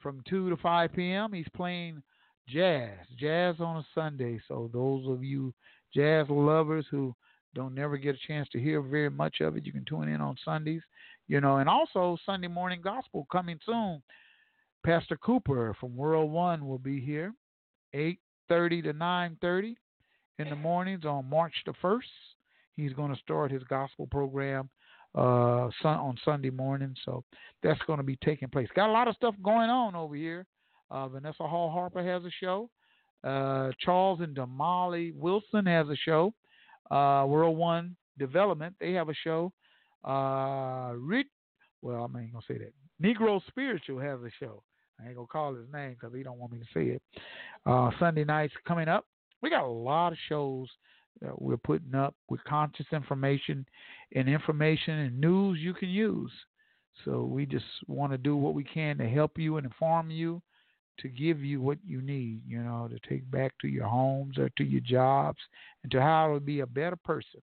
D: from 2 to 5 p.m. He's playing jazz, jazz on a Sunday. So those of you jazz lovers who don't never get a chance to hear very much of it, you can tune in on Sundays. You know, and also Sunday morning gospel coming soon. Pastor Cooper from World One will be here, 8:30 to 9:30 in the mornings on March the 1st. He's going to start his gospel program uh, sun, on Sunday morning. So that's going to be taking place. Got a lot of stuff going on over here. Uh, Vanessa Hall Harper has a show. Uh, Charles and Damali Wilson has a show. Uh, World One Development they have a show. Uh, Rich, well I'm not gonna say that. Negro Spiritual has a show. I ain't gonna call his name because he don't want me to say it. Uh, Sunday nights coming up. We got a lot of shows that we're putting up with conscious information and information and news you can use. So we just want to do what we can to help you and inform you to give you what you need, you know, to take back to your homes or to your jobs and to how to be a better person.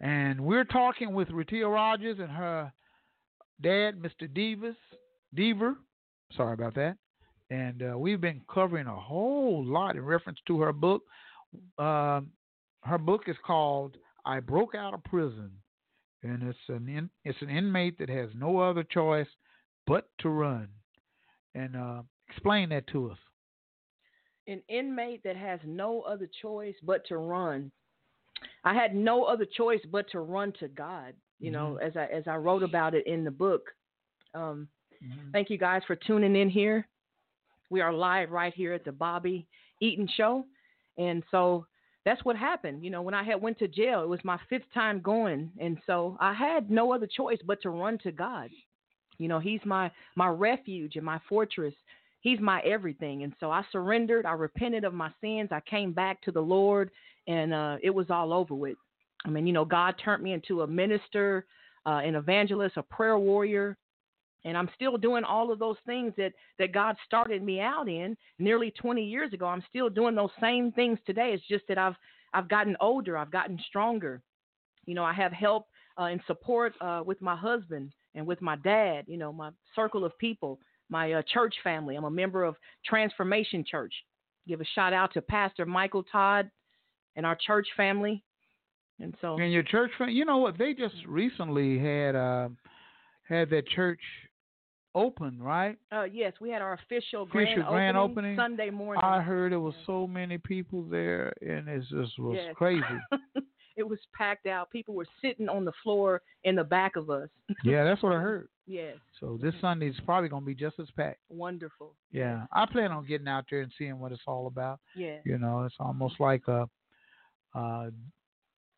D: And we're talking with Ratia Rogers and her dad, Mr. Devers, Deaver, sorry about that. And uh, we've been covering a whole lot in reference to her book, uh, her book is called "I Broke Out of Prison," and it's an in, it's an inmate that has no other choice but to run. And uh, explain that to us.
K: An inmate that has no other choice but to run. I had no other choice but to run to God. You mm-hmm. know, as I as I wrote about it in the book. Um, mm-hmm. Thank you guys for tuning in here. We are live right here at the Bobby Eaton Show. And so that's what happened. You know, when I had went to jail, it was my fifth time going, and so I had no other choice but to run to God. You know, he's my my refuge and my fortress. He's my everything. And so I surrendered, I repented of my sins, I came back to the Lord, and uh it was all over with. I mean, you know, God turned me into a minister, uh, an evangelist, a prayer warrior, and I'm still doing all of those things that that God started me out in nearly 20 years ago. I'm still doing those same things today. It's just that I've I've gotten older, I've gotten stronger. You know, I have help uh, and support uh, with my husband and with my dad. You know, my circle of people, my uh, church family. I'm a member of Transformation Church. Give a shout out to Pastor Michael Todd and our church family. And so,
D: and your church, you know what? They just recently had um, had their church open, right?
K: Uh, yes, we had our official, grand, official grand opening, opening, Sunday morning.
D: I heard it was so many people there, and it just was yes. crazy.
K: it was packed out. People were sitting on the floor in the back of us.
D: yeah, that's what I heard.
K: Yes.
D: So this Sunday is probably going to be just as packed.
K: Wonderful.
D: Yeah, I plan on getting out there and seeing what it's all about.
K: Yeah.
D: You know, it's almost like a. Uh,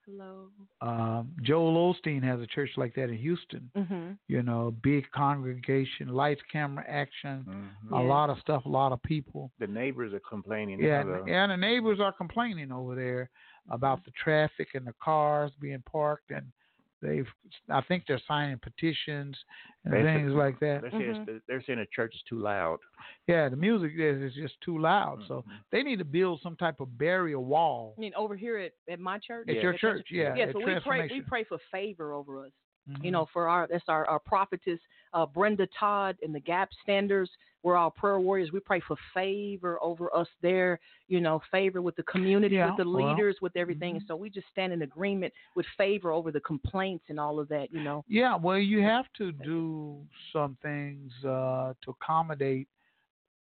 K: Hello.
D: Um, Joel Osteen has a church like that in Houston.
K: Mm-hmm.
D: You know, big congregation, lights, camera, action, mm-hmm. a yeah. lot of stuff, a lot of people.
L: The neighbors are complaining.
D: Yeah, the... and the neighbors are complaining over there about the traffic and the cars being parked and They've, I think they're signing petitions and
L: They said-
D: things like that.
L: They're saying, it's- they're saying the church is too loud.
D: Yeah, the music is, is just too loud. So they need to build some type of barrier wall.
K: I mean, over here at, at my church.
D: At your church, yeah,
K: Yeah,
D: at
K: so we pray we
D: Transformation.
K: pray for favor over us. You
D: Mhm.
K: know, for our that's our, our prophetess, uh, Brenda Todd and the Gap Standards. We're all prayer warriors. We pray for favor over us there, you know, favor with the community,
O: Yeah,
K: with the
O: well,
K: leaders, with everything.
D: mm-hmm.
K: And so we just stand in agreement with favor over the complaints and all of that, you know.
D: Yeah, well, you have to do some things uh, to accommodate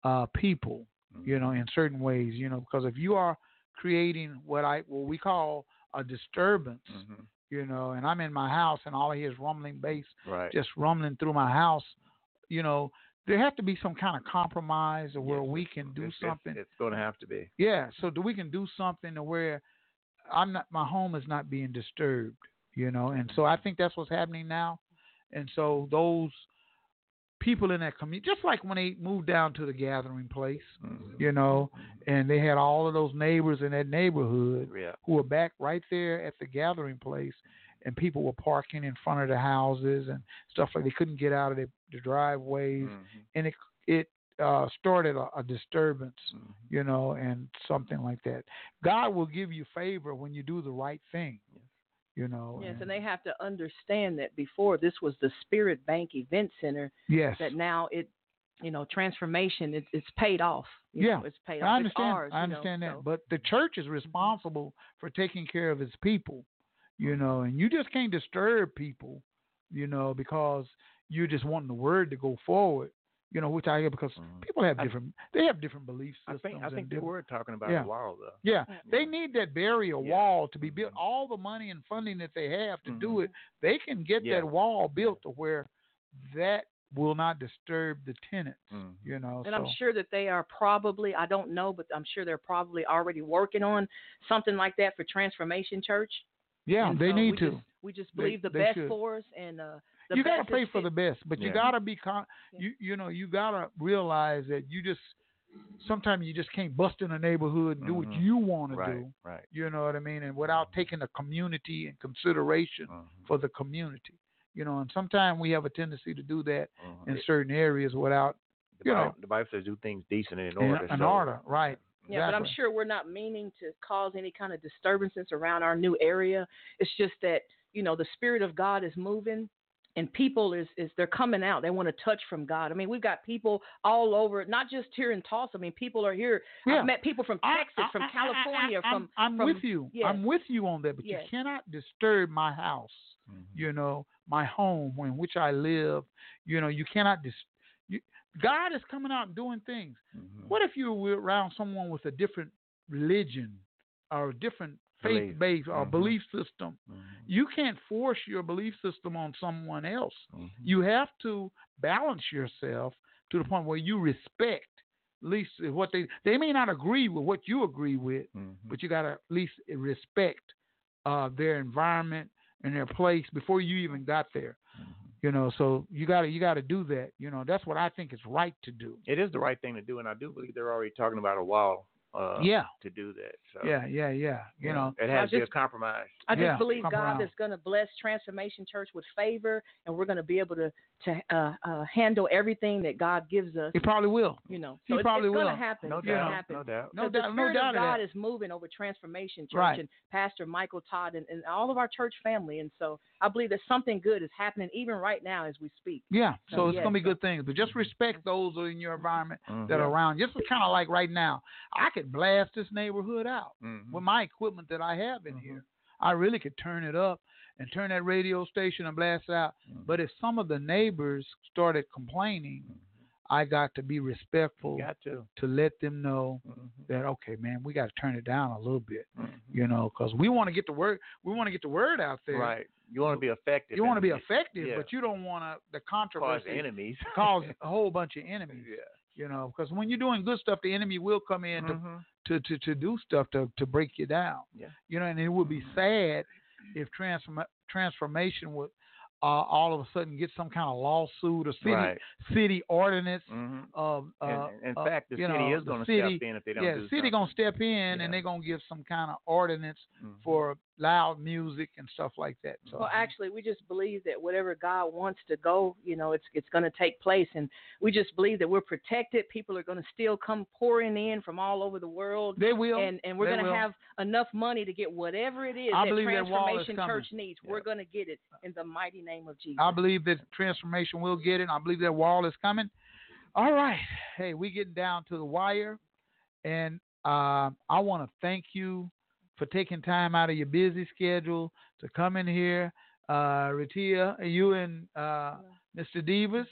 D: uh, people, you know, in certain ways, you know, because if you are creating what I what we call a disturbance,
L: Mm.
D: you know, and I'm in my house and all I hear is rumbling bass
L: Right.
D: just rumbling through my house, you know, there have to be some kind of compromise or where we can do
L: It's- it's-
D: something.
L: It's, going to have to be.
D: Yeah, so that we can do something to where I'm not my home is not being disturbed, you know. And so I think that's what's happening now. And so those people in that community, just like when they moved down to the gathering place,
L: Mm-hmm.
D: you know, and they had all of those neighbors in that neighborhood
L: Yeah.
D: who were back right there at the gathering place, and people were parking in front of the houses and stuff like they couldn't get out of their, the driveways, and it it uh, started a, a disturbance, you know, and something like that. God will give you favor when you do the right thing, you know.
K: Yes,
D: and-
K: and they have to understand that before this was the Spirit Bank Event Center.
D: Yes.
K: That now it, you know, transformation. It's it's paid off. you
D: yeah,
K: know, it's paid off.
D: I understand.
K: It's ours,
D: I
K: you know,
D: understand that.
K: so- Mm-hmm.
D: But the church is responsible for taking care of its people, you
K: Mm-hmm.
D: know, and you just can't disturb people, you know, because you're just wanting the word to go forward, you know, which I hear because
L: Mm-hmm.
D: people have
L: I-
D: different they have different belief
L: I
D: systems.
L: think I
D: and
L: think they
D: different-
L: were talking about
D: yeah.
L: a while though.
D: Yeah, they need that barrier wall to be
L: Mm-hmm.
D: built. All the money and funding that they have to do it, they can get
L: Yeah.
D: that wall built to where that will not disturb the tenants.
L: Mm-hmm.
D: You know,
K: And I'm
D: so-
K: sure that they are probably, I don't know, but I'm sure they're probably already working on something like that for Transformation Church.
D: yeah,
K: And
D: they
K: so
D: need
K: we
D: to.
K: Just, we just
D: They-
K: believe the
D: they
K: best
D: should.
K: for us. And uh, the
D: you gotta
K: best
D: pray
K: is
D: for the
K: fit-
D: best, but you
K: Yeah.
D: gotta be con- you you know you gotta realize that you just sometimes you just can't bust in a neighborhood and do what you want to
L: Mm-hmm. Right,
D: do.
L: right. Mm-hmm.
D: You know what I mean, and without taking the community in consideration for the community. You know, and sometimes we have a tendency to do that in certain areas without
L: mm-hmm. The,
D: you
L: Bible,
D: know
L: the Bible says do things decent and in
D: in-
L: order.
D: in
L: so-
D: order, right?
K: Yeah, but I'm
D: Exactly.
K: sure we're not meaning to cause any kind of disturbances around our new area. It's just that you know the spirit of God is moving, and people is is they're coming out. They want to touch from God. I mean, we've got people all over, not just here in Tulsa. I mean, people are here.
D: Yeah.
K: I've met people from
D: I-
K: Texas,
D: I-
K: from
D: I- I- I-
K: California,
D: I'm-
K: from
D: I'm
K: from-
D: with you.
K: Yes.
D: I'm with you on that, but
K: Yes.
D: you cannot disturb my house.
L: mm-hmm,
D: You know, my home in which I live. You know, you cannot dis. You, God is coming out and doing things.
L: mm-hmm,
D: What if you were around someone with a different religion or a different faith
L: Belief.
D: base or
L: Mhm.
D: belief Mm-hmm. system? You can't force your belief system on someone else. You have to balance yourself to the point where you respect at least what they they may not agree with what you agree with,
L: mm-hmm,
D: but you got to at least respect uh, their environment and their place before you even got there. You know, so you got to you got to do that. You know, that's what I think is right to do.
L: It is the right thing to do, and I do believe they're already talking about a wall. Uh,
D: Yeah.
L: To do that. So.
D: Yeah, yeah, yeah. You know,
L: It has to be a compromise.
K: I just
D: Yeah,
K: believe
D: come
K: God
D: around.
K: is going to bless Transformation Church with favor, and we're going to be able to to uh, uh, handle everything that God gives us.
D: He probably will.
K: You know,
D: He
K: so it's,
D: probably
K: it's going
D: will.
K: to happen.
D: No
K: it's gonna
D: doubt,
K: happen.
D: no doubt.
K: 'Cause
D: No doubt-
K: The
D: no
K: Spirit
D: doubt of
K: of God
D: that.
K: is moving over Transformation Church
D: Right.
K: and Pastor Michael Todd and, and all of our church family, and so I believe that something good is happening even right now as we speak.
D: Yeah,
K: So,
D: so, it's
K: yes,
D: gonna be good things, but just respect those who are in your environment that
L: Mhm.
D: are around. Just kind of like right now, I could blast this neighborhood out
L: Mhm.
D: with my equipment that I have
L: Mm-hmm.
D: in here. I really could turn it up and turn that radio station and blast it out.
L: Mm-hmm.
D: But if some of the neighbors started complaining, I got to be respectful
L: You Mm-hmm. got to. Mm-hmm,
D: let them know that okay, man, we got to turn it down a little bit, you know, because we want to get the word we want to get the word out there.
L: Right. You want to be effective.
D: You want to be
L: and-
D: effective,
L: yeah.
D: but you don't want to the controversy
L: enemies.
D: cause a whole bunch of enemies. You know, because when you're doing good stuff, the enemy will come in
L: Mhm.
D: to, to, to to do stuff to to break you down.
L: Yeah.
D: You know, and it would be sad if transform transformation would uh, all of a sudden get some kind of lawsuit or city
L: Right.
D: city ordinance
L: Mhm.
D: of uh,
L: And- in
D: uh,
L: fact, the
D: you
L: city
D: know,
L: is
D: the
L: gonna step
D: city,
L: in if they don't
D: yeah,
L: do
D: city
L: something. Mm-hmm.
D: gonna step in and they're gonna give some kind of ordinance for loud music and stuff like that. So
K: Well, actually, we just believe that whatever God wants to go, you know, it's it's going to take place, and we just believe that we're protected. People are going to still come pouring in from all over the world.
D: They will.
K: and and we're
D: They
K: going to
D: will.
K: have enough money to get whatever it is
D: I
K: that
D: believe that wall is
K: Transformation
D: coming.
K: Church needs. We're going to get it in the mighty name of Jesus.
D: I believe that transformation will get it. I believe that wall is coming. All right. Hey, we getting down to the wire. And uh, I want to thank you for taking time out of your busy schedule to come in here. Uh, Ratia, you and uh, Mr. Divas,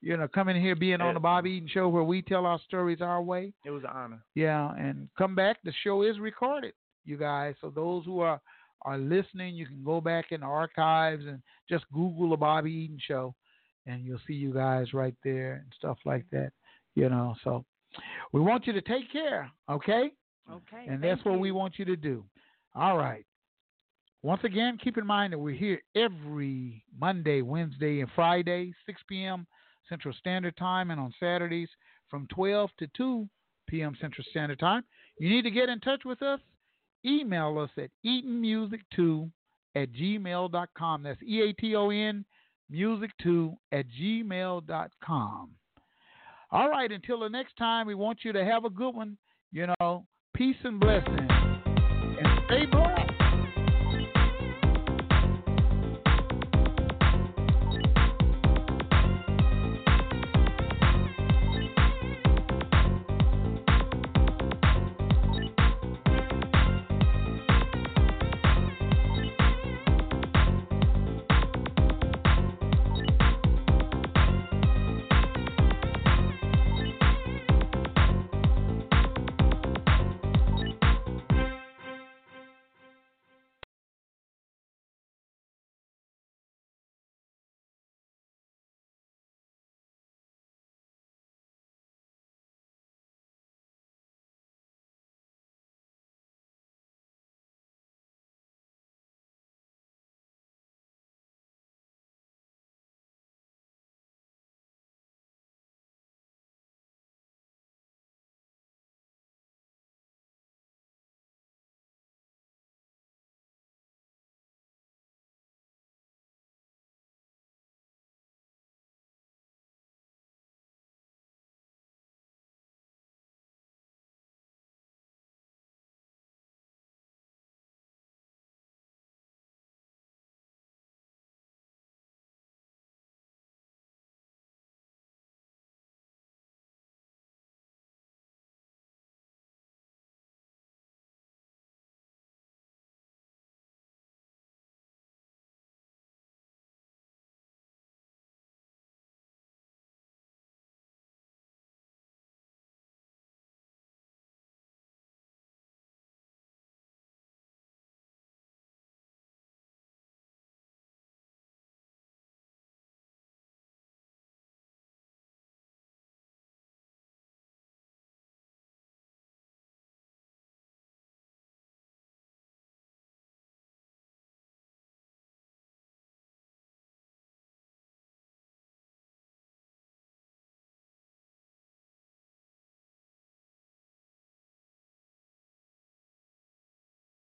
D: you know, coming here, being on the Bobby Eaton Show where we tell our stories our way.
O: It was an honor.
D: Yeah, and come back. The show is recorded, you guys. So those who are are listening, you can go back in the archives and just Google the Bobby Eaton show, and you'll see you guys right there and stuff like that. You know, so we want you to take care, okay?
K: Okay.
D: And that's what we want you to do. All right. Once again, keep in mind that we're here every Monday, Wednesday, and Friday, 6 p.m. Central Standard Time, and on Saturdays from 12 to 2 p.m. Central Standard Time. You need to get in touch with us. Email us at eatonmusic2 at gmail.com. That's E A T O N music2 at gmail.com. All right, until the next time, we want you to have a good one. You know, peace and blessings.